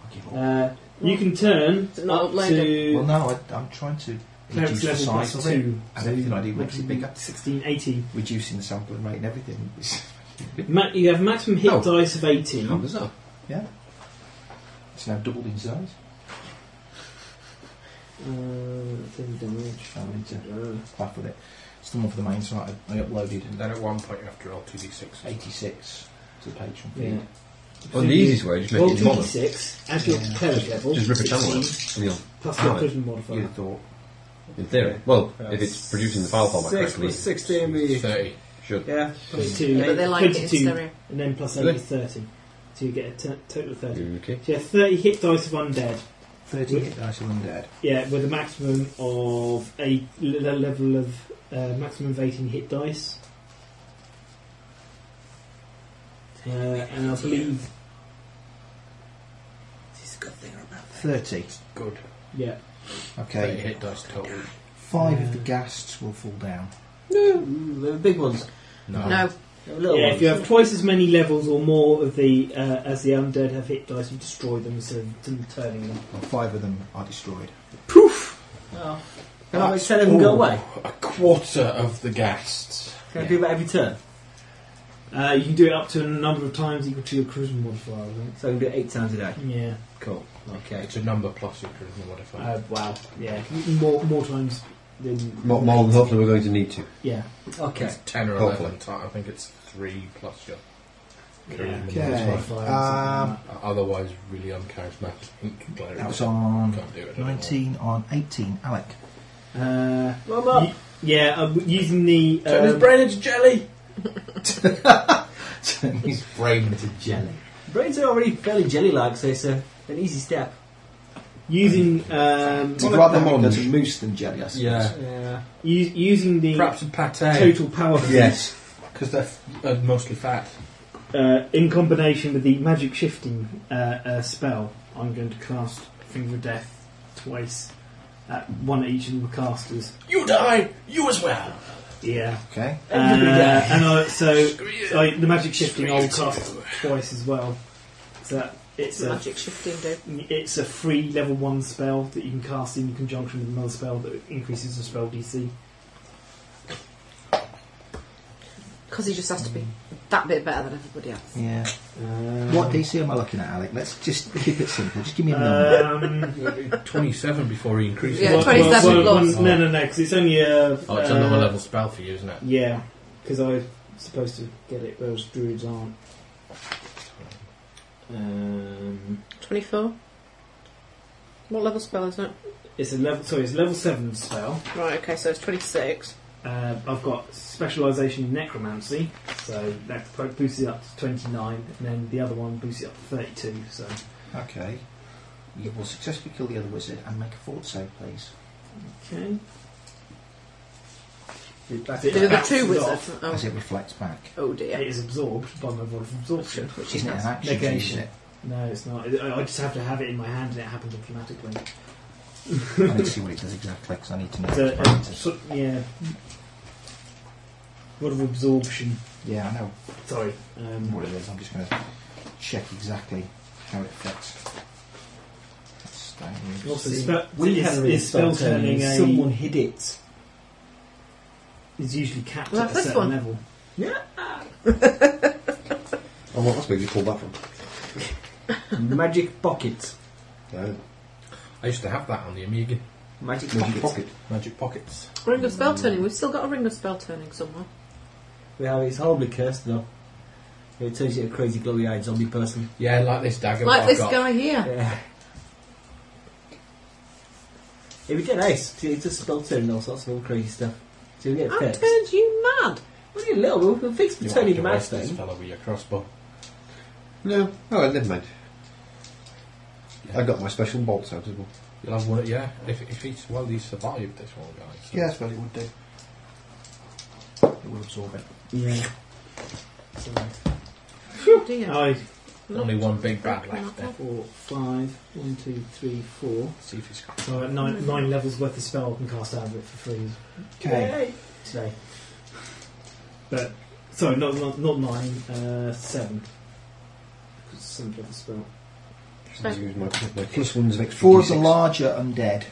S3: I'll give up.
S8: Uh, you can turn
S5: Is it not
S8: up
S5: uploaded?
S8: to
S3: Well, no, I, I'm trying to reduce
S8: cleric's
S3: the
S8: level
S3: size
S8: plus
S3: of it.
S8: two.
S3: And everything I do makes it bigger.
S8: 16, 18.
S3: Reducing the sampling rate and everything. It's,
S8: Ma- you have maximum hit
S7: Oh.
S8: dice of 18.
S7: How bizarre.
S3: it's now doubled in size.
S8: Uh, ten damage.
S3: I need to clap with it. It's the one for the main site. I I uploaded
S4: And
S3: in
S4: then at one point you have to roll 2d6.
S3: 86 to the patron feed.
S8: Yeah.
S7: Well, the easiest way, just make
S8: Roll
S7: it smaller.
S8: 2d6, add your
S3: Yeah.
S8: cleric level.
S7: Just rip a channel out.
S8: 16,
S7: and you'll-
S8: Plus your
S7: Ah,
S8: charisma modifier.
S3: You'd have thought.
S7: In theory. Well, if it's producing the file format
S2: Six
S7: correctly,
S2: plus sixteen,
S4: It's
S2: be
S4: 30.
S7: should.
S2: yeah.
S5: Yeah,
S8: 22,
S5: but they like it in
S8: 22,
S5: stereo.
S8: and then plus 8
S7: Really?
S8: is 30. So you get a t- total of 30.
S7: Okay.
S8: So you have 30 hit dice of undead.
S3: 30 hit dice of undead.
S8: Yeah, with a maximum of a level of uh, maximum of 18 hit dice. Uh, and I believe,
S20: This is a good thing about
S3: 30.
S4: Good.
S8: yeah,
S4: 30
S3: Okay.
S4: hit dice total.
S3: Five of the ghasts will fall down.
S2: Mm, the big ones. Uh-huh.
S5: No.
S2: The little
S8: yeah.
S2: ones.
S8: If you have twice as many levels or more of the uh, as the undead have hit dice, you destroy them instead of turning them.
S3: Well, five of them are destroyed.
S2: Oh. Can I make ten of them
S4: Ooh,
S2: go away?
S4: A quarter of the ghasts.
S2: Can I do that every turn?
S8: Uh, you can do it up to a number of times equal to your charisma modifier. I think.
S2: So I can do it eight times a day.
S8: Yeah.
S2: Cool. Okay.
S4: It's a number plus your charisma modifier.
S8: Uh, wow. Yeah. More more times than
S7: More, more than hopefully we're going to need to.
S8: Yeah.
S2: Okay.
S4: It's 10 or
S7: Hopefully.
S4: 11. ti- I think it's 3 plus your charisma
S3: Okay.
S4: modifier. Uh,
S8: Modifier, something like
S3: um,
S8: that.
S4: Otherwise, really uncharismatic. cleric.
S3: That was on
S4: Can't do it anymore.
S3: 19 on 18. Alec.
S8: Uh,
S2: Well, I'm
S8: y- yeah, uh, w- using the
S4: Turn his
S8: um,
S4: brain into jelly!
S3: He's
S4: Brain into jelly.
S2: Brains are already fairly jelly-like, so it's a, an easy step.
S8: using um,
S3: I'd rather have it
S7: Orange.
S3: as a moose than jelly, I suppose.
S4: Yeah.
S2: Yeah.
S8: u- using the
S4: Perhaps a pate.
S8: total power
S7: Yes.
S4: Because they're f- uh, mostly fat.
S8: uh, in combination with the magic shifting uh, uh, spell. I'm going to cast Finger of Death twice, at one at each of the casters.
S4: You die! You as well!
S8: Yeah,
S3: Okay.
S8: uh, and I, so
S4: Screw you.
S8: I, the magic shifting I'll
S4: Screw you.
S8: cast twice as well. So that it's a
S5: Magic shifting, dude.
S8: It's a free level 1 spell that you can cast in conjunction with another spell that increases the spell DC.
S5: Because he just has to be that bit better than everybody else.
S3: Yeah.
S8: Um,
S3: What DC am I looking at, Alec? Let's just keep it simple. Just give me a number.
S8: um,
S4: 27 before he increases.
S5: Yeah,
S8: well,
S5: 27
S8: well, well,
S5: plus.
S8: well, No, no, no, because it's only a.
S4: Oh, it's
S8: uh,
S4: another level spell for you, isn't it?
S8: Yeah, because I'm supposed to get it, whereas druids aren't. Um,
S5: 24. What level spell is it?
S8: it's a level. Sorry, it's a level seven spell.
S5: Right, okay, so it's 26.
S8: Uh, I've got specialisation in necromancy, so that pro- boosts it up to 29, and then the other one boosts it up to 32. So
S3: Okay. You will successfully kill the other wizard and make a fort save, please.
S8: okay,
S2: That's
S5: Do the
S8: backs
S5: two
S8: it
S5: wizards?
S8: off.
S3: As
S5: Oh,
S3: it reflects back.
S5: oh dear.
S8: It is absorbed by my rod of absorption,
S3: Which isn't an action,
S8: negation.
S3: is
S8: No, it's not. I I just have to have it in my hand, and it happens automatically.
S3: it? I need to see what it does exactly because I need to know.
S8: It's
S3: its
S8: a, a
S3: parameters.
S8: sort- yeah, rod of absorption.
S3: yeah, I know
S8: Sorry. Um,
S3: what it is. I'm just going to check exactly how it affects. That's- that is-
S8: Also,
S2: See,
S8: spe-
S2: we
S8: is,
S2: had a
S8: is spell turning a,
S2: Someone hid it.
S8: is usually capped
S5: Well,
S8: at a
S5: that's this
S8: certain
S5: one.
S8: level.
S7: Oh, well, that's where you pulled that from.
S2: Magic pocket.
S7: Yeah.
S4: I used to have that on the Amiga.
S2: Magic pocket.
S7: Magic pocket.
S4: Magic Pockets.
S5: Ring of spell turning. We've still got a ring of spell turning somewhere.
S2: Yeah, it's horribly cursed though. It turns you into a crazy glowy eyed zombie person.
S4: Yeah, like this dagger
S5: Like
S4: I've
S5: this
S4: got.
S5: guy here.
S2: Yeah. It'd be dead nice. See, It's just spell turning all sorts of all crazy stuff. So you get
S5: I
S2: pissed.
S5: turned you mad.
S2: What are you little? We'll fix the
S4: You
S2: turning
S4: to
S2: mad
S4: waste this
S2: thing.
S4: fella with your crossbow.
S7: No. Oh, never mind. I got my special bolts out as well.
S4: You'll have one, yeah. If, if he's, well, he survived this one, guys.
S3: Yeah, I suppose it would do. It will absorb it.
S8: Yeah. Sorry.
S5: Oh dear.
S8: I
S4: Only one big bad left there.
S8: four, five, one, two, three, four.
S4: See if he's got
S8: So I've got nine, nine levels worth of spell I can cast out of it for free
S3: Okay.
S8: today. But sorry, not not, not nine, uh, seven. 'Cause it's Some level spell.
S7: I use my, my plus one's an extra
S3: Four of
S7: D6.
S3: the larger undead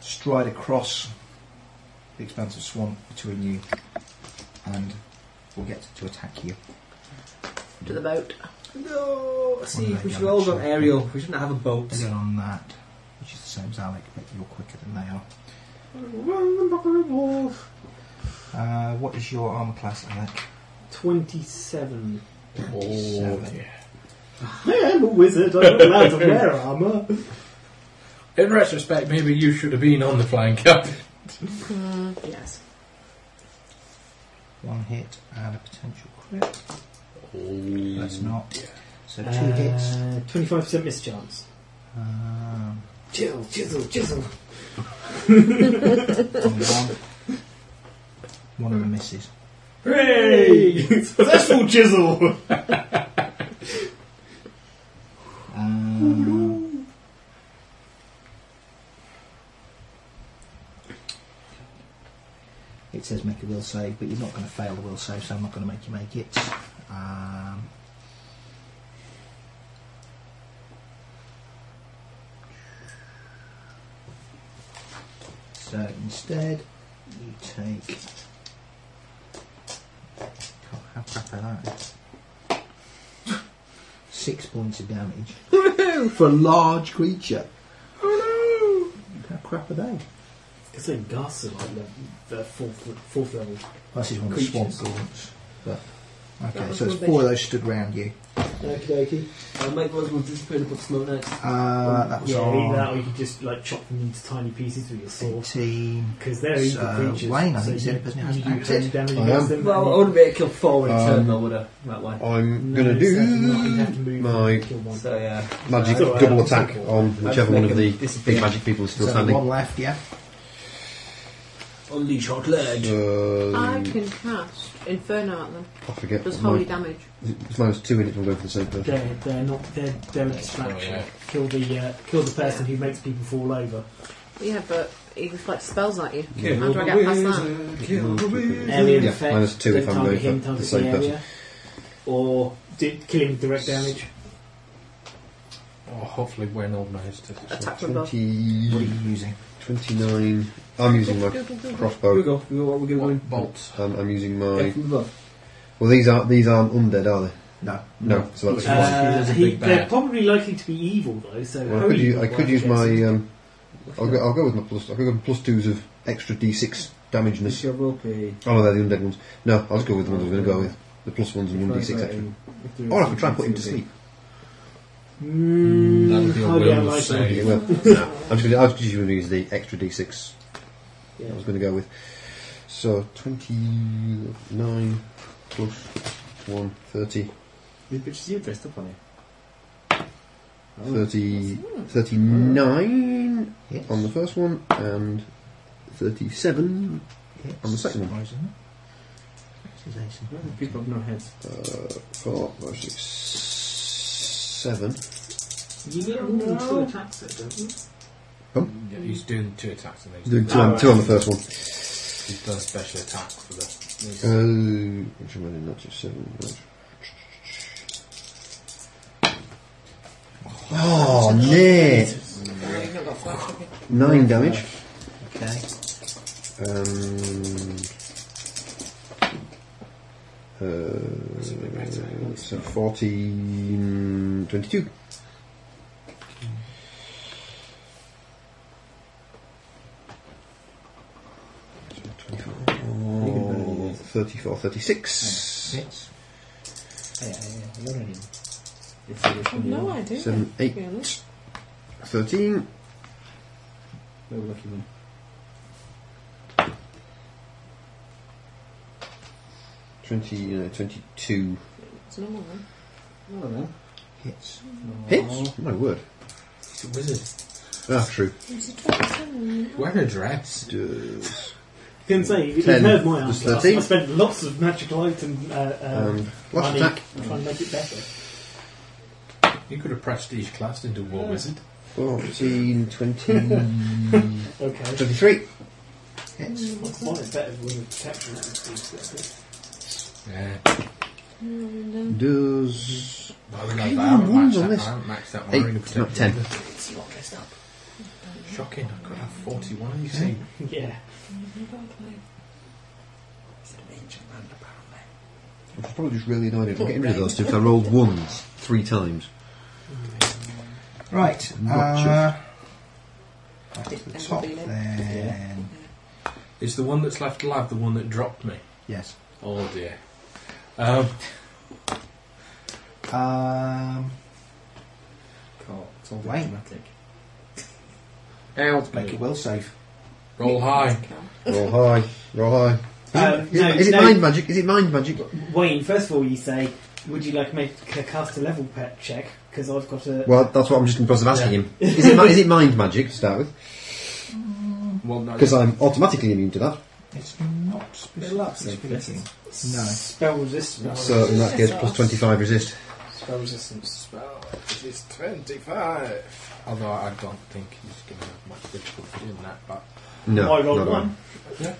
S3: stride across the expanse of swamp between you and will get to attack you.
S5: To the boat.
S2: No. See,
S3: One
S2: we
S3: leg
S2: should all
S3: damage.
S2: go aerial. We shouldn't have a boat.
S3: Again on that, which is the same as Alec, but you're quicker than they are. Uh, what is your armour class, Alec?
S8: Twenty-seven.
S4: Oh,
S3: Seven.
S4: dear.
S8: I am a wizard. I'm not allowed to
S2: *laughs*
S8: wear armour.
S4: In retrospect, maybe you should have been on the flying cup.
S5: Yes.
S3: One hit and a potential crit.
S4: Oh,
S3: That's not.
S4: Mm, yeah.
S3: So two hits.
S2: Uh,
S8: Twenty-five percent mischance.
S3: Um,
S8: Chisel, chisel, chisel.
S3: on one. *laughs* One of them misses.
S8: Hooray! Successful chisel.
S3: *laughs* Um, it says make a will save, but you're not going to fail the will save, so I'm not going to make you make it. Um, so instead, you take. God, how crap are that? Six points of damage for a large creature. How crap are they?
S8: Because then ghasts are like level, the fourth, fourth level.
S3: This is one of the swamp
S8: Creatures.
S3: gaunts. But okay,
S5: was
S3: so it's
S5: rubbish.
S3: four of those stood round you.
S2: Okie dokie. I'll make those ones disappear and put smoke next.
S3: Uh, that was
S8: yeah,
S3: on
S8: either that or you could just like chop them into tiny pieces with your sword.
S3: eighteen.
S8: Because they're evil
S7: uh,
S3: So,
S8: creatures.
S3: Wayne, I think, is
S8: so
S3: the only person who
S8: you, you
S3: hasn't
S8: do ten
S3: acted.
S8: damage
S7: I
S8: against
S7: am.
S8: them.
S2: Well, I
S8: and
S2: wouldn't be able to kill four in a turn
S7: Um,
S2: though, would I? That way.
S7: I'm
S8: you-
S7: going to
S8: no,
S7: do
S8: so you have to move
S7: my
S8: and kill one.
S2: So yeah.
S7: magic
S8: So, uh,
S7: double attack on whichever one of
S2: making
S7: the
S2: it disappear.
S7: big magic people is still
S3: So one
S7: standing.
S3: left, yeah.
S2: Unleash hot lead.
S5: I
S7: Um,
S5: can cast Inferno at them.
S7: I forget.
S5: Does
S7: what
S5: holy
S7: my-
S5: damage.
S7: It's minus two in it from going for the same person.
S8: They're, they're not. They're, they're a distraction.
S4: yeah.
S8: Kill the uh, kill the person who makes people fall over.
S5: Yeah, but he reflects spells at you.
S7: Yeah.
S5: How do I get past that?
S8: Area
S7: Yeah,
S8: effect.
S7: minus two
S8: don't
S7: if I'm
S8: target
S7: going
S8: him,
S7: for
S8: target
S7: the same
S8: area. Or do, kill him with direct damage.
S4: Oh, hopefully when organised. to-
S5: Attack with both.
S7: 20,
S3: What are you using?
S7: 29. I'm using my
S2: Here we
S7: crossbow.
S2: go. We go. What we're going
S4: What, bolt?
S7: Um, I'm using
S2: to
S7: my.
S2: from above.
S7: Well, these aren't these aren't undead, are they?
S3: No.
S7: No. So that's
S4: Uh,
S7: one.
S4: He's a big bad.
S8: they're probably likely to be evil though. So
S7: Well, I could
S8: holy
S7: use, I
S8: might
S7: could use
S8: guess.
S7: my. Um, I'll, go, I'll go with my plus. I'll go with plus twos of extra d6
S2: It's
S7: damageness.
S2: your roll pay.
S7: Oh, no, they're the undead ones. No, I'll just go with the ones I was going to go with. The plus ones and
S2: Right,
S7: one d6
S2: right,
S7: extra.
S2: um, if there
S7: Or I
S2: is
S7: could try and put him to
S2: something
S7: sleep.
S8: Mm,
S4: That'll be a
S8: highly
S4: will
S8: unlikely.
S4: save.
S7: Yeah, well, *laughs* no. I'm just going to. I was just going to use the extra d6.
S8: Yeah.
S7: I was going to go with. So 29 plus 1, 30,
S2: These bitches you dressed up on here.
S7: 30 39
S3: Yes.
S7: on the first one and 37
S3: Yes.
S7: on the second one.
S3: Surprising. This is ace and nine.
S2: People have no heads.
S7: Uh, 4, five, six, 7.
S8: You need more than two attacks, though, don't you?
S4: Yeah, he's doing two attacks. And he's
S7: Doing 2 on, two on the first one.
S4: He's done a special attack for the. he's-
S7: Uh, which one did not just 7? right. Oh, Ned!
S5: Oh, you've not got flash, have you?
S7: 9 damage.
S2: Okay.
S7: Um, uh, so 14, 22. Oh, 34, 36.
S3: Yes. Yeah, yeah, yeah. You're in. It's
S5: I've no idea.
S7: Seven,
S5: to
S7: eight.
S5: be honest.
S7: 13.
S2: No lucky one.
S7: Twenty, uh, 22
S5: It's normal then.
S2: Oh, then.
S7: hits.
S2: No.
S7: Hits? My word.
S4: He's a wizard.
S7: Ah, true.
S5: It's a 27.
S4: Wear a dress.
S7: Does
S8: You can say, you- you've
S7: Ten
S8: heard my
S7: plus
S8: answer. I, I
S7: thirteen.
S8: spent lots of magical item uh, uh,
S7: Um, last
S8: money
S7: attack.
S8: trying to make it better.
S4: You could have prestige classed into war wizard.
S7: 14, 20,
S8: Okay.
S7: 23.
S8: Mine is better with protection. that would
S4: Yeah.
S7: Does
S4: Well, I
S7: Give
S4: haven't
S7: me
S4: matched
S7: wounds on
S4: that.
S7: this.
S4: I haven't matched that one.
S7: Eight,
S4: ring of
S7: it's not
S4: protection
S7: ten.
S4: either. It's a lot messed up. Shocking. I could have 41, you see.
S8: be- Yeah.
S4: It's an ancient land, apparently.
S7: I was probably just really annoyed if I'm getting rid of those two because I rolled ones three times.
S3: Right.
S7: Not
S3: Uh, at
S5: Didn't
S3: the
S5: end up
S3: top
S5: being it.
S3: then.
S4: Is the one that's left alive the one that dropped me?
S3: Yes.
S4: Oh dear. Um,
S3: Um,
S2: Caught. It's all
S3: Wait.
S2: dramatic.
S4: out.
S3: make it will save.
S4: Roll high.
S7: *laughs* Roll high, roll high.
S8: Um,
S7: Is, it-
S8: no,
S7: is it
S8: no.
S7: mind magic? Is it mind magic?
S8: Wayne, first of all, you say, would you like to make a caster level pet check? Because I've got a.
S7: Well, that's what I'm just in the process of asking him. Is it, mi- is it mind magic to start with?
S4: Well, no,
S7: Because I'm automatically immune to that.
S3: It's not specifically speaking. No.
S8: Spell resistance.
S7: So in that case, plus 25 resist.
S4: Spell resistance spell is 25. Although I don't think he's going to have much difficulty doing that, but.
S7: No,
S8: I rolled
S7: not
S8: one.
S4: Yeah.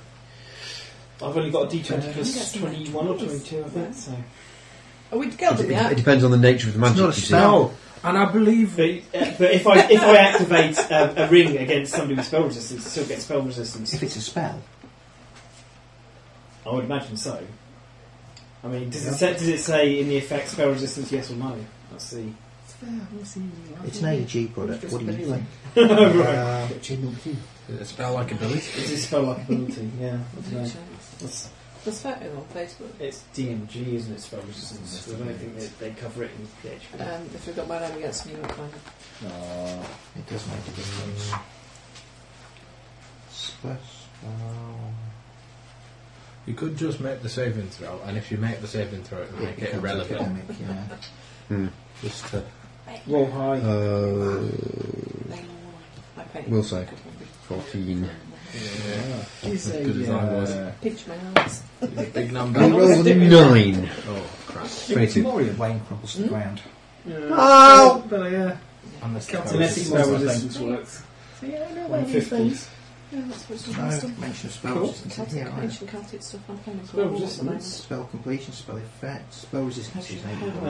S8: I've only got a d20 plus
S5: That's
S8: 21 or
S5: nice.
S8: 22, I think, so.
S5: Oh, we'd go
S7: It,
S5: to
S7: it
S5: that.
S7: depends on the nature of the magic.
S3: not a
S7: you see.
S3: spell.
S4: And I believe.
S8: But, uh, but if I if *laughs* I activate um, a ring against somebody with spell resistance, I still get spell resistance.
S3: If it's a spell,
S8: I would imagine so. I mean, does it say, does it say in the effect spell resistance yes or no? Let's see.
S3: it's an AG product. What do you think? *laughs*
S8: right.
S3: Uh,
S4: Is it a spell like
S8: Is
S4: ability?
S8: this spell like ability? Yeah. I don't know. It's,
S5: There's photo on Facebook.
S8: it's DMG, isn't it? Spell resistance. I don't think they, they cover it in PHP.
S5: Um, if we've got my name against me, we'll find it.
S3: no, Uh, it does make a difference. Spell.
S4: You could just make the saving throw, and if you make the saving throw, it'll make it
S3: becomes
S4: irrelevant.
S3: academic, yeah.
S4: Just to.
S8: Roll high.
S7: Uh,
S5: I painted
S7: We'll
S5: it.
S7: say. 14.
S4: Yeah.
S2: It's
S4: As
S2: a,
S4: good as I was.
S2: uh,
S5: Pinch my arms.
S4: *laughs* It's a big
S7: I
S4: number.
S7: rolled a 9.
S4: Oh, crap.
S3: It's
S7: 22.
S3: Moria Wayne crumbles to the ground.
S7: Oh!
S2: But yeah,
S4: Unless
S2: unless it spell resistance
S5: thing.
S2: works.
S5: Yeah, I know where these
S8: 150.
S5: things. Yeah, that's what's on
S3: No
S5: my stuff.
S3: mention of spell
S2: Cool.
S3: resistance.
S5: Celtic
S3: Yeah, right.
S5: ancient Celtic stuff on phones.
S8: Spell resistance.
S3: Spell completion, spell effect, spell resistance is eight
S8: Uh,
S3: points.
S8: uh,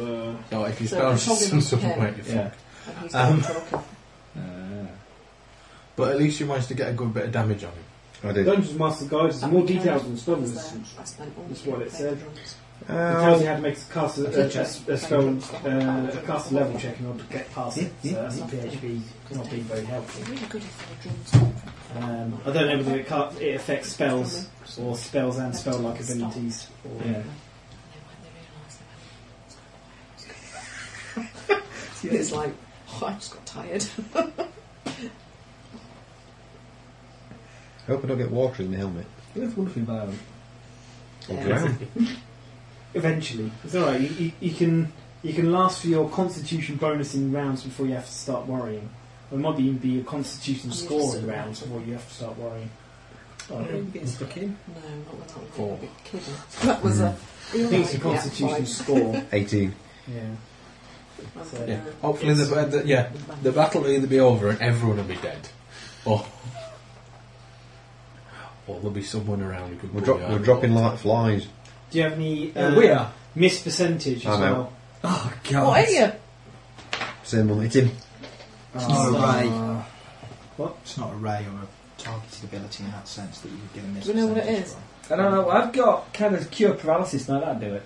S8: uh,
S4: No, Oh, if you
S5: So
S4: spell
S5: it's holding
S4: resistance,
S5: up,
S4: it'll
S5: yeah.
S4: make you
S2: Yeah.
S5: And he's
S4: Um,
S5: talking.
S8: uh,
S4: But at least you managed to get a good bit of damage on him.
S7: I did.
S8: Dungeons Master Guide is more detailed than spell resistance.
S5: I spent all
S8: That's
S5: the
S8: what it said. Uh,
S5: drums.
S8: It tells you how to make a cast a, a, a, a spell uh, a cast level check in order to get past it. So that's in PHP not being very helpful.
S5: It's really good if the drums.
S8: Um, I don't know whether it, ca- it affects spells or spells and spell like abilities. Or,
S5: Yeah. *laughs*
S9: And it's like, oh, I just got tired.
S7: I hope I don't get water in the helmet.
S18: That's one thing about
S7: Or
S8: Yeah.
S7: drown.
S8: Eventually, it's all right. You, you, you can you can last for your Constitution bonus in rounds before you have to start worrying. Or it might even be your Constitution score in rounds before you have to start worrying.
S2: Oh, getting stuck in.
S9: No, not when I was
S8: Four.
S9: a bit kidding. That was a.
S8: I think it's a Constitution score.
S7: 18.
S8: Yeah. So-
S17: Yeah. Hopefully, the, uh, the, yeah, the battle will either be over and everyone will be dead, or or there'll be someone around who can.
S7: We're,
S17: pull
S7: drop,
S17: you
S7: we're
S17: out.
S7: dropping like flies.
S8: Do you have any?
S2: Uh,
S8: Uh,
S2: we are.
S8: miss percentage as
S7: I'm out.
S8: well.
S2: Oh,
S7: God.
S9: What are you?
S7: Same one, it's him.
S3: It's not a
S2: Uh,
S3: ray.
S2: What?
S3: It's not a ray or a targeted ability in that sense that you would get a miss.
S9: Do we know what it
S3: percentage
S9: is?
S2: I don't know. I've got kind of cure paralysis. Now that'd do it.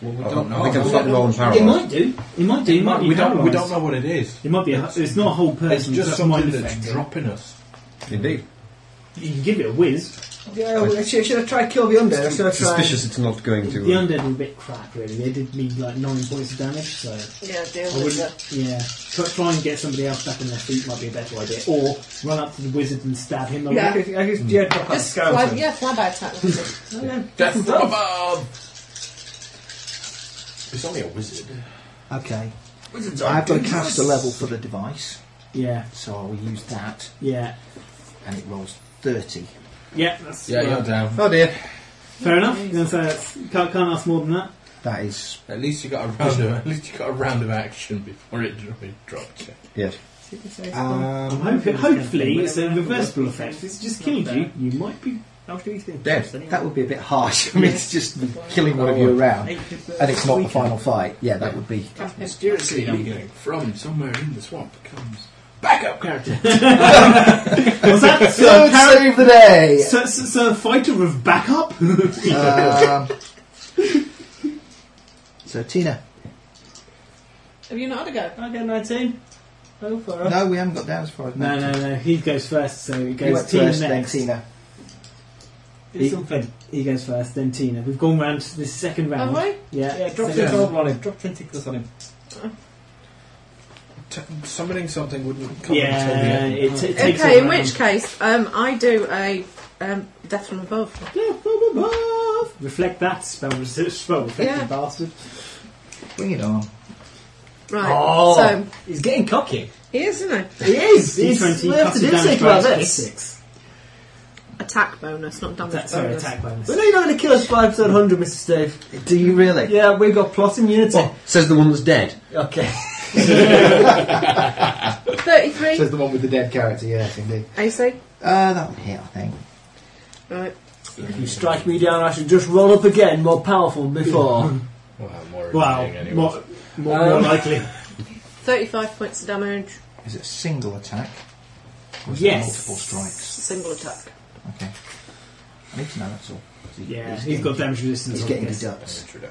S17: Well, we
S7: I
S17: don't
S7: don't- I
S17: know.
S7: think I'm
S17: We
S7: stopping
S17: don't-
S7: rolling
S17: we don't-
S7: paralyzed.
S8: Might do. It might do. It might be
S17: we don't. We
S8: paralysed.
S17: don't know what it is.
S8: It might be. A, it's not a whole person.
S17: It's just
S8: so that might
S17: something that's
S8: affect it.
S17: dropping us.
S7: Indeed.
S8: You can give it a whiz.
S2: Yeah, well, should, should I try kill the undead? Or should I try?
S7: Suspicious it's not going
S8: The
S7: to. uh,
S8: undead were a bit crap, really. They did me like nine points of damage, so
S9: Yeah, deal
S8: I
S9: with
S8: wouldn't.
S9: it.
S8: Yeah, try, try and get somebody else back on their feet might be a better idea. Or run up to the wizard and stab him.
S2: I guess- I guess yeah, drop out the
S9: Just fly,
S2: skeleton.
S9: yeah, flyby attack.
S2: Oh, yeah.
S17: Death
S2: Done.
S17: Bomb! It's only a wizard.
S3: Okay.
S17: Wizards
S3: I've got to cast a level for the device,
S8: Yeah,
S3: so I will use that,
S8: yeah,
S3: and it rolls 30.
S8: yeah. That's
S17: Yeah,
S8: well,
S17: you're down.
S7: Oh dear.
S8: Fair enough. Then so that's- can't, can't ask more than that.
S3: That is.
S17: At least you got a
S7: Oh.
S17: round of at least you got a round of action before it, dro- it dropped you.
S7: Yes.
S8: I'm
S3: Um,
S8: hoping, hopefully, it's a reversible effect. If it's just killed you, you might be.
S2: How do you think?
S3: Dead. That would be a bit harsh. I mean, it's just killing one of you around, and it's not the final fight. Yeah, that would be.
S17: Mysteriously leading from somewhere in the swamp comes backup character.
S8: Was *laughs* that
S3: So save the day.
S8: So, so,
S2: uh,
S8: so a fighter
S2: *laughs*
S8: of backup? Uh,
S3: Um, so Tina,
S9: Have you not had a go?
S2: I get 19. Go for it.
S3: no, we haven't got down as far as
S8: No, no, no. He goes first, so it
S3: You
S8: goes
S3: went
S8: Tina
S3: first, then
S8: next.
S3: Tina.
S8: Do something. He goes first, then Tina. We've gone round to the second round.
S9: Have
S8: Yeah.
S2: Yeah, drop
S8: second round.
S2: tentacles on him. Drop tentacles on him.
S17: T- summoning something wouldn't come until the
S8: Yeah,
S17: end.
S8: it, t- it takes
S5: Okay,
S8: a
S5: in
S8: round.
S5: which case, um, I do a um, death from above.
S8: Reflect that spell resist spell reflect
S5: Yeah.
S8: you bastard.
S3: Bring it on.
S5: Right.
S2: Oh.
S5: So
S2: He's getting cocky.
S5: he is, isn't he?
S2: He is. *laughs* He's,
S8: D20
S2: we have to
S8: cuts
S2: do
S8: down
S2: something about
S8: strikes by
S2: this. Oh,
S8: Six.
S5: Attack bonus, not damage
S8: That's sorry,
S5: bonus.
S8: attack bonus.
S2: We know you're not going to kill us by episode 100, Mr. Steve.
S3: Do you really?
S2: Yeah, we've got plot and unity.
S7: Oh, Says the one that's dead.
S2: Oh, Okay.
S5: Thirty-three
S3: Says the one with the dead character. Yes, indeed.
S5: AC.
S3: Uh, that would hit, I think.
S5: Right.
S2: If *laughs* you strike me down, I should just roll up again, more powerful than *laughs* before.
S17: Well, more
S8: Wow,
S17: annoying anyway.
S8: more, more, more
S2: Um, *laughs*
S8: likely.
S5: Thirty-five points of damage.
S3: Is it a single attack? Or is
S8: Yes.
S3: it multiple strikes?
S5: Single attack.
S3: Okay. I need to know that's all. He-
S8: Yeah, he's
S3: getting-
S8: got damage resistance.
S3: He's
S8: on
S3: getting
S8: this.
S3: deducts.
S5: It's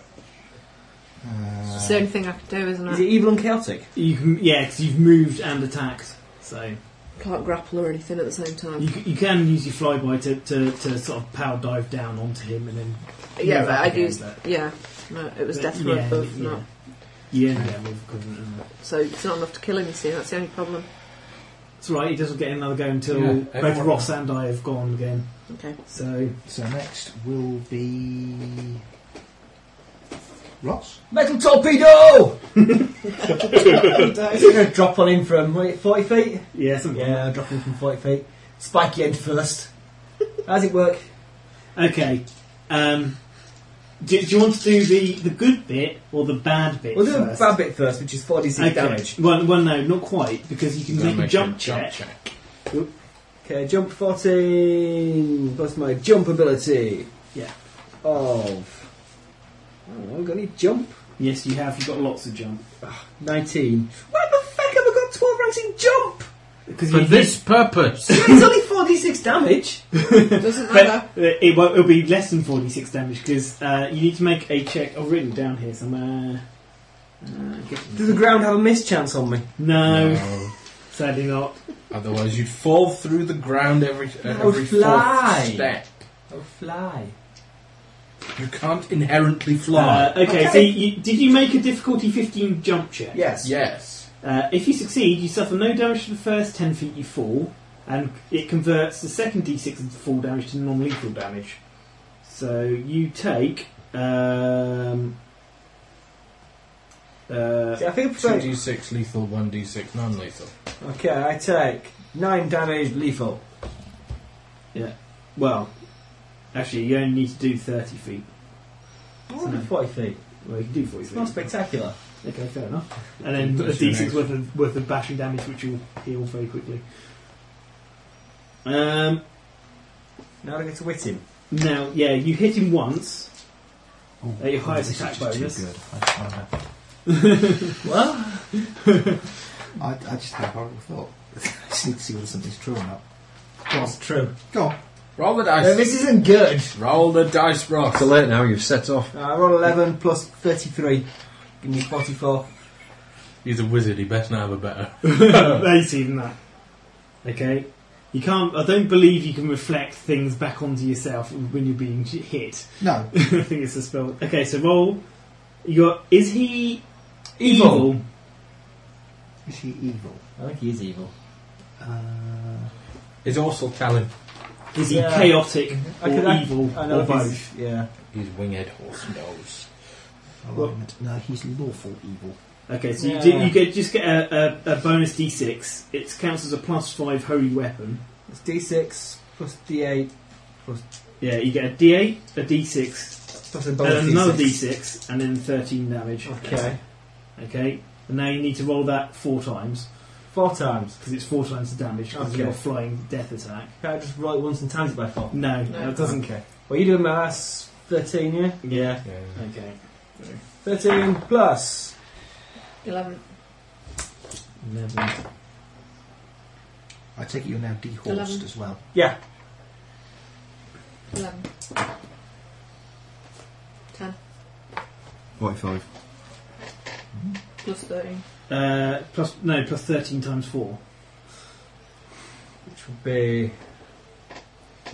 S3: Uh,
S5: the only thing I can do, isn't
S2: Is
S5: it?
S2: it evil and chaotic?
S8: You can, yeah, because you've moved and attacked. So
S5: Can't grapple or anything at the same time.
S8: you, c- you can use your flyby to, to, to sort of power dive down onto him and then.
S5: yeah,
S8: move
S5: but
S8: up
S5: I
S8: again,
S5: used.
S8: but-
S5: Yeah. No, it was
S8: but
S5: death from
S8: yeah,
S5: above,
S8: yeah.
S5: not.
S8: Yeah, yeah, move equivalent. isn't it?
S5: So it's not enough to kill him. You see, that's the only problem.
S8: It's all right. He doesn't get another go until
S17: Yeah,
S8: both
S17: everyone-
S8: Ross and I have gone again.
S5: Okay.
S8: So
S3: so next will be. Ross?
S2: Metal *laughs* torpedo! I'm going to drop on him from what, 40 feet?
S8: yeah, something like
S2: Yeah, I'll drop him from 40 feet. Spiky head first. How's it work?
S8: that. Okay. Um, do, do you want to do the, the good bit or the bad bit
S2: We'll do a
S8: first?
S2: bad bit first, which is 4d6
S8: okay.
S2: damage.
S8: Well, well, no, not quite because you can
S17: Gonna
S8: make, a jump check.
S17: check.
S2: Okay, jump 14 plus my jump ability.
S8: Yeah.
S2: Of. I don't know, got any jump?
S8: Yes, you have. You've got lots of jump
S2: 19. Why the fuck have I got 12 ranks in jump?
S8: because
S17: For
S4: *laughs*
S8: you,
S17: this purpose,
S2: It's only 4d6 damage.
S5: Doesn't
S8: But
S5: matter.
S8: uh, it won't, it'll be less than 46 damage because uh, you need to make a check. I've written down here somewhere. Uh, get-
S2: Does the ground have a miss chance on me?
S17: *laughs*
S8: no,
S17: No.
S8: sadly not.
S17: otherwise you'd fall through the ground every uh,
S2: No,
S17: every
S2: fly.
S17: fourth step.
S2: Oh, fly.
S4: You can't inherently fly.
S8: Uh, okay, so you, did you make a difficulty 15 jump check?
S17: Yes. Yes.
S8: Uh, if you succeed, you suffer no damage to the first 10 feet you fall, and it converts the second d6 of fall damage to non lethal damage. So you take. Um, uh,
S2: See, I think it's
S17: Two
S2: like-
S17: d six lethal, one d six non-lethal.
S2: Okay, I take nine damage lethal.
S8: Yeah. Well, actually, you only need to do 30 feet.
S2: I wanna do 40 feet.
S8: Well, you can do 40
S2: It's
S8: feet.
S2: not spectacular.
S8: Okay, fair enough. And then a
S2: That's your
S8: d6
S2: next.
S8: worth of, worth of bashing damage, which will heal very quickly. Um,
S2: now I get to wit him.
S8: Now, yeah, you hit him once at your
S2: oh,
S8: highest
S2: this is
S8: attack
S2: just too
S8: bonus. *laughs*
S2: Well,
S3: I, I just had a horrible thought. *laughs* I just need to see whether something's true or not.
S2: It's true.
S3: Go on.
S17: Roll the dice.
S2: No, this isn't good.
S17: Roll the dice, Ross.
S12: Too late now, you've set off.
S2: I Uh, roll 11 plus 33. Give me 44.
S17: He's a wizard. He better not have a better.
S8: *laughs* That's even that. Okay? You can't. I don't believe you can reflect things back onto yourself when you're being j- hit. *laughs*
S3: No.
S8: I think it's a spell. Okay, so roll. You got. Is he
S2: Evil.
S8: evil?
S3: Is he evil?
S2: I think he is evil.
S8: Uh,
S17: He's also talent.
S8: Is he
S2: Yeah.
S8: chaotic
S2: I
S8: or
S2: could act-
S8: evil
S2: I know
S8: or
S2: he's-
S8: both?
S2: Yeah.
S17: He's winged horse nose.
S3: Alignment. No, he's lawful evil.
S8: Okay, so you,
S3: Yeah.
S8: do, you get just get a, a, a bonus d6. It counts as a plus five holy weapon.
S2: It's d6 plus d8 plus,
S8: Yeah, you get a d8, a d6,
S2: plus a
S8: and
S2: bonus
S8: another
S2: d6.
S8: d6, and then 13 damage.
S2: Okay.
S8: Okay, and now you need to roll that four times
S2: Four times.
S8: because it's four times the damage because
S2: Okay.
S8: you're flying death attack.
S2: Can I just roll it once and times it by four?
S8: No,
S5: No.
S8: that doesn't.
S2: Okay. Well, you doing my last 13, yeah?
S8: Yeah.
S17: Yeah.
S8: Okay.
S2: 13 plus.
S5: 11.
S8: 11.
S3: I take it you're now dehorsed
S5: Eleven.
S3: as well.
S2: Yeah.
S5: 11. 10.
S12: 45.
S5: Plus 13.
S8: Uh, plus no, plus 13 times four.
S2: Which would be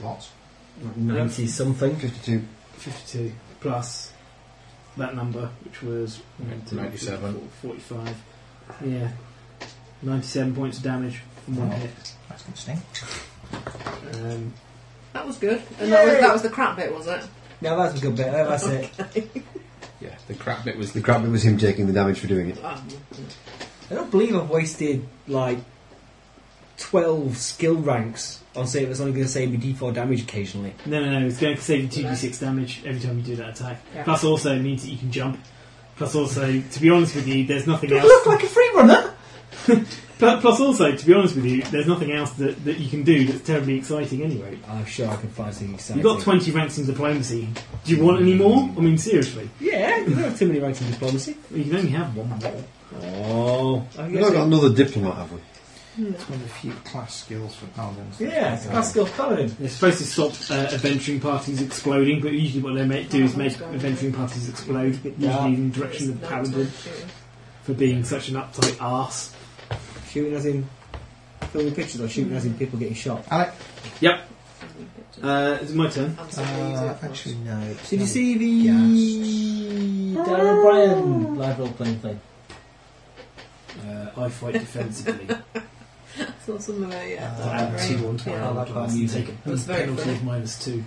S3: Lots.
S2: 90 something.
S7: 52.
S8: 52 plus that number, which was one, two,
S17: 97.
S8: three, four, 45. Yeah. 97 points of damage from one
S3: Wow.
S8: hit.
S3: That's going to sting.
S8: Um,
S5: That was good. And that was,
S2: Yay!
S5: that was the crap bit, was it?
S2: Now that's a good bit. eh? That's it.
S17: Yeah, the crap bit was
S7: The
S17: the
S7: crap bit was him taking the damage for doing it.
S5: Ah,
S2: I don't believe I've wasted like 12 skill ranks on say that's only going to save me d4 damage occasionally.
S8: no, no, no. It's going to save you 2d6 damage every time you do that attack.
S5: Yeah.
S8: Plus, also means that you can jump. Plus, also, to be honest with you,
S2: *laughs*
S8: there's nothing
S2: You
S8: else.
S2: look like a free runner!
S8: Pl- Plus, also, to be honest with you, there's nothing else that, that you can do that's terribly exciting anyway.
S2: I'm Ah, sure I can find something exciting.
S8: You've got 20 ranks in diplomacy. Do you want any more? I mean, seriously.
S2: Yeah, you don't have too many ranks in diplomacy.
S8: You can only have one more.
S2: Oh. I
S7: We've not
S2: guess
S7: got
S2: it,
S7: another diplomat, have we?
S5: Hmm.
S3: It's one of the few class skills for paladins.
S2: yeah, it's a classical paladin.
S8: They're supposed to stop uh, adventuring parties exploding, but usually what they make, do is make adventuring parties explode, usually
S2: Yeah.
S8: in the direction of
S5: it's night
S8: Paladin
S5: time shooting.
S8: for being such an uptight arse.
S2: Shooting as in filming pictures or shooting as in people getting shot.
S3: Alec,
S8: Uh, it's my turn.
S5: I'm sorry, I used
S3: uh,
S5: it for-
S3: actually no. it's
S2: Did you
S3: not-
S2: see the
S3: Yes.
S2: Dara Bryan live role playing thing?
S8: Uh, I fight defensively.
S5: It's not something like, yeah.
S3: Uh,
S5: don't
S8: I add
S5: worry.
S8: two on
S5: Yeah.
S2: I like that
S8: and
S2: music.
S8: take a
S5: That's very
S8: penalty
S5: funny.
S8: of minus two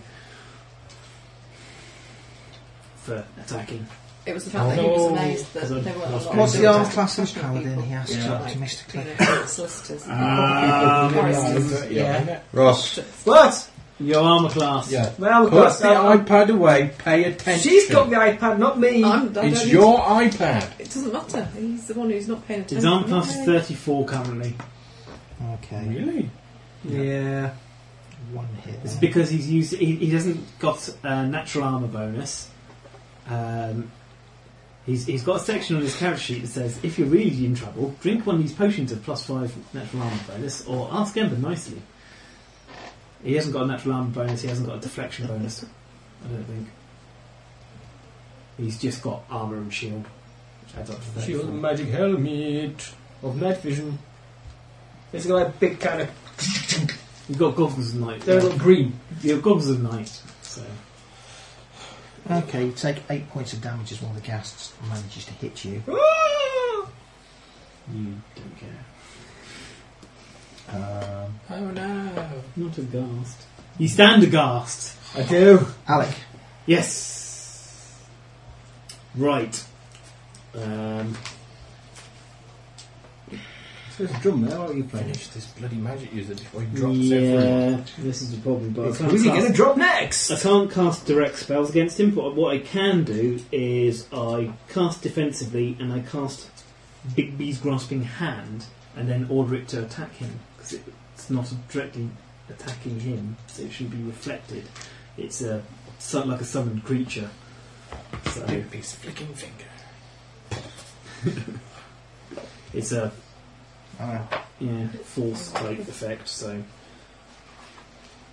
S8: for attacking.
S5: It was the fact that he was amazed that
S8: Because I-
S5: there were a
S8: I was
S5: lot
S8: What's
S3: What's
S5: of
S8: the
S3: the arm
S5: professional
S3: class as
S5: people,
S3: paladin? He asks
S2: Yeah.
S5: You
S3: optimistically.
S5: know, solicitors.
S8: Um,
S4: *laughs*
S5: Foresters.
S2: Yeah.
S12: Ross.
S2: What?
S8: Your armor class.
S17: Yeah.
S2: Well, of
S17: Put
S2: course,
S17: the
S2: I-
S17: iPad away. Pay attention.
S2: she's got the iPad, not me.
S5: I'm, I
S17: It's
S5: don't-
S17: your iPad.
S5: It doesn't matter. He's the one who's not paying attention.
S8: His armor class is
S5: Okay.
S8: 34 currently.
S3: Okay.
S17: Really?
S2: yeah.
S3: One hit.
S8: It's
S3: there.
S8: because he's used. He, he hasn't got a natural armor bonus. Um, he's he's got a section on his character sheet that says, "If you're really in trouble, drink one of these potions of plus five natural armor bonus, or ask Ember nicely." He hasn't got a natural armor bonus. He hasn't got a deflection bonus. I don't think. He's just got armor and shield, which adds up to that.
S2: Shield magic helmet of night vision. It's got a big kind of.
S8: You've got goggles of night.
S2: They look green.
S8: You've got goggles of night. So
S3: Okay, you take eight points of damage as one of the ghasts manages to hit you. You don't care. Um,
S5: Oh no.
S8: Not aghast. You stand aghast.
S2: I do.
S3: Alec.
S8: Yes. Right. Um,
S2: So it's a drum there, what are you playing?
S4: Finish this bloody magic user before he drops everyone.
S8: yeah, this is the problem. But I
S2: Who's
S8: can't
S2: he
S8: cast-
S2: going to drop next?
S8: I can't cast direct spells against him, but what I can do is I cast defensively and I cast Bigby's Grasping Hand and then order it to attack him because it, it's not directly attacking him, so it should be reflected. It's a su- like a summoned creature. So
S4: Bigby's flicking finger.
S8: *laughs* it's a
S3: Uh,
S8: yeah force type effect. So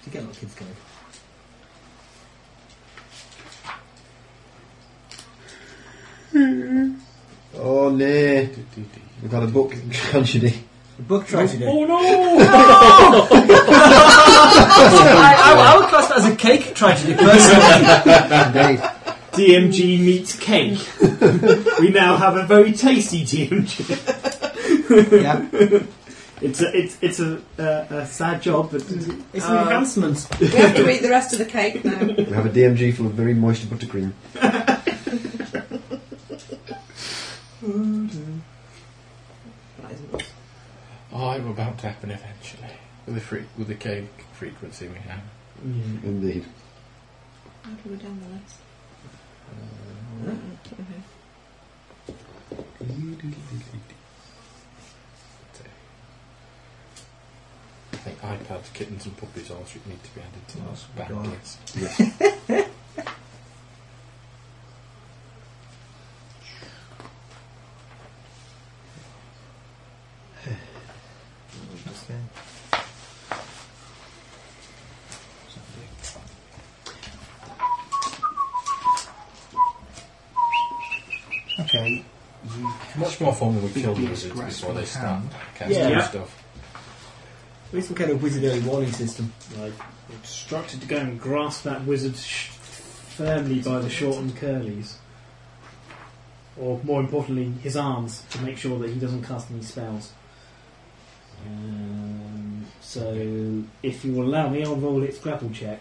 S2: To get little kids *laughs* going.
S7: Oh no! We've got a book *laughs* tragedy.
S2: The book tragedy.
S8: oh no!
S2: I, I, I would class that as a cake tragedy, personally.
S3: Indeed.
S8: DMG meets cake. *laughs* we now have a very tasty DMG.
S3: yeah.
S8: It's a it's it's a, a, a sad job, but it's
S2: it's
S21: Uh,
S2: an enhancement.
S5: We have to eat the rest of the cake
S17: *laughs*
S5: now.
S7: We have a DMG full of very moist buttercream.
S21: That isn't us.
S4: I'm about to happen eventually. With the, fre- with the cake frequency we have.
S7: Indeed.
S5: How do we Mm-hmm. down the list?
S4: I think iPads, kittens, and puppies all should need to be added to those
S3: my
S4: banned
S3: God.
S4: list.
S3: Okay. You
S4: Much more fun when we kill the
S3: Bigby's
S4: wizards before
S3: grasping
S4: they start
S3: hand.
S4: casting
S8: Yeah.
S4: stuff.
S2: We need some kind of wizardry warning system.
S8: like instructed to go and grasp that wizard sh- firmly by the short and curlies, or more importantly, his arms to make sure that he doesn't cast any spells. Um, so, if you will allow me, I'll roll its grapple check.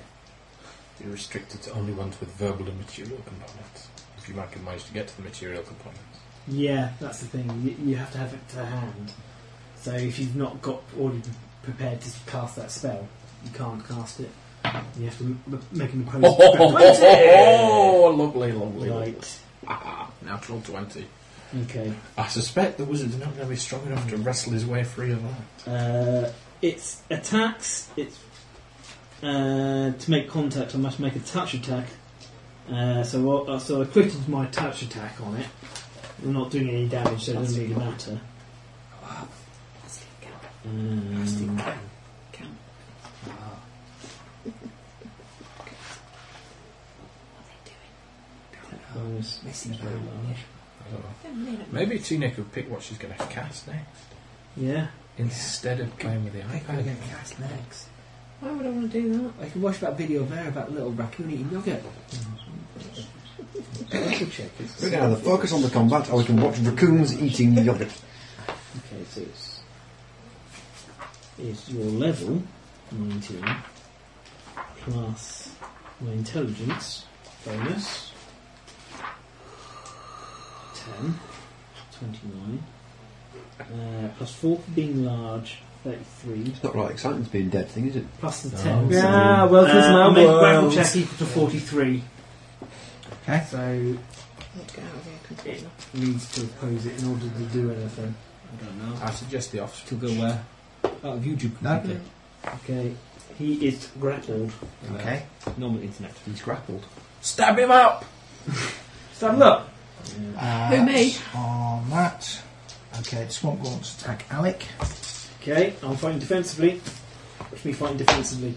S4: You're restricted to only ones with verbal and material components. If you can manage to get to the material components.
S8: Yeah, that's the thing. You, you have to have it to hand. So if you've not got already prepared to cast that spell, you can't cast it. You have to m- m- make an
S4: *laughs* Oh,
S8: opposed.
S4: ho, ho, ho, ho, ho,
S8: grapple-
S4: Oh, lovely, lovely. lovely.
S8: Right.
S4: Ah, natural 20.
S8: Okay.
S4: I suspect the wizard's not going to be strong enough to wrestle his way free of that.
S8: Uh, its attacks. It's uh, to make contact. I must make a touch attack. Uh, so I, uh, so I quitted my touch attack on it. I'm not doing any damage, so it doesn't really matter.
S5: Plastic
S17: Mm.
S5: can.
S8: Um,
S5: Can. What
S2: Oh,
S5: are they doing?
S8: bonus.
S4: Missing I don't know.
S5: They're made of-
S4: Maybe Tina could pick what she's going to cast next.
S8: Yeah.
S4: Instead of playing with the
S2: I
S4: iPad.
S2: can get cast next.
S5: Why would I want to do that?
S2: I can watch that video there about little raccoon eating yogurt.
S3: Double check. It's
S7: We can either focus on the combat or we can watch raccoons eating yogurt.
S8: Okay, so it's, it's your level, 19, plus my intelligence bonus, 10, 29, uh, plus 4 for being large, 33,
S7: It's not right exciting to be in dead thing, is it?
S8: plus the
S4: No.
S8: 10. so-
S2: Yeah, welcome to
S8: uh,
S2: my
S8: I make grapple
S2: world.
S8: check equal to 43.
S3: Okay.
S5: Let's
S8: So
S5: get out of here completely.
S8: needs to oppose it in order to do anything.
S2: I don't know.
S4: I suggest the offspring.
S2: To go where? Out of Oh, YouTube.
S3: No.
S2: completely.
S8: Okay, he is grappled.
S3: Okay.
S2: Uh, Normal internet.
S7: He's grappled.
S4: Stab him
S2: *laughs*
S4: up!
S2: Stand up.
S3: Uh,
S21: Who, me?
S3: On that. Okay, the swamp wants to attack Alec.
S8: Okay, I'm fighting defensively. Watch me fighting defensively.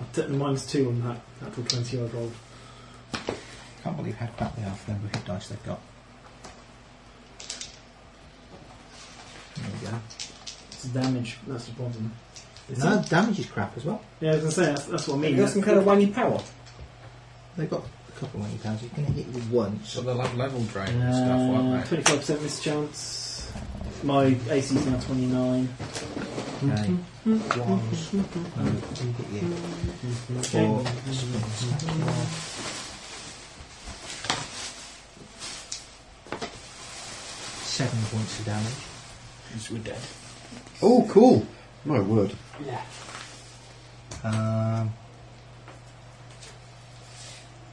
S8: I've taken a minus two on that natural 20 odd roll.
S3: Can't believe how bad they are for them wicked dice they've got. There we go.
S8: It's damage, that's the problem. Is
S3: No,
S8: it?
S3: damage is crap as well.
S8: Yeah, I was going to say, that's, that's what I mean.
S2: You got some kind of wangy power.
S3: They've got couple of hundred pounds. You can hit you once.
S17: So they'll have level drain and stuff
S2: Uh,
S17: like that.
S8: 25% miss chance. My AC is now 29.
S3: Okay. Ones.
S8: Okay.
S3: Four. Seven points of damage.
S17: Because we're dead.
S7: Oh, cool. My word.
S8: Yeah.
S3: Um,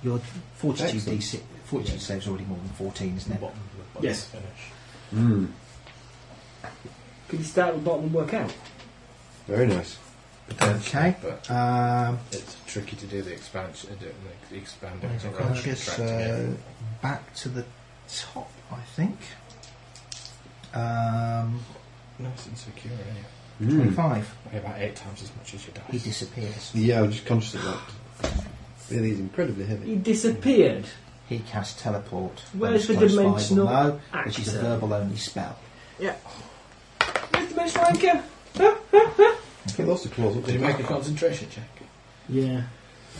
S3: your fortitude
S7: Excellent.
S3: d6, fortitude save's already more than 14, isn't it?
S8: Yes.
S7: Mm,
S2: Could you start at the bottom and work out?
S7: very nice.
S3: Okay.
S17: But
S3: Um,
S17: it's tricky to do the expansion, do the expanding.
S3: Right,
S17: to
S3: okay, I
S17: rather
S3: guess
S17: subtract
S3: uh,
S17: again.
S3: back to the top, I think. Um,
S17: Nice and secure, yeah.
S3: Hmm.
S7: Hmm.
S3: 25.
S17: Weigh about eight times as much as your dice.
S3: He disappears.
S7: Yeah, I'm just conscious of that. Yeah, he's incredibly heavy.
S2: He disappeared.
S3: He casts teleport.
S2: Where's
S3: Those
S2: the
S3: close by will
S2: dimensional
S3: know, Which is uh, a
S2: actor?
S3: verbal only spell.
S5: Yeah.
S2: Where's the best one, Kev?
S7: I think lots of claws up
S17: Did you
S7: there.
S17: make a concentration check?
S8: Yeah.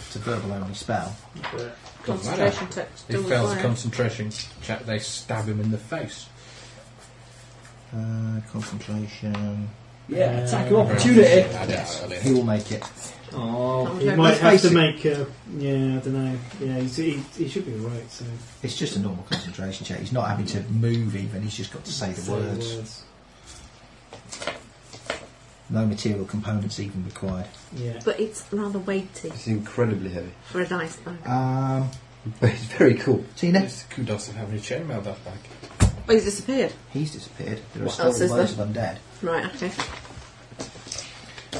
S3: It's a verbal only spell.
S17: Doesn't matter.
S5: Concentration text.
S17: He fails the concentration check, they stab him in the face.
S3: Uh, concentration.
S2: Yeah, attack
S8: Uh,
S2: of opportunity.
S17: I doubt it,
S3: He will make it.
S2: Oh,
S8: He
S5: Okay,
S8: might
S5: let's
S8: have
S3: face
S8: to
S3: it.
S8: make a. Yeah, I don't know. Yeah, he's, he, he should be right, so.
S3: It's just a normal concentration check. He's not having to move even. He's just got to say the
S8: Say
S3: words.
S8: words.
S3: No material components even required.
S8: Yeah.
S5: But it's rather weighty
S7: It's incredibly heavy. *laughs*
S5: for a dice bag.
S3: Um,
S7: But it's very cool.
S3: Tina,
S17: It's kudos of having a chainmail that bag.
S5: But Oh, he's disappeared.
S3: he's disappeared. There are
S5: What
S3: still
S5: else is
S3: loads of undead.
S5: Right, okay.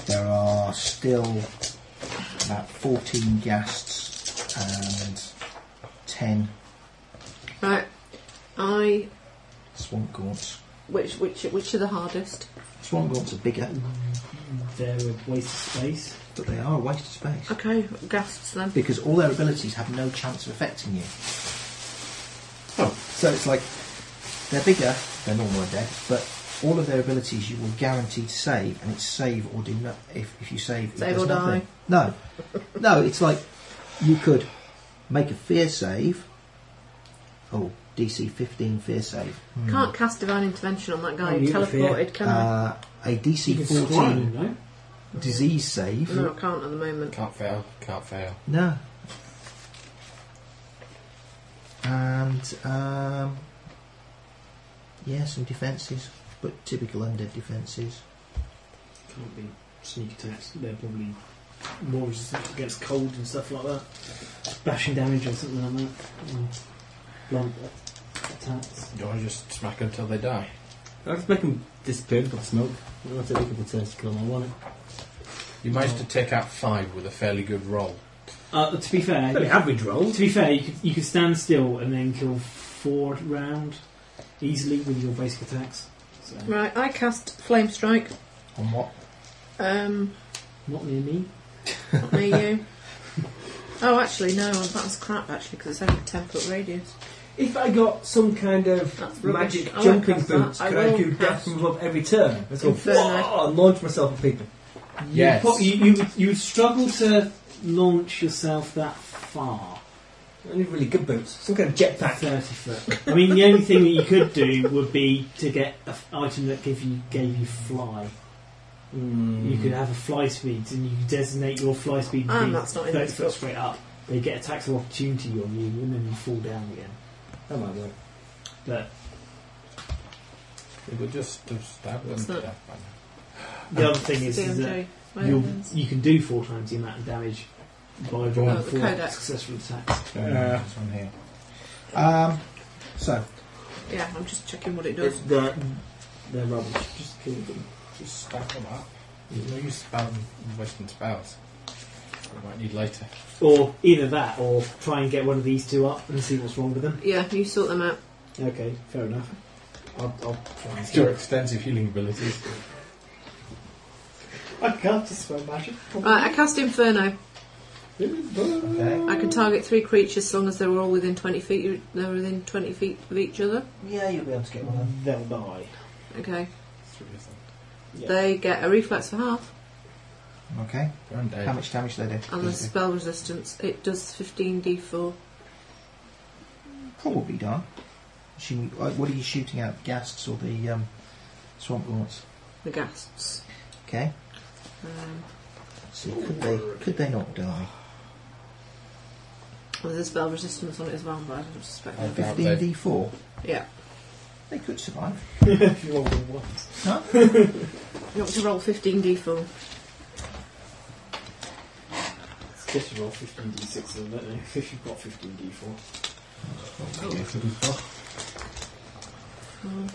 S3: There are still about 14 ghasts and 10
S5: Right. I.
S3: swamp gaunts.
S5: Which which which are the hardest?
S3: Swamp gaunts are bigger,
S8: They're a waste of space.
S3: but they are a waste of space.
S5: Okay, ghasts then.
S3: Because all their abilities have no chance of affecting you. So it's like they're bigger than normal undead, but all of their abilities you will guarantee to save, and it's save or do not. If, if you save, it
S5: Save
S3: does
S5: or die.
S3: nothing. No, no, it's like you could make a fear save. Oh, DC 15 fear save. Hmm.
S5: Can't cast divine intervention on that guy
S2: Oh,
S5: who
S2: you can fear.
S5: teleported, can I?
S3: Uh, a
S8: You
S3: DC
S8: can
S3: 14
S8: scry, no?
S3: disease save.
S5: No, I can't at the moment.
S17: Can't fail, can't fail.
S3: No. And um, yeah, some defences, but typical undead defences.
S8: Can't be sneak attacks. They're probably more resistant against cold and stuff like that. Bashing damage or something like that. Mm. Blunt attacks.
S17: Do I just smack until they die?
S2: I'll just make him disappear with smoke. I'll take a couple of turns to kill him. I want it.
S17: You managed to take out five with a fairly good roll.
S8: Uh, to be fair,
S2: Fairly average roll.
S8: to be fair, you could, you could stand still and then kill four round easily with your basic attacks. So,
S5: Right, I cast flame strike.
S3: On what?
S5: Um,
S8: not near me.
S5: not near
S8: *laughs*
S5: you. Oh, actually, no. That was crap. Actually, because it's only ten foot radius.
S2: If I got some kind
S5: That's
S2: of
S5: rubbish.
S2: magic
S5: I won't
S2: jumping
S5: cast that.
S2: boots,
S5: I
S2: could I
S5: will
S2: do death
S5: cast
S2: from above every turn? Let's go,
S5: Inferno.
S2: "Whoa," and launch myself at people.
S17: Yes.
S8: You, po- you, you, would- you would struggle to launch yourself that far.
S2: I need really good boots. Some kind of jetpack.
S8: 30 foot. I mean, the only thing that you could do
S5: *laughs*
S8: would be to get an item that give you, gave you fly. You could have a fly speed, and you could designate your fly speed
S5: Ah,
S8: being
S5: that's not in
S8: 30
S5: the
S8: foot straight up. They get a tax of opportunity on you, and then you fall down again.
S2: That might work.
S8: But
S17: They would just have stabbed them
S5: What's
S17: to
S5: that?
S17: death by now.
S8: the other thing is, is that
S5: DMJ.
S8: you'll,
S5: weapons.
S8: you can do four times the amount of damage by rolling
S5: the
S8: four
S5: codex.
S8: successful attacks.
S3: Uh, this one here. Um, so
S5: Yeah, I'm just checking what it
S2: It's
S5: does.
S2: they're, they're rubbish. Just kill them.
S17: Just stack them up. There's no use spelling, wasting spells. We might need later.
S8: Or either that, or try and get one of these two up and see what's wrong with them.
S5: Yeah, you sort them out.
S8: Okay, fair enough. I'll, I'll try and
S17: Your extensive healing abilities.
S10: I can't dispel magic.
S5: Right, I cast inferno.
S3: okay.
S5: I can target three creatures as long as they're all within twenty feet. They're within twenty feet of each other.
S3: yeah, you'll be able to get one. of them.
S8: They'll die.
S5: Okay.
S17: Three of them.
S8: Yeah.
S5: They get a reflex for half
S3: Okay.
S17: They're undead.
S3: How much damage do they do?
S5: and the spell resistance. It does fifteen d4.
S3: Probably done. She, uh, what are you shooting at? Gasts or the um, swamp lords?
S5: The ghasts.
S3: Okay.
S5: Um,
S3: See, could they could they not die?
S5: well, there's spell resistance on it as well, but I don't suspect
S3: Oh,
S5: they'll be-
S3: Fifteen d four.
S5: Yeah.
S3: They could survive.
S22: if you roll them once.
S3: Huh?
S5: You want to roll 15d4.
S23: It's just roll 15d6, isn't it? If you've got 15d4.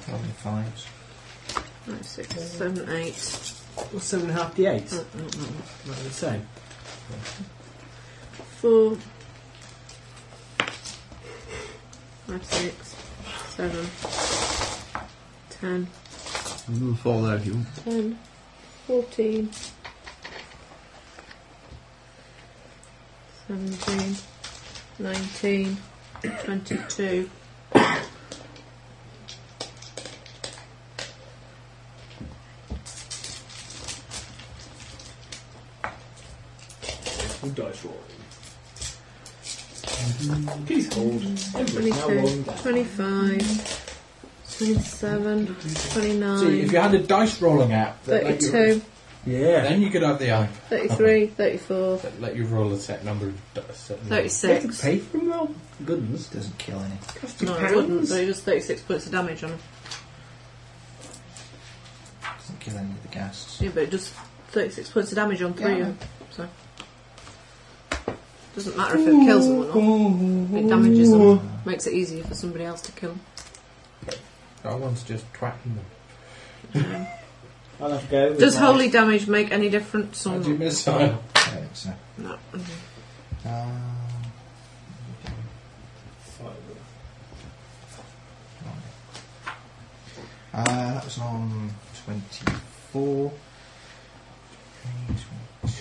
S3: Probably fives.
S5: Five, six, seven, eight.
S2: What's seven and a half d8?
S5: Mm, mm, mm.
S2: Not the same.
S5: Four. Five, six, seven, ten,
S7: We'll fall there if you want.
S5: ten, fourteen, seventeen, nineteen, twenty-two.
S23: Who dice rolling? Please hold. Every now
S5: 22,
S23: and
S5: 25, 27, 29,
S4: See, if you had a dice rolling app, that let you-
S5: 32,
S4: yeah, then you could have the eye.
S5: 33, 34,
S4: That let you roll a set number of dice. set number.
S5: 36.
S2: Pay for them though? Goodness.
S3: Doesn't kill any.
S5: No, it wouldn't. So it was 36 points of damage on him.
S3: Doesn't kill any of the gasts.
S5: Yeah, but it does 36 points of damage on three
S3: Yeah.
S5: of them. So. Doesn't matter if it kills them or not. It damages them. Makes it easier for somebody else to kill
S4: That one's just twatting them.
S5: them.
S2: I'll have to go. with
S5: does
S2: my-
S5: holy damage make any difference? Or
S4: How'd you
S5: not?
S4: miss that?
S3: I think so.
S5: No. Mhm.
S3: Um, Uh, that was on 24.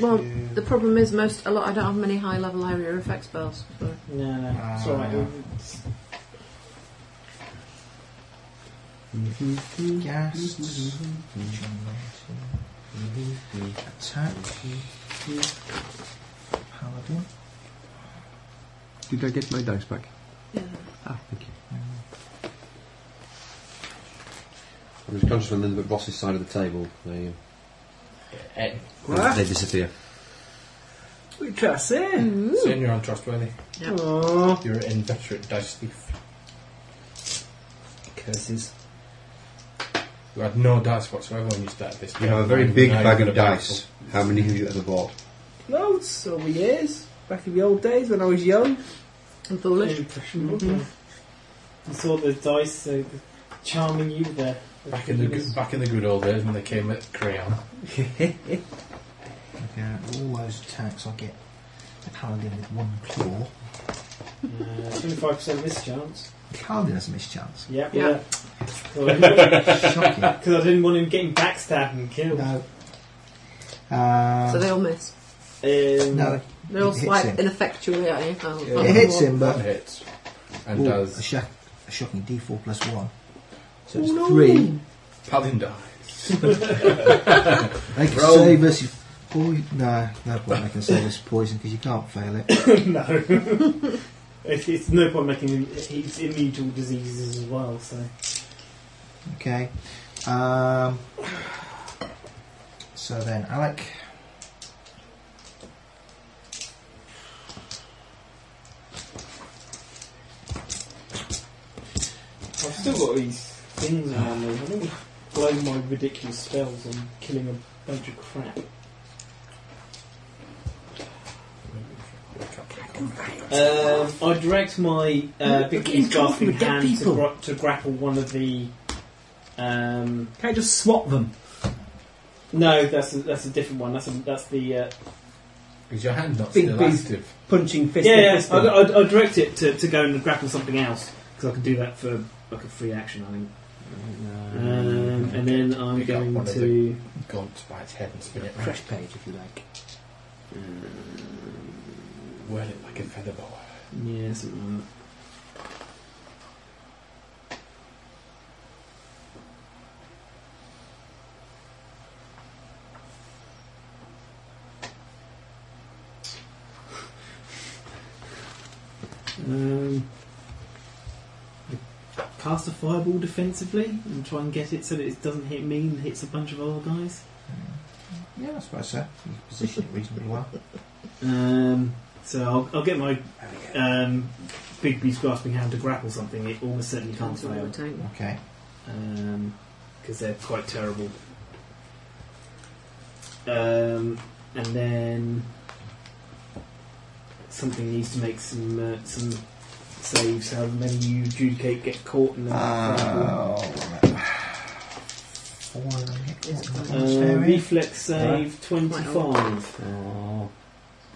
S5: Well, the problem is most a lot. I don't have many high level area effect spells. So.
S2: No, no. It's
S3: Ah.
S2: alright.
S3: Mm-hmm. Gasts. Mm-hmm. Attack. Paladin.
S7: Did I get my dice back?
S5: Yeah.
S7: Ah, thank you. I was conscious when they were at Ross's side of the table. They,
S4: Eh,
S2: What?
S7: they disappear.
S2: What can I say?
S4: Saying you're untrustworthy.
S5: Yep.
S2: Aw.
S4: You're an inveterate dice thief.
S2: Curses.
S4: You had no dice whatsoever when you started this
S7: You
S4: game.
S7: have a very big
S4: Now you've
S7: bag
S4: got
S7: of
S4: a bag
S7: dice. How many have you ever bought?
S2: Loads over years. Back in the old days when I was young. Mm-hmm.
S5: And foolish.
S2: Impressionable.
S8: I saw the dice, uh, the charming you there.
S4: full. Back in the good, back in the good old days when they came at crayon.
S3: Okay, all those attacks I get the paladin with one claw.
S8: uh, Twenty-five percent mischance.
S3: The paladin has a mischance.
S8: Yep.
S5: Yeah.
S8: Yeah. Because
S3: Shocking.
S8: I didn't want him getting backstabbed and killed.
S3: No. Um,
S5: So they all miss.
S8: Um,
S3: no,
S5: They all
S3: It hits
S5: swipe
S3: him.
S5: ineffectually at you. Oh,
S4: Yeah.
S5: oh,
S3: it hits him,
S4: That
S3: but
S4: hits. And
S3: Ooh, a,
S4: does.
S3: shock, a shocking D4 plus one. So it's
S2: Oh, no.
S3: three.
S4: Paladin die.
S3: They can
S4: Roll.
S3: save us. If poi- no, no point making save us poison because you can't fail it.
S8: *laughs* no. *laughs* it's, it's no point making him. He's immune to all diseases as well. So
S3: Okay. Um, so then, Alec.
S8: I've still got these things around me. I think I've blown my ridiculous spells on killing a bunch of crap. Um, I direct my uh, big
S2: Begin
S8: use grasping
S2: talking to
S8: hand to,
S2: people.
S8: gra- to grapple one of the. Um,
S2: Can I just swap them?
S8: no, that's a, that's a different one. That's a, that's the uh,
S4: Is your hand not
S2: Big
S4: still
S2: beast.
S4: active?
S2: Punching fist
S8: yeah.
S2: in
S8: yeah
S2: fist
S8: I,
S2: in.
S8: I, I direct it to, to go and grapple something else because I can do that for like a free action. I think. Um, and then I'm
S4: Pick up
S8: going
S4: one of
S8: to.
S4: Gaunt by its head and spin it round. Um,
S23: Fresh page, if you like.
S4: Whirl it like a feather boa.
S8: Yeah, something like that. Um, cast a fireball defensively and try and get it so that it doesn't hit me and hits a bunch of other guys?
S3: Yeah, I suppose so. You position it reasonably well.
S8: Um, so I'll, I'll get my um, Bigby's grasping hand to grapple something. It almost certainly can't
S5: Can't
S8: fail.
S5: overtake.
S3: Okay.
S8: Because they're quite terrible. Um, and then something needs to make some uh, some saves. However many you adjudicate get caught and then
S3: Ah.
S8: grapple. Uh, reflex save twenty five.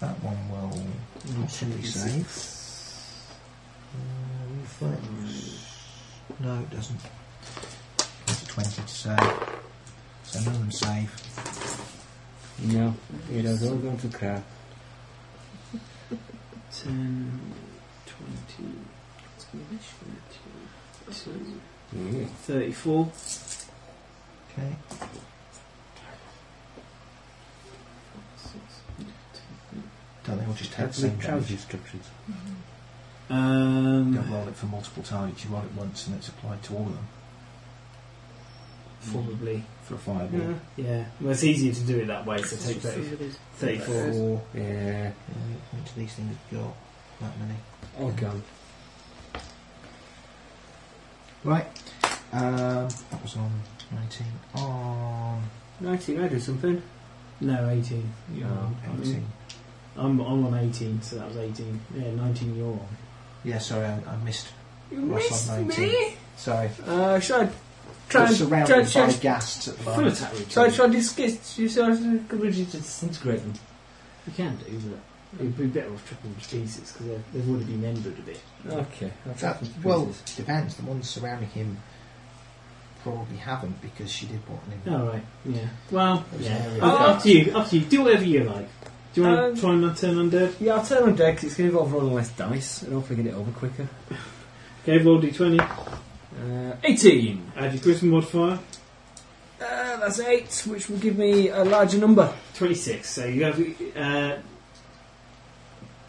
S3: That one will possibly save. Uh, reflex. No, it doesn't. It's a 20 to save. So none of them save.
S24: No, it has all gone to crap.
S8: 10, 20,
S24: Mm.
S8: 34.
S3: Okay. Don't they all just have the same damage?
S24: instructions.
S8: Um,
S3: Don't roll it for multiple targets. You roll it once and it's applied to all of them
S8: Probably.
S3: for a fireball.
S8: Yeah. yeah. Well, it's easier to do it that way, so
S5: That's
S8: take
S5: what
S8: 30,
S5: somebody's-
S8: 34.
S24: Yeah.
S3: How much of these things have got? That many.
S24: All gone.
S3: Right. Um, that was on 19. On
S8: 19, I do something. No, 18.
S3: Yeah,
S8: Um, I'm-
S3: 18.
S8: I'm, I'm on 18, so that was 18. Yeah, 19 you're on.
S3: Yeah, sorry, I, I missed.
S2: You
S3: Ross
S2: missed
S3: on 19.
S2: me?
S3: Sorry.
S2: Uh, should I try
S3: We're
S2: and
S3: surrounded
S2: try,
S3: by
S2: try,
S3: ghasts at the
S2: full
S3: moment.
S2: attack? Should I try and discuss? You said I could really just disintegrate them.
S8: You can do, but it'd be better off triple pieces because they've already been embered a bit.
S24: Okay. I've
S3: That,
S24: got
S3: Uh, well,
S24: pieces.
S3: depends. The ones surrounding him probably haven't because she did Uh, what an
S8: All right. Yeah. Well,
S3: It was
S8: yeah.
S3: an area.
S8: Up, up to you. Up to you. Do whatever you like. Do you want
S24: Um,
S8: to try and not turn undead?
S24: Yeah, I'll turn on deck 'cause it's going to involve rolling less dice and hopefully get it over quicker.
S8: Okay, roll d20.
S24: Uh, 18!
S8: Add your charisma modifier.
S2: Uh, that's eight, which will give me a larger number.
S8: 26. So you have. Uh,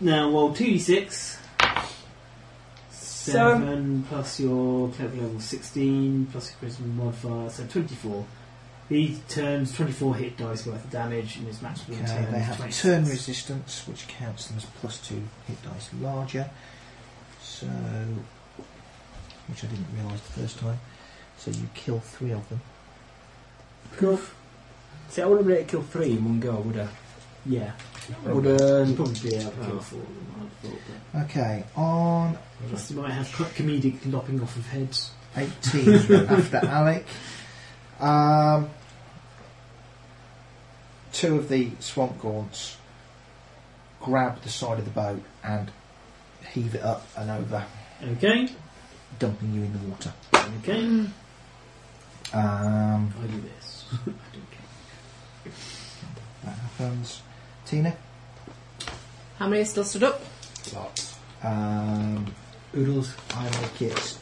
S8: now roll 2d6. 7 plus your clever level 16 plus your charisma modifier, so 24. He turns 24 hit dice worth of damage and is matched with
S3: Okay,
S8: turn.
S3: they have
S8: 26.
S3: turn resistance, which counts them as plus two hit dice larger. So, which I didn't realise the first time. So you kill three of them.
S24: Cool. See, I wouldn't be able to kill three in one go, would I?
S8: Yeah.
S24: Would,
S2: uh,
S8: You'd
S24: um,
S8: probably be able to kill
S24: Oh.
S8: four of them, I thought. but-
S3: Okay, on
S8: Plus, you might have co- comedic lopping off of heads.
S3: 18
S2: *laughs*
S3: after Alec. Um, two of the swamp gaunts grab the side of the boat and heave it up and over,
S8: Okay,
S3: dumping you in the water.
S8: okay.
S5: Mm.
S3: Um,
S8: I do this. I don't care.
S3: that happens. Tina?
S5: How many are still stood up?
S17: Lots.
S3: Um,
S24: Oodles.
S3: I make it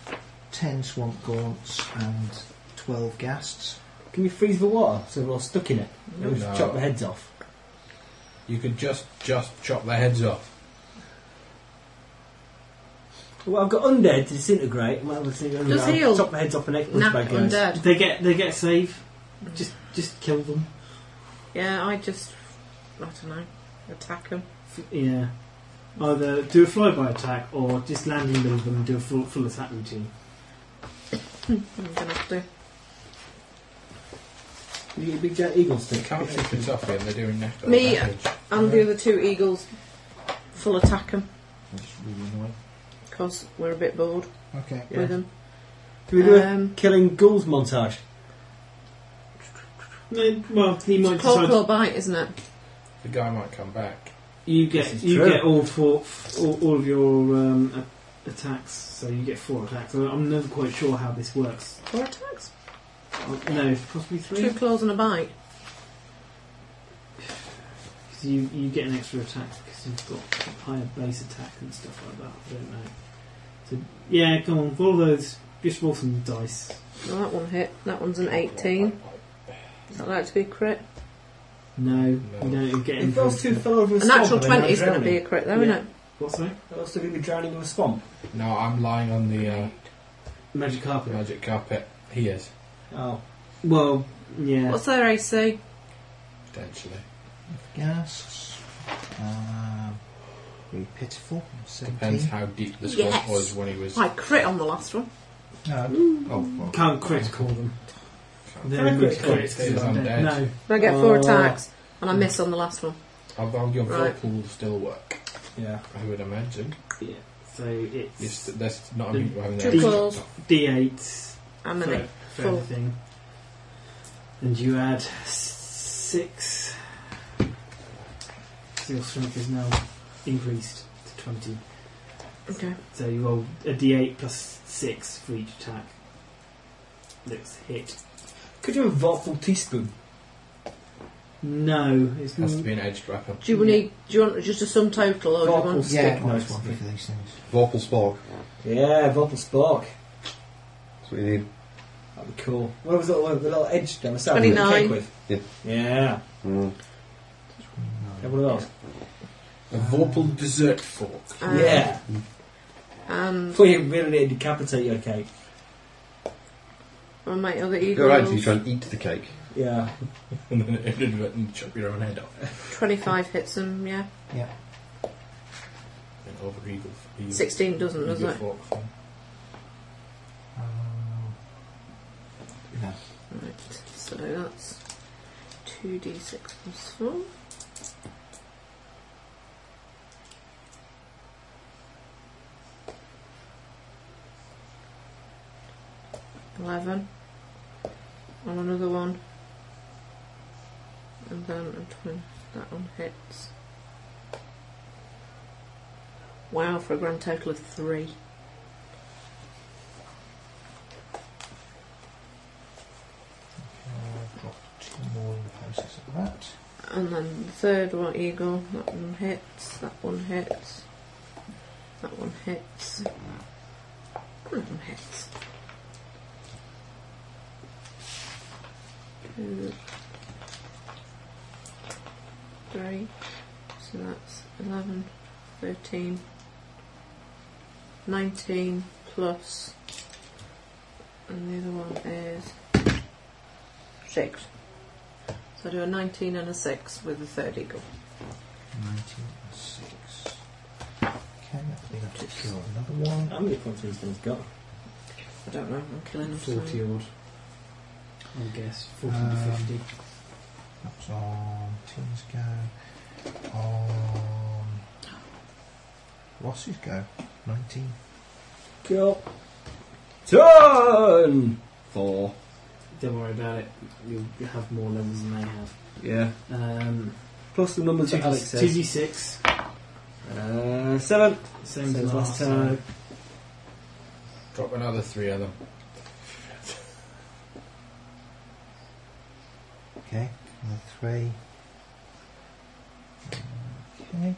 S3: 10 swamp gaunts and 12 ghasts.
S2: Can we freeze the water so we're all stuck in it?
S17: No.
S2: And we chop the heads off.
S17: You could just just chop their heads off.
S2: Well, I've got undead to disintegrate. and Well, I'll disintegrate
S5: Does
S2: I'll
S5: heal.
S2: Chop the heads off and neck push
S5: Nap
S2: back guys.
S5: undead.
S8: They get they get a save. Just just kill them.
S5: Yeah, I just. I don't know. Attack them.
S8: Yeah. Either do a flyby attack or just land in the middle of them and do a full, full attack routine.
S5: I'm gonna have to.
S2: You get a big giant eagle
S17: They
S2: stick.
S17: can't take it off him, they're doing neck
S5: Me- uh,
S17: damage.
S5: And the other two eagles, full attack them,
S3: Which is really annoying.
S5: because we're a bit bored
S3: Okay.
S2: Yeah.
S5: with them.
S2: Do we do
S5: Um,
S2: a killing ghouls montage?
S8: No, well, he might
S5: It's claw,
S8: decide
S5: claw bite, isn't it?
S17: The guy might come back.
S8: you
S2: This
S8: get
S2: is
S8: you
S2: true.
S8: get all four all, all of your um, a- attacks. So you get four attacks. I- I'm never quite sure how this works.
S5: Four attacks?
S8: Uh, No, possibly
S5: Two
S8: three.
S5: claws and a bite.
S8: 'Cause you you get an extra attack because you've got a higher base attack and stuff like that. I don't know. So yeah, come on, roll those. Just roll some dice.
S5: Well, that one hit. That one's an 18. Is that likely to be a crit?
S8: No, you don't get
S2: If
S8: anything.
S2: those two fell over a
S5: A
S2: swamp,
S5: natural
S2: are they not
S5: 20 is going to
S2: drowning?
S5: be a crit, though,
S8: Yeah.
S5: isn't it?
S8: What's that?
S2: They're also going to be drowning in a swamp.
S17: No, I'm lying on the. Uh,
S2: Magic carpet.
S4: Magic carpet. He is
S2: Oh. Well, yeah.
S5: What's their AC?
S4: potentially.
S3: Gasps. Um, really pitiful. 17.
S4: Depends how deep the squad
S5: Yes.
S4: was when he was.
S5: I crit on the last one.
S3: No. Oh, well.
S2: Can't critical them. They're
S4: Can't
S2: good
S4: critical. They're undead.
S2: No.
S5: I get four
S2: Uh,
S5: attacks, and I miss on the last one.
S4: I've found your right.
S5: Right.
S4: pool will still work.
S2: Yeah.
S4: I would imagine.
S2: Yeah. So it's.
S4: It's, that's not
S2: The-
S4: a people having
S5: Two
S4: their
S5: calls.
S2: D8
S5: I'm
S2: for,
S5: in it.
S2: for
S5: Full.
S2: everything. And you add s- six. So your strength is now increased to 20.
S5: Okay.
S2: So you roll a d8 plus 6 for each attack. That's hit.
S8: Could you have a thoughtful teaspoon?
S2: No, it's
S4: Has to
S2: n-
S4: be an edged weapon.
S5: Do you need? Do you want just a sum total, or do you want?
S3: Yeah, nice one for these things.
S7: Vorpal Spork.
S8: Yeah, Vorpal Spork.
S7: That's what you need.
S8: That'd be cool. What was that little, the little edge down the side?
S5: 29.
S8: Cake with?
S7: Yeah.
S8: Yeah.
S7: Mm.
S8: Have one of those.
S4: A Vorpal dessert fork.
S17: *laughs*
S5: Um,
S8: yeah.
S5: And
S8: Before you really need to decapitate your cake.
S5: my mate, other
S7: Go
S5: evil
S7: right until
S5: rolls.
S7: you try and eat the cake.
S8: Yeah.
S4: and then
S17: "Mm,
S4: inadvertently chop your own head off.
S5: 25 hits him, yeah.
S4: An over eagle. eagle-
S5: 16 doesn't,
S4: eagle
S5: does it?
S4: fork thing.
S3: Uh, No.
S5: Right, so that's 2d6 plus 4. Eleven, and another one, and then a twin. That one hits. Wow, for a grand total of three.
S3: Uh, drop two more in the process of that.
S5: And then the third one, Eagle, that one hits, that one hits, that one hits, and that one hits. Two, three, so that's 11, 13, 19 plus, and the other one is 6. So I do a 19 and a 6 with the third eagle.
S3: 19 and 6. Okay, that'll be enough to kill another one.
S8: How many points these things got?
S5: I don't know, I'm killing them.
S2: 40 odd. I guess. 40
S3: Um,
S2: to 50.
S3: That's on Tim's go. On Ross's go. 19.
S8: Cool. Turn!
S7: Four.
S2: Don't worry about it. You'll have more levels than they have.
S7: Yeah.
S2: Um,
S8: Plus the numbers that Alex says.
S2: 2d6.
S8: Uh, seven.
S2: Same
S8: Says
S2: as last
S8: last
S2: time.
S8: time.
S4: Drop another three of them.
S3: Okay, and three. Okay.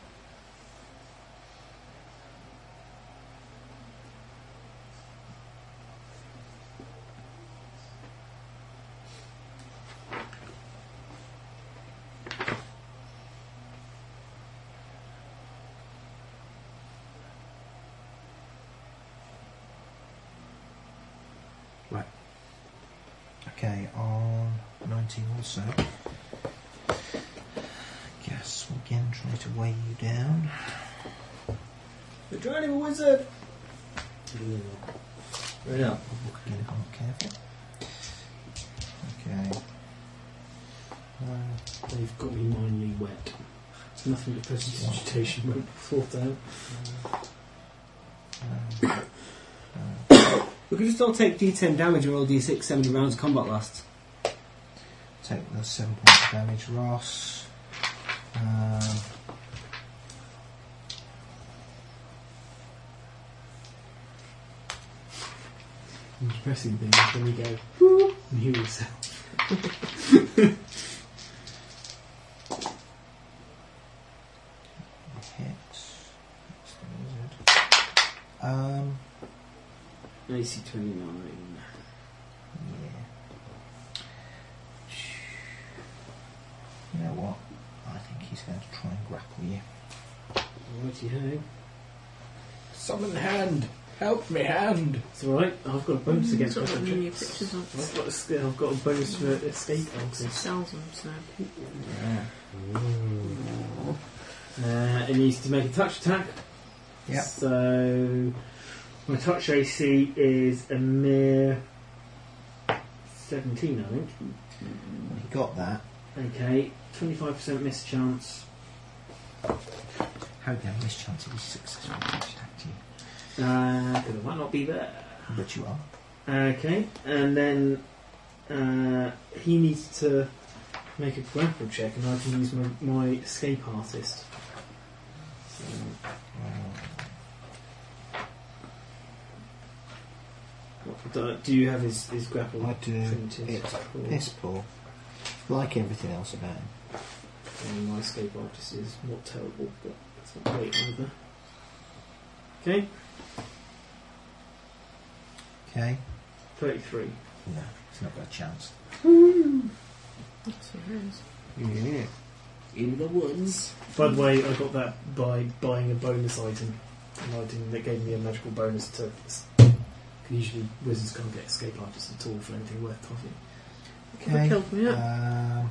S25: Right.
S3: Okay, on 19 also. Gas will again try to weigh you down.
S8: The Drowning Wizard! Right now.
S3: Look again if I'm not careful. Okay. Uh,
S2: They've got me mildly wet. It's nothing but prestidigitation won't sort out.
S3: uh,
S8: We could just all take D10 damage and roll D6 70 rounds of combat lasts.
S3: take the 7 points of damage, Ross. Um,
S2: The depressing thing is when we go, "Woo," and heal yourself.
S3: hit. That's the wizard. Um,
S2: AC 29.
S3: Yeah. You know what? I think he's going to try and grapple you.
S2: Righty ho.
S4: Summon hand.
S17: Help me hand.
S8: It's all right. I've got a bonus
S5: Mm,
S8: against
S5: it's got
S8: weapon
S5: new
S8: checks.
S5: pictures on it.
S8: I've got a skill. I've got a bonus for escape artist.
S5: Sells them, so.
S8: Uh, it needs to make a touch attack.
S3: Yep.
S8: So my touch AC is a mere seventeen, I think.
S3: You got that.
S8: Okay, twenty-five percent miss chance.
S3: How dare miss chance it was successful to attack you?
S8: Uh, 'cause I might not be there.
S3: But you are.
S8: Okay, and then uh, he needs to make a grapple check, and I can use my, my escape artist. So,
S3: Uh,
S8: what, do, do you have his, his grapple?
S3: I do.
S8: printed?
S3: It's
S8: Cool.
S3: piss poor. Like everything else about him.
S8: And my escape artist is not terrible, but it's not great either. Okay,
S3: Okay?
S8: 33.
S3: No, it's not got a chance.
S5: That's what it is.
S3: Yeah.
S8: In the woods. By the way, I got that by buying a bonus item. An item that gave me a magical bonus to. 'cause Usually, wizards can't get escape artists at all for anything worth profit.
S3: Okay.
S5: Killed me
S8: Uh,
S5: up.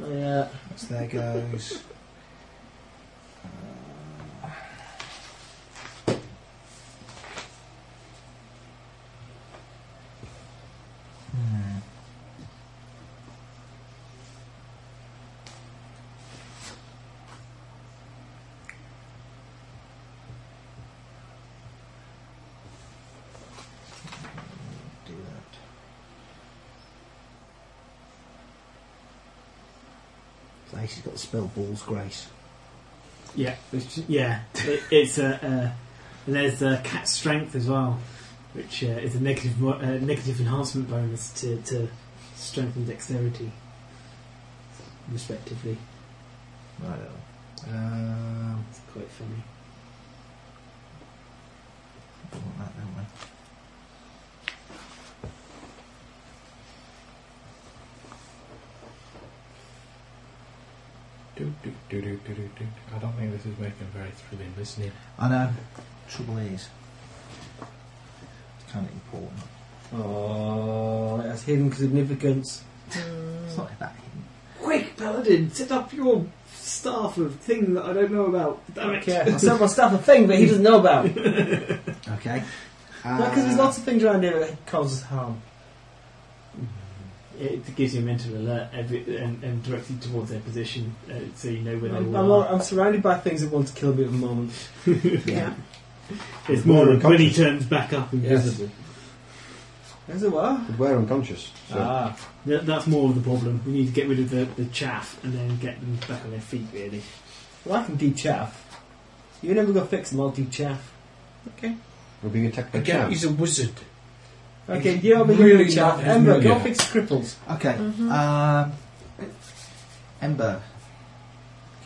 S3: Um,
S8: Yeah.
S3: so there goes. Hmm. Do that. So Ace has got the spell Ball's Grace.
S8: Yeah, which, yeah. It, it's a. Uh, there's a cat strength as well, which uh, is a negative mo- uh, negative enhancement bonus to, to strength and dexterity, respectively.
S3: Right. Um,
S8: It's quite funny.
S3: we want that, don't we?
S17: Do, do, do, do, do, do, do. I don't think this is making very thrilling listening.
S3: I know. Trouble is, it's kind of important.
S2: Oh, that's hidden significance.
S3: It's not that hidden.
S8: Quick, paladin, set up your staff of thing that I don't know about. Damn it!
S2: Okay, I sent my staff a thing that he doesn't know *laughs* about. Because
S3: Okay. Uh,
S2: there's lots of things around here that causes harm.
S8: It gives you a mental alert every, and, and directs you towards their position, uh, so you know where they
S2: I'm,
S8: all
S2: I'm,
S8: are.
S2: all- I'm surrounded by things that want to kill me at the moment.
S3: yeah.
S8: It's
S7: More
S8: more like when he
S7: unconscious.
S8: turns back up invisible.
S2: As it were.
S7: We're unconscious. So.
S2: Ah.
S8: Th- that's more of the problem. We need to get rid of the, the chaff and then get them back on their feet, really.
S2: Well, I can de-chaff. You never go fix them, I'll de-chaff.
S7: We're being attacked by
S17: Again,
S7: chance.
S17: he's a wizard.
S2: Okay,
S17: It's
S2: you over here
S17: really
S2: really chaff.
S17: not as
S2: Ember, go
S17: familiar.
S2: fix cripples.
S3: Okay.
S2: Mm-hmm.
S5: Mm-hmm.
S8: Uh,
S3: Um, Ember,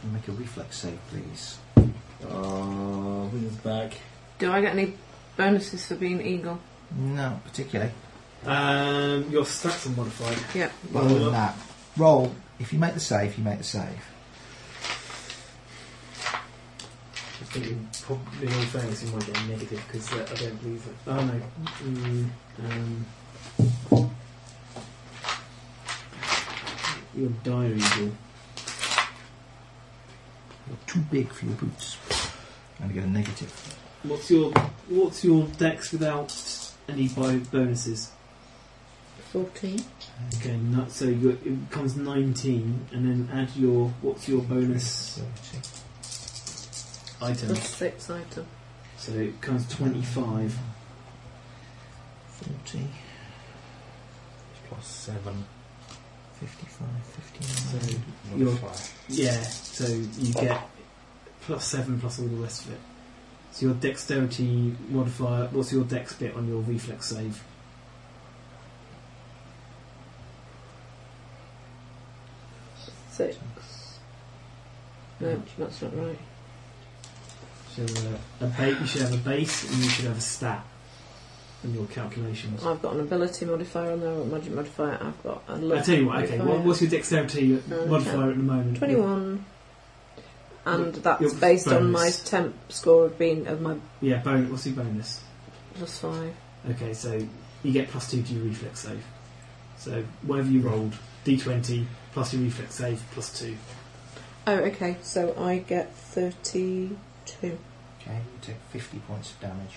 S3: can you make a reflex save, please?
S2: Oh, wizard's back.
S5: Do I get any bonuses for being eagle?
S3: No, particularly.
S8: Um, your stats are modified.
S5: Yep.
S3: Other
S2: uh,
S3: than that, roll. If you make the save, you make the save.
S8: I think in, prob- in all fairness, you might get a negative because uh, I don't believe it. Oh no. Mm, um, your diary will.
S3: You're too big for your boots. And you get a negative.
S8: What's your What's your dex without any bio bonuses?
S5: 14.
S8: Okay, no, so you it becomes 19, and then add your what's your bonus item?
S5: Plus 6 item.
S8: So it becomes 25.
S3: 40,
S17: plus seven.
S3: 55, 59.
S8: So
S17: Modify.
S8: yeah, so you get plus seven plus all the rest of it. So your dexterity modifier. What's your dex bit on your reflex save?
S5: Six. No, that's not right.
S8: So uh, a ba- you should have a base and you should have a stat in your calculations.
S5: I've got an ability modifier on there, a magic modifier. I've got a
S8: I
S5: luck
S8: tell you what. Okay,
S5: modifier.
S8: what, what's your dexterity
S5: Uh,
S8: modifier at the moment?
S5: 21. And that's
S8: your
S5: based on my
S8: bonus.
S5: temp score of being of my
S8: Yeah, bonus. What's your bonus?
S5: plus five.
S8: Okay, so you get plus two to your reflex save. So whatever you rolled, d20 plus your reflex save plus two.
S5: Oh, okay. So I get thirty-two
S3: Okay, you take 50 points of damage.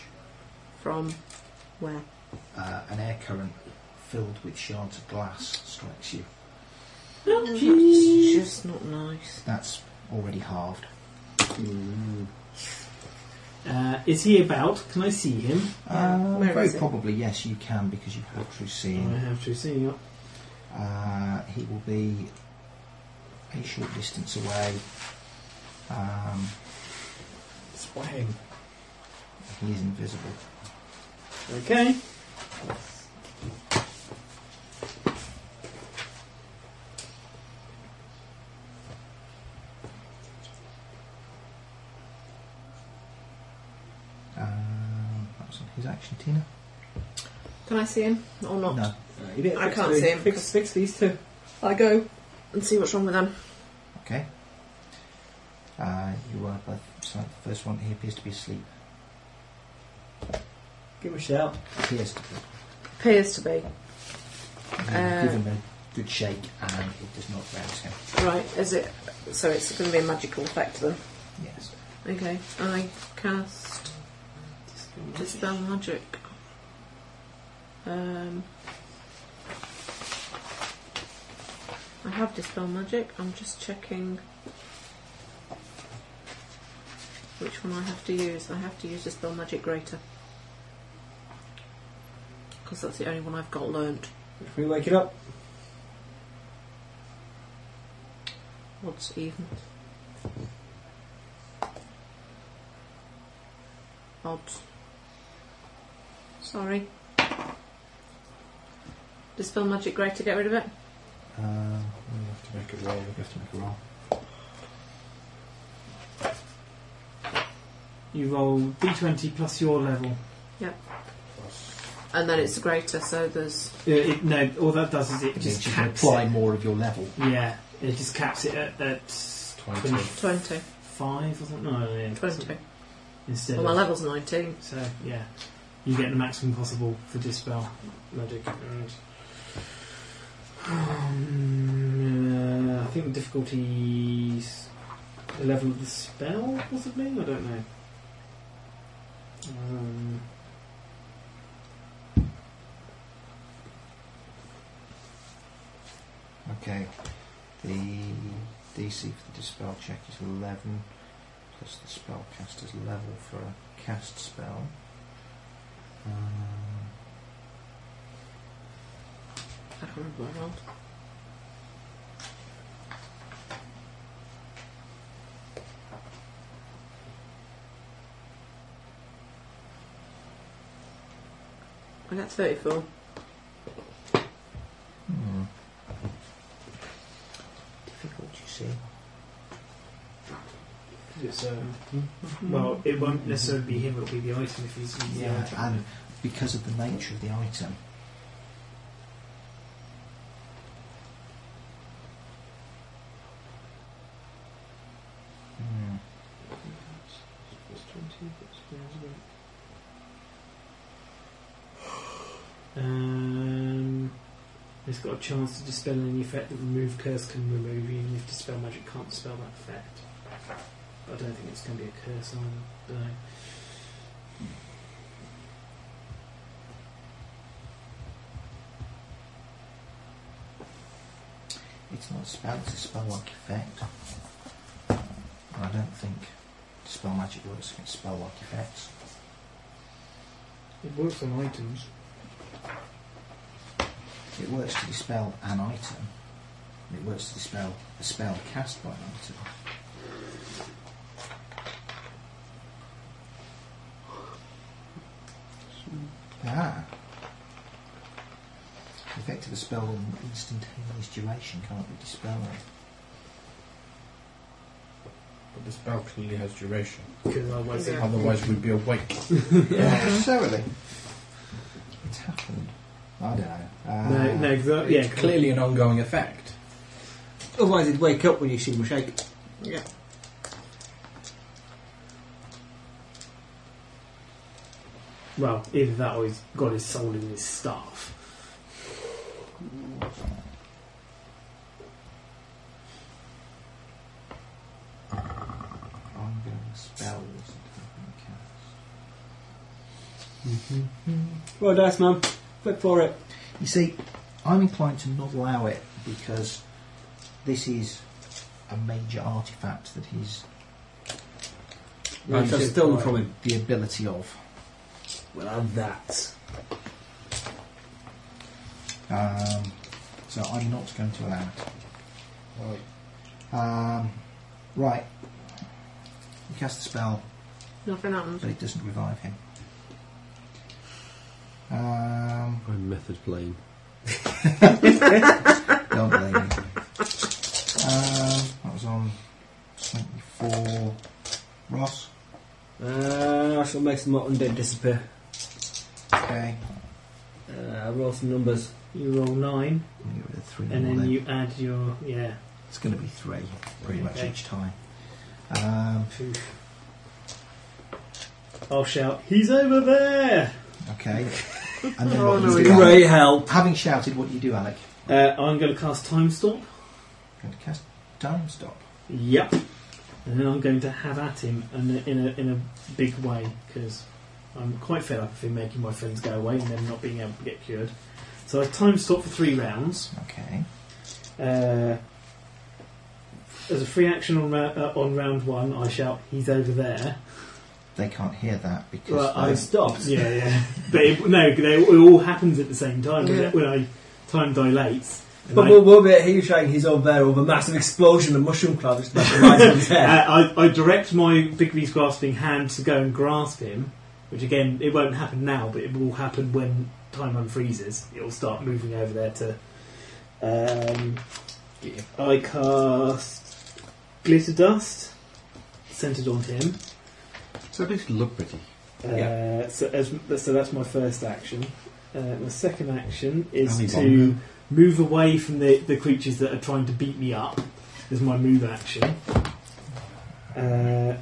S5: from where?
S3: Uh, an air current filled with shards of glass strikes you.
S5: It's just not nice.
S3: That's already halved.
S8: Uh, is he about? Can I see him?
S3: Uh,
S8: Where
S3: very
S8: is it?
S3: probably, yes, you can because you have true
S8: I
S3: seeing.
S8: have to see him.
S3: Uh, he will be a short distance away. Um,
S18: Swang.
S3: he is invisible.
S8: Okay.
S3: Um, that was his action, Tina.
S5: Can I see him or not?
S3: No.
S2: uh, You didn't
S5: I
S2: fix
S5: can't
S2: these-
S5: see him.
S2: Fix, fix these two.
S5: I go and see what's wrong with them.
S3: Okay. Uh, you are both. So the first one, he appears to be asleep.
S2: Give him a shout.
S3: Appears to be.
S5: Appears to be.
S3: You
S5: Uh,
S3: give him a good shake, and it does not rouse him.
S5: Right, is it? So it's going to be a magical effect then.
S3: Yes.
S5: Okay, I cast dispel magic. Um, I have dispel magic. I'm just checking which one I have to use. I have to use dispel magic greater because that's the only one I've got learnt.
S2: If we wake it up,
S5: What's even? Odds. Sorry. Dispel magic grey to get rid of it.
S3: Uh, we have to make a roll. We have to make a roll.
S8: You roll d20 plus your level.
S5: And then it's greater, so there's.
S8: Uh, it, no, all that does is it
S3: It
S8: just
S3: means you can
S8: caps
S3: apply
S8: it.
S3: more of your level.
S8: Yeah, it just caps it at, at 25
S5: 20.
S8: or something. No, yeah,
S5: 20.
S8: Instead
S5: Well, my
S8: of-
S5: level's 19.
S8: So, yeah. You get the maximum possible for dispel magic. And, um, uh, I think the difficulty's the level of the spell, possibly? I don't know. Um,
S3: Okay. The DC for the dispel check is 11, plus the spellcaster's level for a cast spell. Um,
S5: I can't remember what I rolled. I got 34.
S3: hmm. Difficult, you see.
S8: it's, uh, well, it won't necessarily be him, it'll be the item if he's using the item.
S3: and because of the nature of the item, Hmm.
S8: Um, it's got a chance to dispel any effect that remove curse can remove, even if dispel magic can't dispel that effect. But I don't think it's going to be a curse either. No.
S3: It's not a spell, it's a spell like effect. And I don't think spell magic works against spell like effects.
S18: It works on items.
S3: It works to dispel an item. and It works to dispel a spell cast by an item. Ah. The effect of a spell on an instantaneous duration can't be dispelled.
S17: But the spell clearly has duration.
S8: Because otherwise,
S5: Yeah.
S17: Otherwise, we'd be awake.
S3: Not necessarily. It's happened. I don't know. Uh,
S8: no, no, 'cause that- yeah,
S17: It's clearly an ongoing effect.
S2: otherwise he'd wake up when you see him shake.
S5: Yeah.
S8: Well, either that or he's got his soul in his staff.
S3: Ongoing spells.
S2: Well, dice man, flip for it.
S3: You see, I'm inclined to not allow it because this is a major artifact that he's.
S2: Right, so stone coming.
S3: The ability of.
S2: We'll have that.
S3: Um, so I'm not going to allow it. Um, right. You cast the spell,
S5: Nothing happens.
S3: but it doesn't revive him. Um,
S12: I'm method playing.
S3: *laughs* Don't blame me. Um, that was on 24. Ross.
S2: Uh, I shall make some more undead disappear.
S3: Okay.
S2: Uh, roll some numbers.
S8: You roll nine,
S3: Let me get rid of three
S8: and
S3: more
S8: then
S3: then.
S8: you add your yeah.
S3: It's going to be three, pretty much
S8: Okay.
S3: each time. Um,
S8: I'll shout, "He's over there!"
S3: okay.
S8: *laughs*
S3: And then
S8: Oh,
S3: what
S8: no,
S3: you
S8: he-
S3: do,
S8: Great
S3: Alec.
S2: help.
S3: Having shouted, what do you do, Alec?
S8: Uh, I'm going to cast Time Storm.
S3: Going to cast Time Stop.
S8: Yep. And then I'm going to have at him in a, in a, in a big way because I'm quite fed up of him making my friends go away and then not being able to get cured. So I time stop for three rounds.
S3: Okay.
S8: Uh, as a free action on, ra- uh, on round one, I shout, he's over there.
S3: They can't hear that because
S8: Well, I
S3: they're-
S8: stopped. Yeah, yeah. *laughs* but it, no, they, it all happens at the same time when,
S2: Yeah.
S8: when I time dilates. And
S2: But
S8: I-
S2: we'll, we'll be at you shouting he's over there over a massive explosion and mushroom cloud just about to
S8: *laughs*
S2: rise in his
S8: Uh,
S2: head.
S8: I, I direct my Bigby's grasping hand to go and grasp him, which again, it won't happen now, but it will happen when time unfreezes. It'll start moving over there to. Um, I cast Glitter Dust, centered on him.
S12: So at least look pretty.
S8: Uh, so, as, so that's my first action. Uh, my second action is
S12: Only
S8: to move away from the, the creatures that are trying to beat me up. Is my move action. Uh,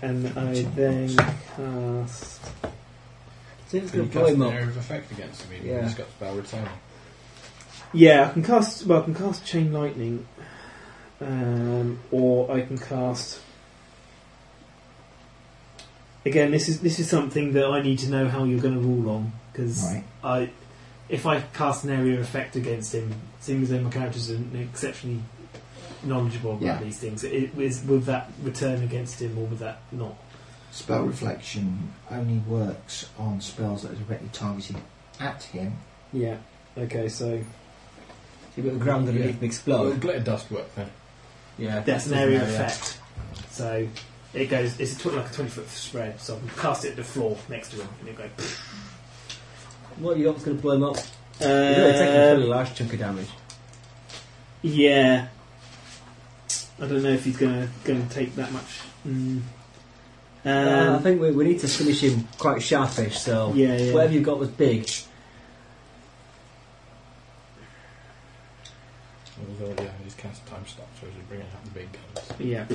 S8: and I then cast.
S2: See, it's
S17: Can
S2: going
S17: you cast
S2: to blow him
S17: an
S2: up.
S17: area of effect against him?
S2: Yeah.
S17: Yeah. He's got spell returning.
S8: Yeah, I can cast. Well, I can cast chain lightning, um, or I can cast. Again, this is this is something that I need to know how you're going to rule on because
S3: Right.
S8: I, if I cast an area of effect against him, seeing as though my characters are exceptionally knowledgeable about
S3: Yeah.
S8: these things, it, is, would that return against him or would that not?
S3: Spell reflection only works on spells that are directly targeted at him.
S8: Yeah. Okay, so
S2: You've got the ground underneath him
S17: Well,
S2: explode.
S17: glitter dust work then.
S2: Yeah,
S8: that's an
S2: it's
S8: area of effect. So it goes. It's a tw- like a twenty foot spread. So I can cast it at the floor next to him, and it goes.
S2: What you got's going to blow him up? You're going to take a
S8: Um,
S2: fairly large chunk of damage.
S8: yeah. I don't know if he's gonna gonna take that much. Mm.
S2: Uh, I
S8: Um,
S2: think we, we need to finish him quite sharpish, so
S8: yeah, yeah.
S2: whatever you got was big.
S17: Although, yeah, he's cast time stop, so he's bringing out the big guns.
S8: Yeah.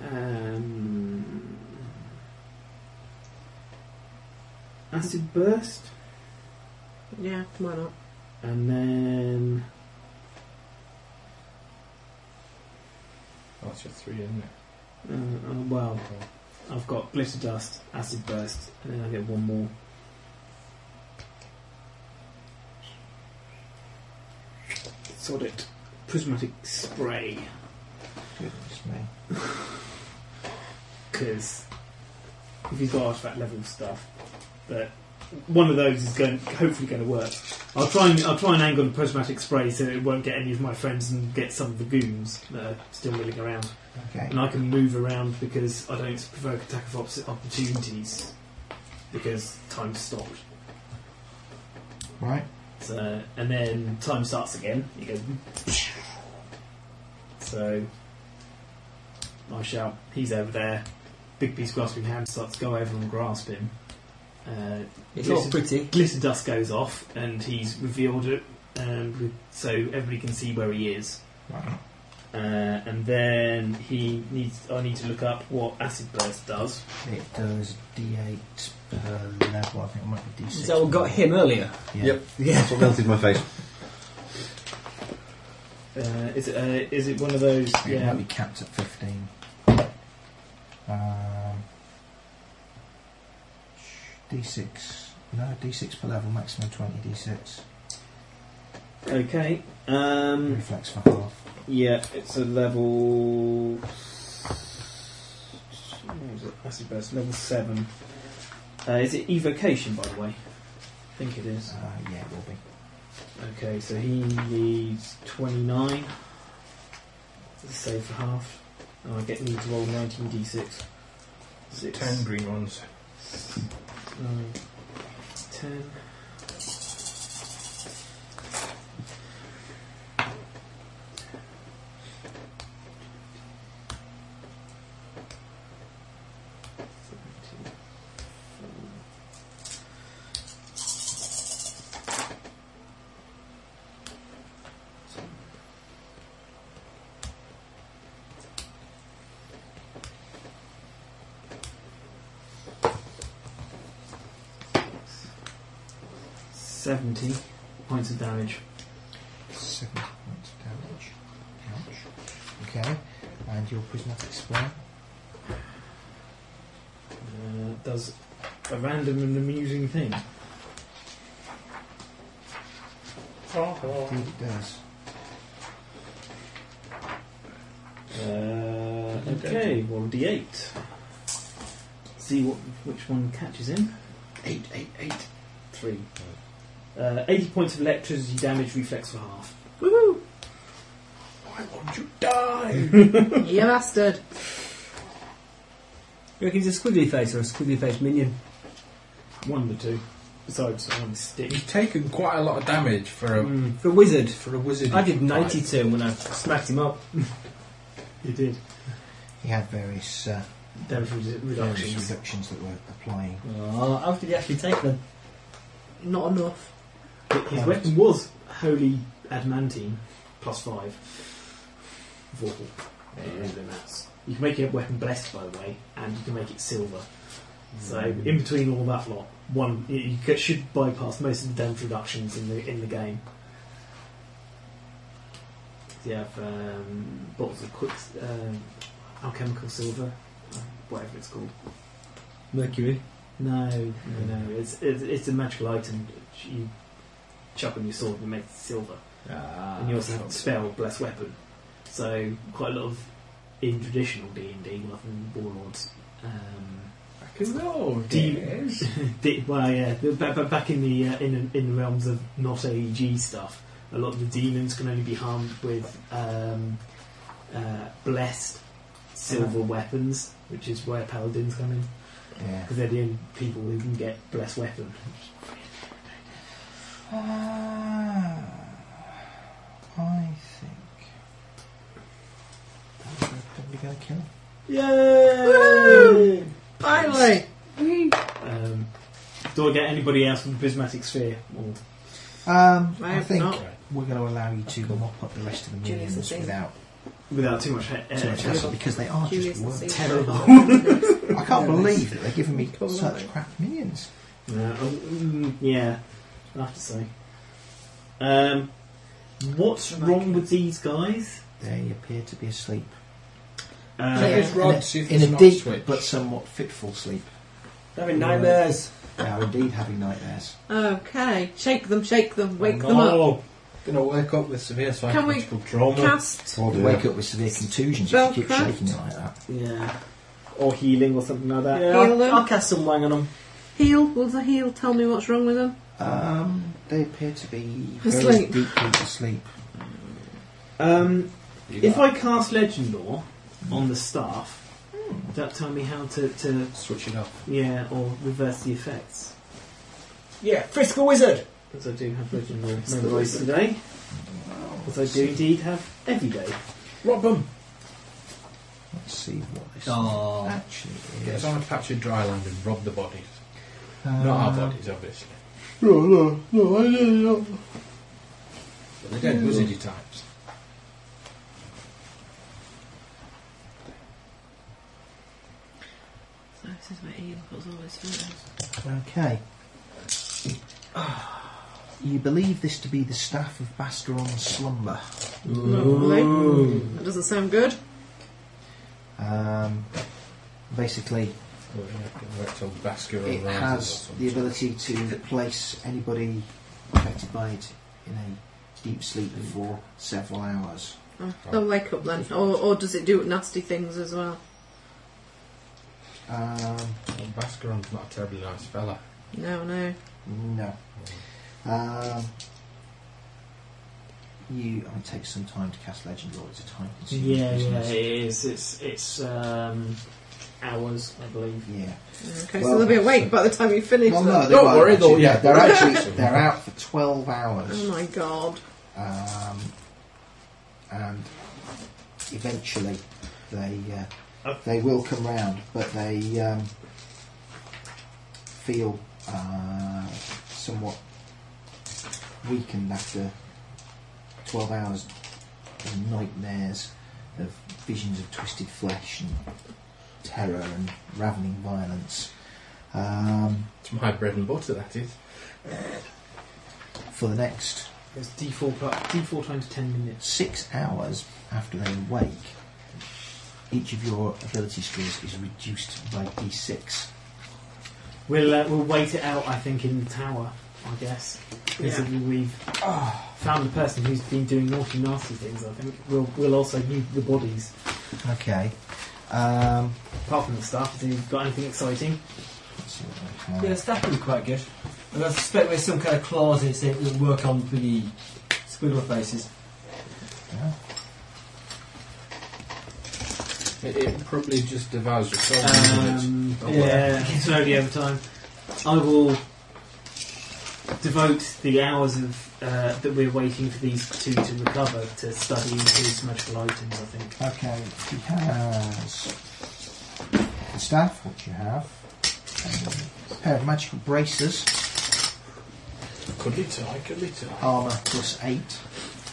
S8: Um, acid burst,
S5: Yeah, why not? *laughs*
S8: and then
S17: Oh, that's your three, isn't it?
S8: uh, uh, well, I've got glitter dust, acid burst, and then I get one more. Sod it. Prismatic spray.
S3: Goodness me.
S8: because if he's got artifact level stuff, but one of those is going hopefully going to work. I'll try and I'll try and angle the prismatic spray so it won't get any of my friends and get some of the goons that are still milling around,
S3: Okay.
S8: and I can move around because I don't provoke attack of opposite opportunities because time's stopped.
S3: Right.
S8: So and then time starts again. It goes. So I shout, he's over there. Big piece grasping hand starts to go over and grasp him. Uh,
S2: It's all
S8: Listen.
S2: pretty.
S8: glitter dust goes off and he's revealed it, um, so everybody can see where he is.
S3: Right.
S8: Uh, and then he needs. I need to look up what acid burst does.
S3: It does D8 per level. I think it might be D6.
S2: Is that what got him earlier?
S3: Yeah.
S12: Yep.
S2: Yeah.
S12: That's what melted my face.
S8: Uh, is it? Uh, is it one of those?
S3: It
S8: Yeah.
S3: might be capped at 15. Um, D6. No, D6 per level, maximum 20 D6.
S8: Okay. Um,
S3: Reflex for half.
S8: Yeah, it's a level. What was it? Acid burst, level seven. Uh, is it evocation, by the way? I think it is.
S3: Uh, yeah, it will be.
S8: Okay, so he needs twenty-nine. Save for half. And I get need to roll nineteen d6. Six.
S17: Ten green ones.
S8: Nine, ten. Seventy points of damage.
S3: 70 points of damage. Ouch. Okay. And your prismatic spray.
S8: Uh, does a random and amusing thing.
S3: Indeed, it does.
S8: Uh, okay, well, d8. See what which one catches him. Eight, eight, eight, three. Uh, 80 points of electricity damage, reflex for half. Woohoo! Why won't you
S3: *laughs*
S8: die?
S5: you bastard.
S2: You reckon he's a squiggly face or a squiggly face minion?
S8: One of the two. Besides, I'm stick.
S17: He's taken quite a lot of damage for a
S2: For a Hmm. wizard.
S17: for a wizard.
S2: I did 90 to him when I smacked him up.
S8: *laughs* you did.
S3: He had various, uh,
S8: Damage redu-
S3: various
S8: reductions.
S3: reductions that were applying.
S2: Oh, how did he actually take them?
S5: Not enough.
S8: His weapon was holy adamantine, plus five. Vorpal. And that's- You can make your weapon blessed, by the way, and you can make it silver. So in between all that lot, one you- you c- should bypass most of the damage reductions in the in the game. You have um, bottles of quick um, alchemical silver, whatever it's called.
S2: Mercury.
S8: No, no, no. It's, it's, it's a magical item. that You chuck on your sword and it makes it silver.
S3: Ah,
S8: and you also have the spell bless weapon. So quite a lot of in traditional D and D, rather than warlords. Um,
S17: Back in the old
S8: D-
S17: days.
S8: D- well, yeah, b- b- back in the uh, in in the realms of not AEG stuff, a lot of the demons can only be harmed with um, uh, blessed silver weapons, which is where paladins come in
S3: Yeah.
S8: because they're the only people who can get blessed weapon.
S3: Ah, I think that we're probably going to kill him.
S8: Yay!
S5: Finally!
S8: Um, do I get anybody else from the prismatic sphere?
S3: Mm.
S8: Or
S3: Um,
S5: I
S3: I,
S5: have
S3: think
S5: not.
S3: we're going to allow you to mop up the rest of the
S5: Julius
S3: minions
S5: is in.
S3: without
S8: without too much he- uh,
S3: too much hassle because they are
S5: Curious
S3: Oh, just
S5: to
S3: worse.
S5: see.
S8: terrible.
S3: I can't believe that they're giving me
S5: Cool, aren't
S3: such
S5: they?
S3: crap minions.
S8: Uh, mm, yeah, I have to say. Um, what's wrong with these guys?
S3: They appear to be asleep.
S8: Uh,
S17: Check
S5: Yeah.
S17: his rod, see if
S3: In
S17: there's
S3: a
S17: not
S3: deep
S17: switch.
S3: but somewhat fitful sleep.
S2: Having nightmares.
S3: They are indeed having nightmares.
S5: Okay, shake them, shake them, wake them up.
S17: no. Gonna wake up with severe
S5: Can we
S17: psychological trauma.
S5: Cast.
S3: Or they wake up with severe contusions if you keep
S5: Spellcraft?
S3: shaking it like that.
S8: yeah, or healing or something like that.
S2: Yeah,
S5: Heal
S2: I'll,
S5: them.
S2: I'll cast some wang on him.
S5: Heal. Will the heal tell me what's wrong with them?
S3: Um, they appear to be very
S5: Asleep.
S3: deeply asleep.
S8: Um, if I cast Legend Law on the staff,
S5: Hmm.
S8: does that tell me how to, to
S17: Switch it off.
S8: yeah or reverse the effects?
S2: Yeah, Frisco Wizard!
S8: Because I do have Legend Law memorised today. Because I do indeed have every day.
S17: Rob um, them.
S3: Let's see what this
S2: Oh.
S3: actually is.
S17: Get us on a patch of dry land and rob the bodies.
S3: Um,
S17: Not our bodies, obviously.
S7: No, no, no, I didn't.
S3: Hmm.
S17: But the dead wizardy types.
S5: Oh, This is where Ian puts all his photos.
S3: Okay. You believe this to be the staff of Bascaron's slumber.
S5: Lovely. That doesn't sound good.
S3: Um, basically, it has the ability to place anybody affected by it in a deep sleep for several hours.
S5: Oh, they'll wake up then. Or, or does it do nasty things as well?
S3: Um,
S17: Bascaron's not a terribly nice fella.
S5: No, no.
S3: No. Um, you. It takes some time to cast Legend Lore. It's a time consuming
S8: Yeah, yeah,
S3: process.
S8: it is. It's it's um, hours, I believe.
S3: Yeah.
S5: Okay, so they'll be awake by the time you finish.
S3: Well,
S5: then.
S3: no, they won't actually. Yeah, *laughs* they're actually they're out for twelve hours,
S5: Oh my god.
S3: um, and eventually they uh, they will come round, but they um, feel uh, somewhat weakened after twelve hours of nightmares of visions of twisted flesh and terror and ravening violence. Um,
S17: It's my bread and butter, that is.
S3: for the next
S8: It's D4, pl- D4 times 10 minutes.
S3: six hours after they awake, each of your ability scores is reduced by d6.
S8: We'll, uh, we'll wait it out, I think, in the tower, I guess. Because
S3: Yeah.
S8: we- we've found the person who's been doing naughty, nasty things, I think. We'll, we'll also need the bodies.
S3: Okay. Um,
S8: Apart from the staff, has he got anything exciting?
S2: Yeah, the staff would be quite good. And I suspect there's some kind of clause in it saying it doesn't work on the squiggler faces.
S17: It, it probably just devours your soul.
S8: Um,
S17: doesn't it? Oh,
S8: yeah, slowly over time. I will devote the hours of uh, that we're waiting for these two to recover to studying these magical items. I think.
S3: Okay, he has the staff, which you have, a pair of magical braces,
S17: Could be tie, could be tie.
S3: armour plus 8,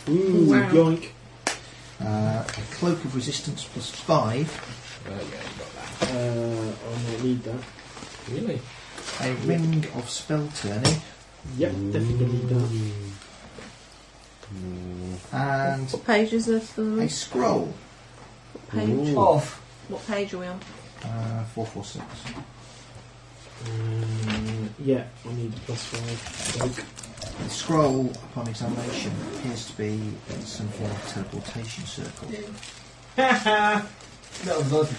S8: Ooh,
S3: Wow.
S8: yoink.
S3: uh, a cloak of resistance plus 5,
S17: Uh, yeah, you got that.
S8: Uh, I might need that.
S17: Really?
S3: a ring of spell turning,
S8: Yep, definitely need that.
S3: and
S5: What page is this? for
S3: a
S5: the
S3: scroll.
S5: Page.
S3: Ooh.
S5: What page are we on?
S3: Uh, 446.
S8: Um, yeah, I need plus five. Yoink.
S3: The scroll, upon examination, appears to be some form of teleportation circle.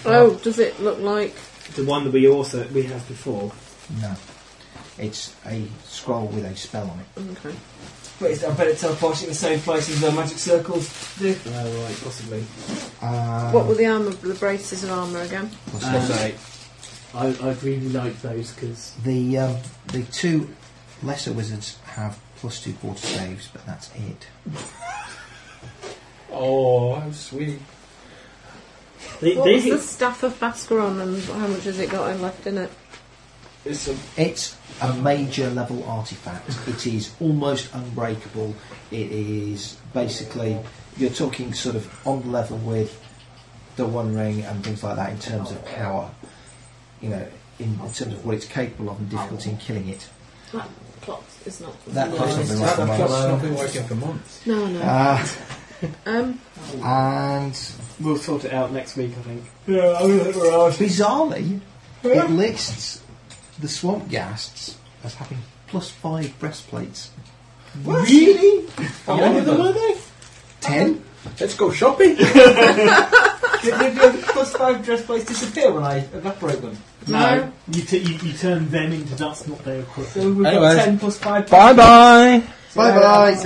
S5: Oh, does it look like.
S8: The one that we also we had before.
S3: No. It's a scroll with a spell on it.
S5: Okay.
S2: But it's, I bet it's teleporting the same place as the magic circles do.
S8: Uh, right, possibly.
S3: Uh,
S5: what were the armour, the braces of armour again?
S3: plus
S8: Um,
S3: six.
S8: I I really like those because
S3: The, um, the two lesser wizards have plus two quarter saves, but that's it.
S17: Oh, how sweet.
S8: they,
S5: What was
S8: they,
S5: the staff of Bascaron and how much has it got left in it?
S17: It's a
S3: It's a major level artifact. It is almost unbreakable. It is basically, you're talking sort of on the level with the One Ring and things like that in terms of power. You know, in, in terms of what it's capable of and difficulty in killing it.
S5: That clock is not.
S3: That
S5: no,
S3: clock's not
S5: it's
S3: been
S5: not-
S3: working
S17: I've
S3: months.
S17: not been working for months.
S5: No, no.
S3: Uh,
S5: um,
S3: and
S8: we'll sort it out next week. I think.
S2: Yeah, I'm gonna hit my arse.
S3: bizarrely, it lists the swamp ghasts as having plus five breastplates.
S17: Really? How
S3: Yeah.
S17: many of them are they?
S3: Ten?
S17: Let's go shopping.
S2: Did, did the plus five dress plates disappear when I evaporate them?
S5: No.
S8: You, t- you you turn them into dust, not their equipment.
S2: So we've
S12: Anyways.
S2: got ten plus five.
S12: bye.
S3: Bye bye!